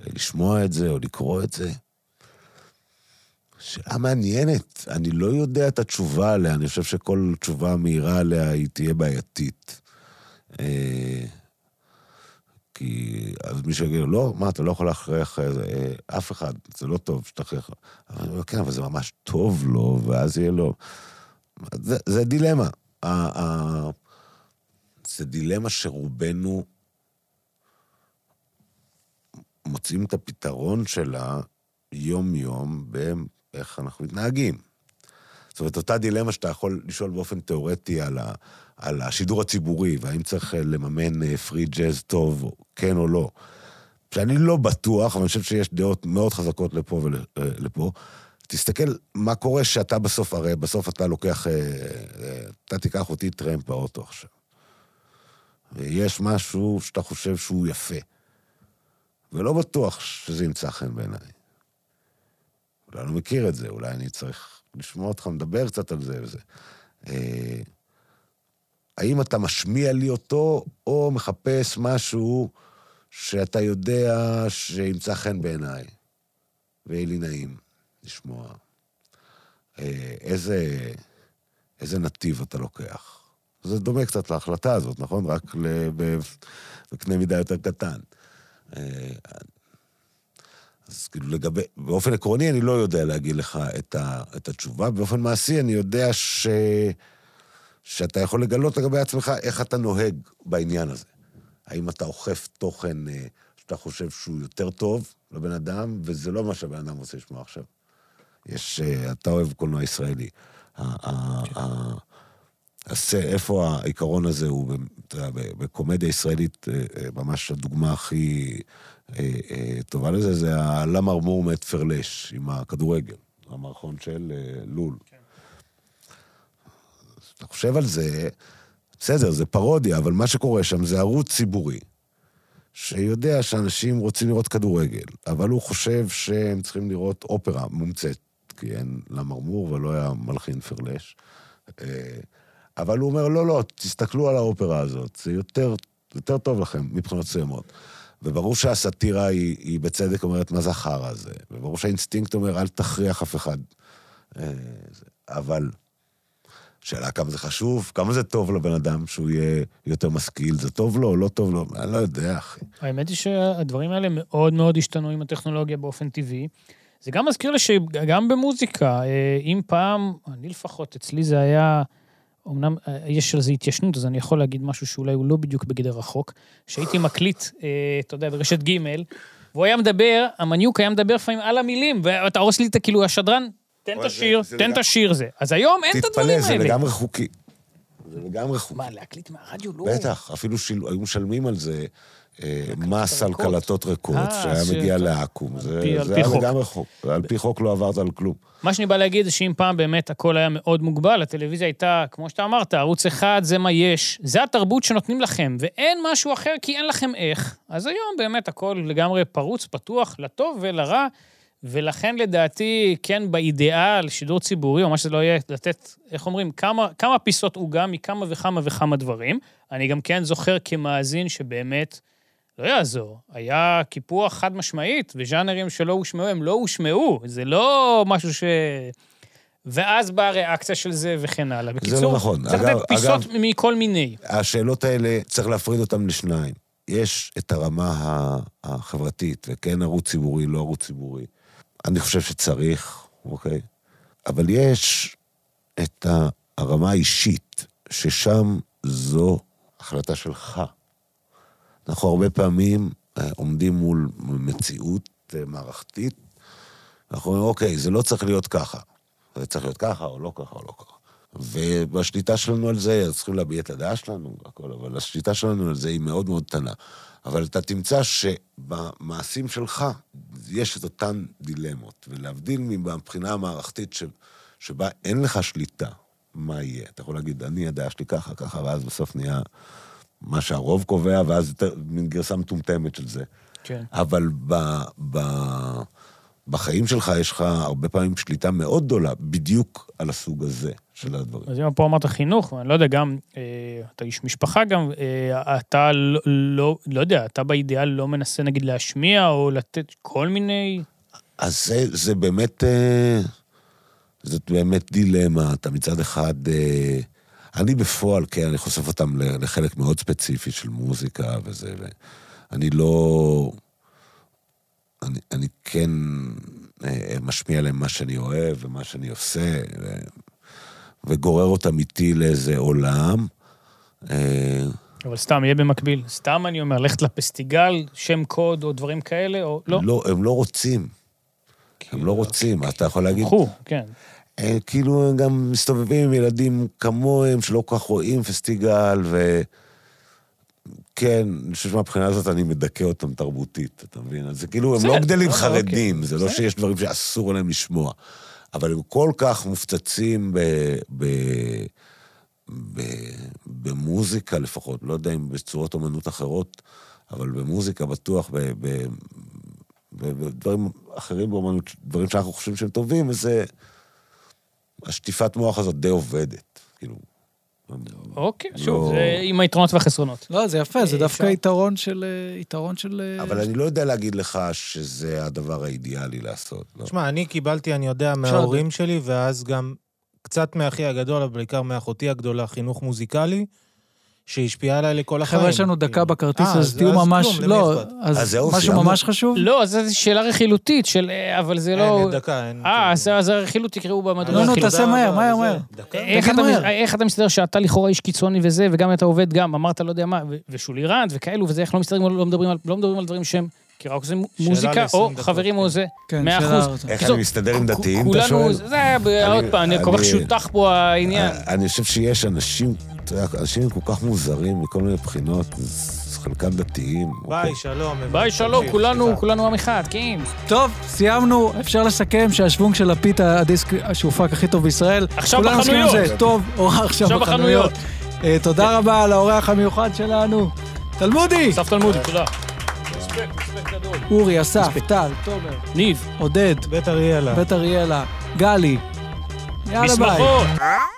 S1: אה, לשמוע את זה או לקרוא את זה? שאלה מעניינת. אני לא יודע את התשובה עליה, אני חושב שכל תשובה מהירה עליה היא תהיה בעייתית. אה, כי אז מישהו יגיד, לא, מה, אתה לא יכול להכריח אה, אה, אף אחד, זה לא טוב שתכריח... אבל אני אומר, כן, אבל זה ממש טוב לו, ואז יהיה לו... זה, זה דילמה. ה- ה- זה דילמה שרובנו מוצאים את הפתרון שלה יום-יום באיך אנחנו מתנהגים. זאת אומרת, אותה דילמה שאתה יכול לשאול באופן תיאורטי על, ה, על השידור הציבורי, והאם צריך אה, לממן אה, פרי ג'אז טוב, או- כן או לא. שאני לא בטוח, אבל אני חושב שיש דעות מאוד חזקות לפה ולפה. תסתכל מה קורה שאתה בסוף, הרי בסוף אתה לוקח, אה, אה, אתה תיקח אותי טרמפ באוטו עכשיו. ויש משהו שאתה חושב שהוא יפה. ולא בטוח שזה ימצא חן בעיניי. אולי אני לא מכיר את זה, אולי אני צריך לשמוע אותך מדבר קצת על זה וזה. אה, האם אתה משמיע לי אותו, או מחפש משהו שאתה יודע שימצא חן בעיניי, ויהיה לי נעים לשמוע? אה, איזה, איזה נתיב אתה לוקח? זה דומה קצת להחלטה הזאת, נכון? רק ל- ב- בקנה מידה יותר קטן. אה, אז כאילו לגבי, באופן עקרוני אני לא יודע להגיד לך את, ה, את התשובה, באופן מעשי אני יודע ש, שאתה יכול לגלות לגבי עצמך איך אתה נוהג בעניין הזה. האם אתה אוכף תוכן אה, שאתה חושב שהוא יותר טוב לבן אדם, וזה לא מה שהבן אדם רוצה לשמוע עכשיו. יש, אה, אתה אוהב קולנוע ישראלי. ה- ה- ה- אז איפה העיקרון הזה הוא, אתה יודע, בקומדיה ישראלית, אה, אה, ממש הדוגמה הכי אה, אה, טובה לזה, זה הלמרמור מאת פרלש עם הכדורגל, המערכון של אה, לול. אז אתה חושב על זה, בסדר, זה פרודיה, אבל מה שקורה שם זה ערוץ ציבורי, שיודע שאנשים רוצים לראות כדורגל, אבל הוא חושב שהם צריכים לראות אופרה מומצאת, כי אין למרמור ולא היה מלחין פרלש. אה, אבל הוא אומר, לא, לא, תסתכלו על האופרה הזאת, זה יותר, יותר טוב לכם מבחינות מסוימות. וברור שהסאטירה היא, היא בצדק אומרת, מה זה החרא הזה? וברור שהאינסטינקט אומר, אל תכריח אף אחד. אה, זה- אבל שאלה כמה זה חשוב, כמה זה טוב לבן אדם שהוא יהיה יותר משכיל, זה טוב לו או לא טוב לו, אני לא יודע, אחי.
S4: האמת היא שהדברים האלה מאוד מאוד השתנו עם הטכנולוגיה באופן טבעי. זה גם מזכיר לי שגם במוזיקה, אה, אם פעם, אני לפחות, אצלי זה היה, אמנם אה, יש על זה התיישנות, אז אני יכול להגיד משהו שאולי הוא לא בדיוק בגדר החוק, שהייתי מקליט, אה, אתה יודע, ברשת ג' והוא היה מדבר, המניוק היה מדבר לפעמים על המילים, ואתה הורס לי את ה- כאילו, השדרן תן את
S1: אבל
S4: השיר,
S1: זה- זה
S4: תן את
S1: לגמרי-
S4: השיר זה. אז היום אין את הדברים
S1: תתפלא, זה
S4: האלה.
S1: לגמרי חוקי. זה לגמרי חוקי.
S4: מה, להקליט מהרדיו? לא.
S1: בטח, אפילו שיל- היו משלמים על זה אה, מס על
S4: ריקות.
S1: קלטות ריקות,
S4: אה,
S1: שהיה
S4: ש-
S1: מגיע
S4: טוב.
S1: לעכו"ם. זה
S4: פי- על
S1: זה
S4: פי
S1: היה
S4: חוק.
S1: לגמרי חוק. על פי חוק לא עברת על כלום.
S4: מה שאני בא להגיד זה שאם פעם באמת הכל היה מאוד מוגבל, הטלוויזיה הייתה, כמו שאתה אמרת, ערוץ אחד, זה מה יש. זה התרבות שנותנים לכם, ואין משהו אחר כי אין לכם איך. אז היום באמת הכל לגמרי פרוץ, פתוח, לטוב ולרע, ולכן לדעתי, כן, באידיאל, שידור ציבורי, או מה שזה לא יהיה, לתת, איך אומרים, כמה, כמה פיסות עוגה מכמה וכמה וכמה דברים. אני גם כן זוכר כמאזין שבאמת... לא יעזור. היה קיפוח חד משמעית, וז'אנרים שלא הושמעו, הם לא הושמעו. זה לא משהו ש... ואז באה הריאקציה של זה וכן הלאה. בקיצור,
S1: לא נכון.
S4: צריך
S1: אגב-
S4: לתת פיסות
S1: אגב-
S4: מכל מיני.
S1: השאלות האלה, צריך להפריד אותן לשניים. יש את הרמה ה- החברתית, וכן ערוץ ציבורי, לא ערוץ ציבורי. אני חושב שצריך, אוקיי? אבל יש את ה- הרמה האישית, ששם זו החלטה שלך. אנחנו הרבה פעמים אה, עומדים מול מציאות אה, מערכתית, אנחנו אומרים, אוקיי, זה לא צריך להיות ככה. זה צריך להיות ככה, או לא ככה, או לא ככה. ובשליטה שלנו על זה, אז צריכים להביע את הדעה שלנו והכל, אבל השליטה שלנו על זה היא מאוד מאוד קטנה. אבל אתה תמצא שבמעשים שלך יש את אותן דילמות, ולהבדיל מבחינה המערכתית ש... שבה אין לך שליטה, מה יהיה? אתה יכול להגיד, אני, הדעה שלי ככה, ככה, ואז בסוף נהיה מה שהרוב קובע, ואז יותר- מין גרסה מטומטמת של זה.
S4: כן.
S1: אבל ב, ב, בחיים שלך יש לך הרבה פעמים שליטה מאוד גדולה בדיוק על הסוג הזה של הדברים.
S4: אז אם פה אמרת חינוך, ואני לא יודע, גם, אה, אתה איש משפחה גם, אה, אתה לא, לא, לא יודע, אתה באידיאל לא מנסה נגיד להשמיע או לתת כל מיני...
S1: אז זה, זה באמת, אה, זאת באמת דילמה. אתה מצד אחד, אה, אני בפועל, כן, אני חושף אותם ל- לחלק מאוד ספציפי של מוזיקה וזה, ואני לא... אני, אני כן אה, משמיע להם מה שאני אוהב ומה שאני עושה, ו, וגורר אותם איתי לאיזה עולם. אה,
S4: אבל סתם, יהיה במקביל. סתם אני אומר, ללכת לפסטיגל, שם קוד או דברים כאלה, או לא.
S1: לא, הם לא רוצים. הם לא רוצים, אתה יכול להגיד...
S4: חו, כן.
S1: אה, כאילו הם גם מסתובבים עם ילדים כמוהם, שלא כל כך רואים פסטיגל, ו... כן, אני חושב שמבחינה הזאת אני מדכא אותם תרבותית, אתה מבין? אז זה כאילו, הם לא
S4: בסדר,
S1: גדלים
S4: לא,
S1: חרדים,
S4: אוקיי,
S1: זה לא שיש דברים שאסור להם לשמוע. אבל הם כל כך מופצצים ב... ב... ב... במוזיקה לפחות, לא יודע אם בצורות אומנות אחרות, אבל במוזיקה בטוח, ב... ב... ובדברים אחרים באומנות, דברים שאנחנו חושבים שהם טובים, וזה... השטיפת מוח הזאת די עובדת, כאילו.
S4: אוקיי, שוב,
S1: לא.
S4: זה עם היתרונות והחסרונות.
S3: לא, זה יפה, זה
S4: אה,
S3: דווקא
S4: אפשר.
S3: יתרון של... אה, יתרון של... אה,
S1: אבל אני לא יודע להגיד לך שזה הדבר האידיאלי לעשות. לא.
S2: תשמע, אני קיבלתי, אני יודע,
S3: אפשר
S2: מההורים שלי, ואז גם קצת מאחי הגדול, אבל בעיקר מאחותי הגדולה, חינוך מוזיקלי, שהשפיע עליי לכל החיים.
S3: חבר'ה, יש לנו דקה
S2: כאילו.
S3: בכרטיס,
S2: אה,
S3: אז תהיו ממש...
S2: כלום, למי
S3: לא,
S2: אכפת?
S1: אז
S3: אז
S1: זהו,
S3: משהו
S1: סיימנו?
S3: ממש חשוב?
S4: לא, אז זו שאלה רכילותית של... אה, אבל זה לא...
S2: אין, דקה, אין.
S4: אה,
S2: כאילו.
S4: אז אז הרכילות תקראו
S3: לא,
S4: במדורה.
S3: נו,
S4: הרכילות.
S3: תעשה
S2: תודה
S3: מהר,
S2: רבה,
S3: מהר,
S2: זה-
S3: מהר.
S2: דקה.
S4: איך
S3: תגיד
S4: אתה,
S3: מהר.
S4: מס- איך אתה מסתדר שאתה לכאורה איש קיצוני וזה, וגם אתה עובד גם, אמרת לא יודע מה, ו- ושולי רנד וכאלו וזה, איך לא מסתדרים, לא מדברים על, לא מדברים על דברים שהם, כי רק זה מו-
S2: שאלה
S4: מוזיקה,
S2: ל-עשרים
S4: או
S2: דקות,
S4: חברים או
S2: כן.
S4: זה,
S3: כן,
S4: מאה
S3: שאלה
S4: אחוז.
S3: אותה.
S1: איך
S4: קיצור,
S1: אני מסתדר עם
S4: כ-
S1: דתיים, אתה
S4: כולנו,
S1: שואל?
S4: זה היה, עוד פעם, אני כל כך
S1: אני- אה.
S4: שותח פה העניין.
S1: אני- אני חושב שיש אנשים, אתה יודע, אנשים הם כל כך מוזרים מכל מיני בחינות, אז חלקם דתיים. אוקיי.
S2: ביי, שלום.
S4: ביי, שלום,
S2: תמשיך,
S4: כולנו,
S2: סליחה.
S4: כולנו עם אחד, כן.
S3: טוב, סיימנו, אפשר לסכם שהשוונג של הפיתה, הדיסק שהופק הכי טוב בישראל.
S4: עכשיו
S3: כולנו מסכימים על
S4: בחנויות.
S3: זה, טוב, אורח עכשיו
S4: עכשיו
S3: בחנויות.
S4: בחנויות. כן.
S3: אה, תודה רבה על האורח המיוחד שלנו, תלמודי,
S4: אסף תלמודי, תודה. רספקט, רספקט גדול.
S3: אורי, אסף, טל, תומר,
S4: ניב,
S3: עודד,
S2: בית אריאלה.
S3: בית אריאלה, גלי. יאללה ביי.
S4: מסמכות.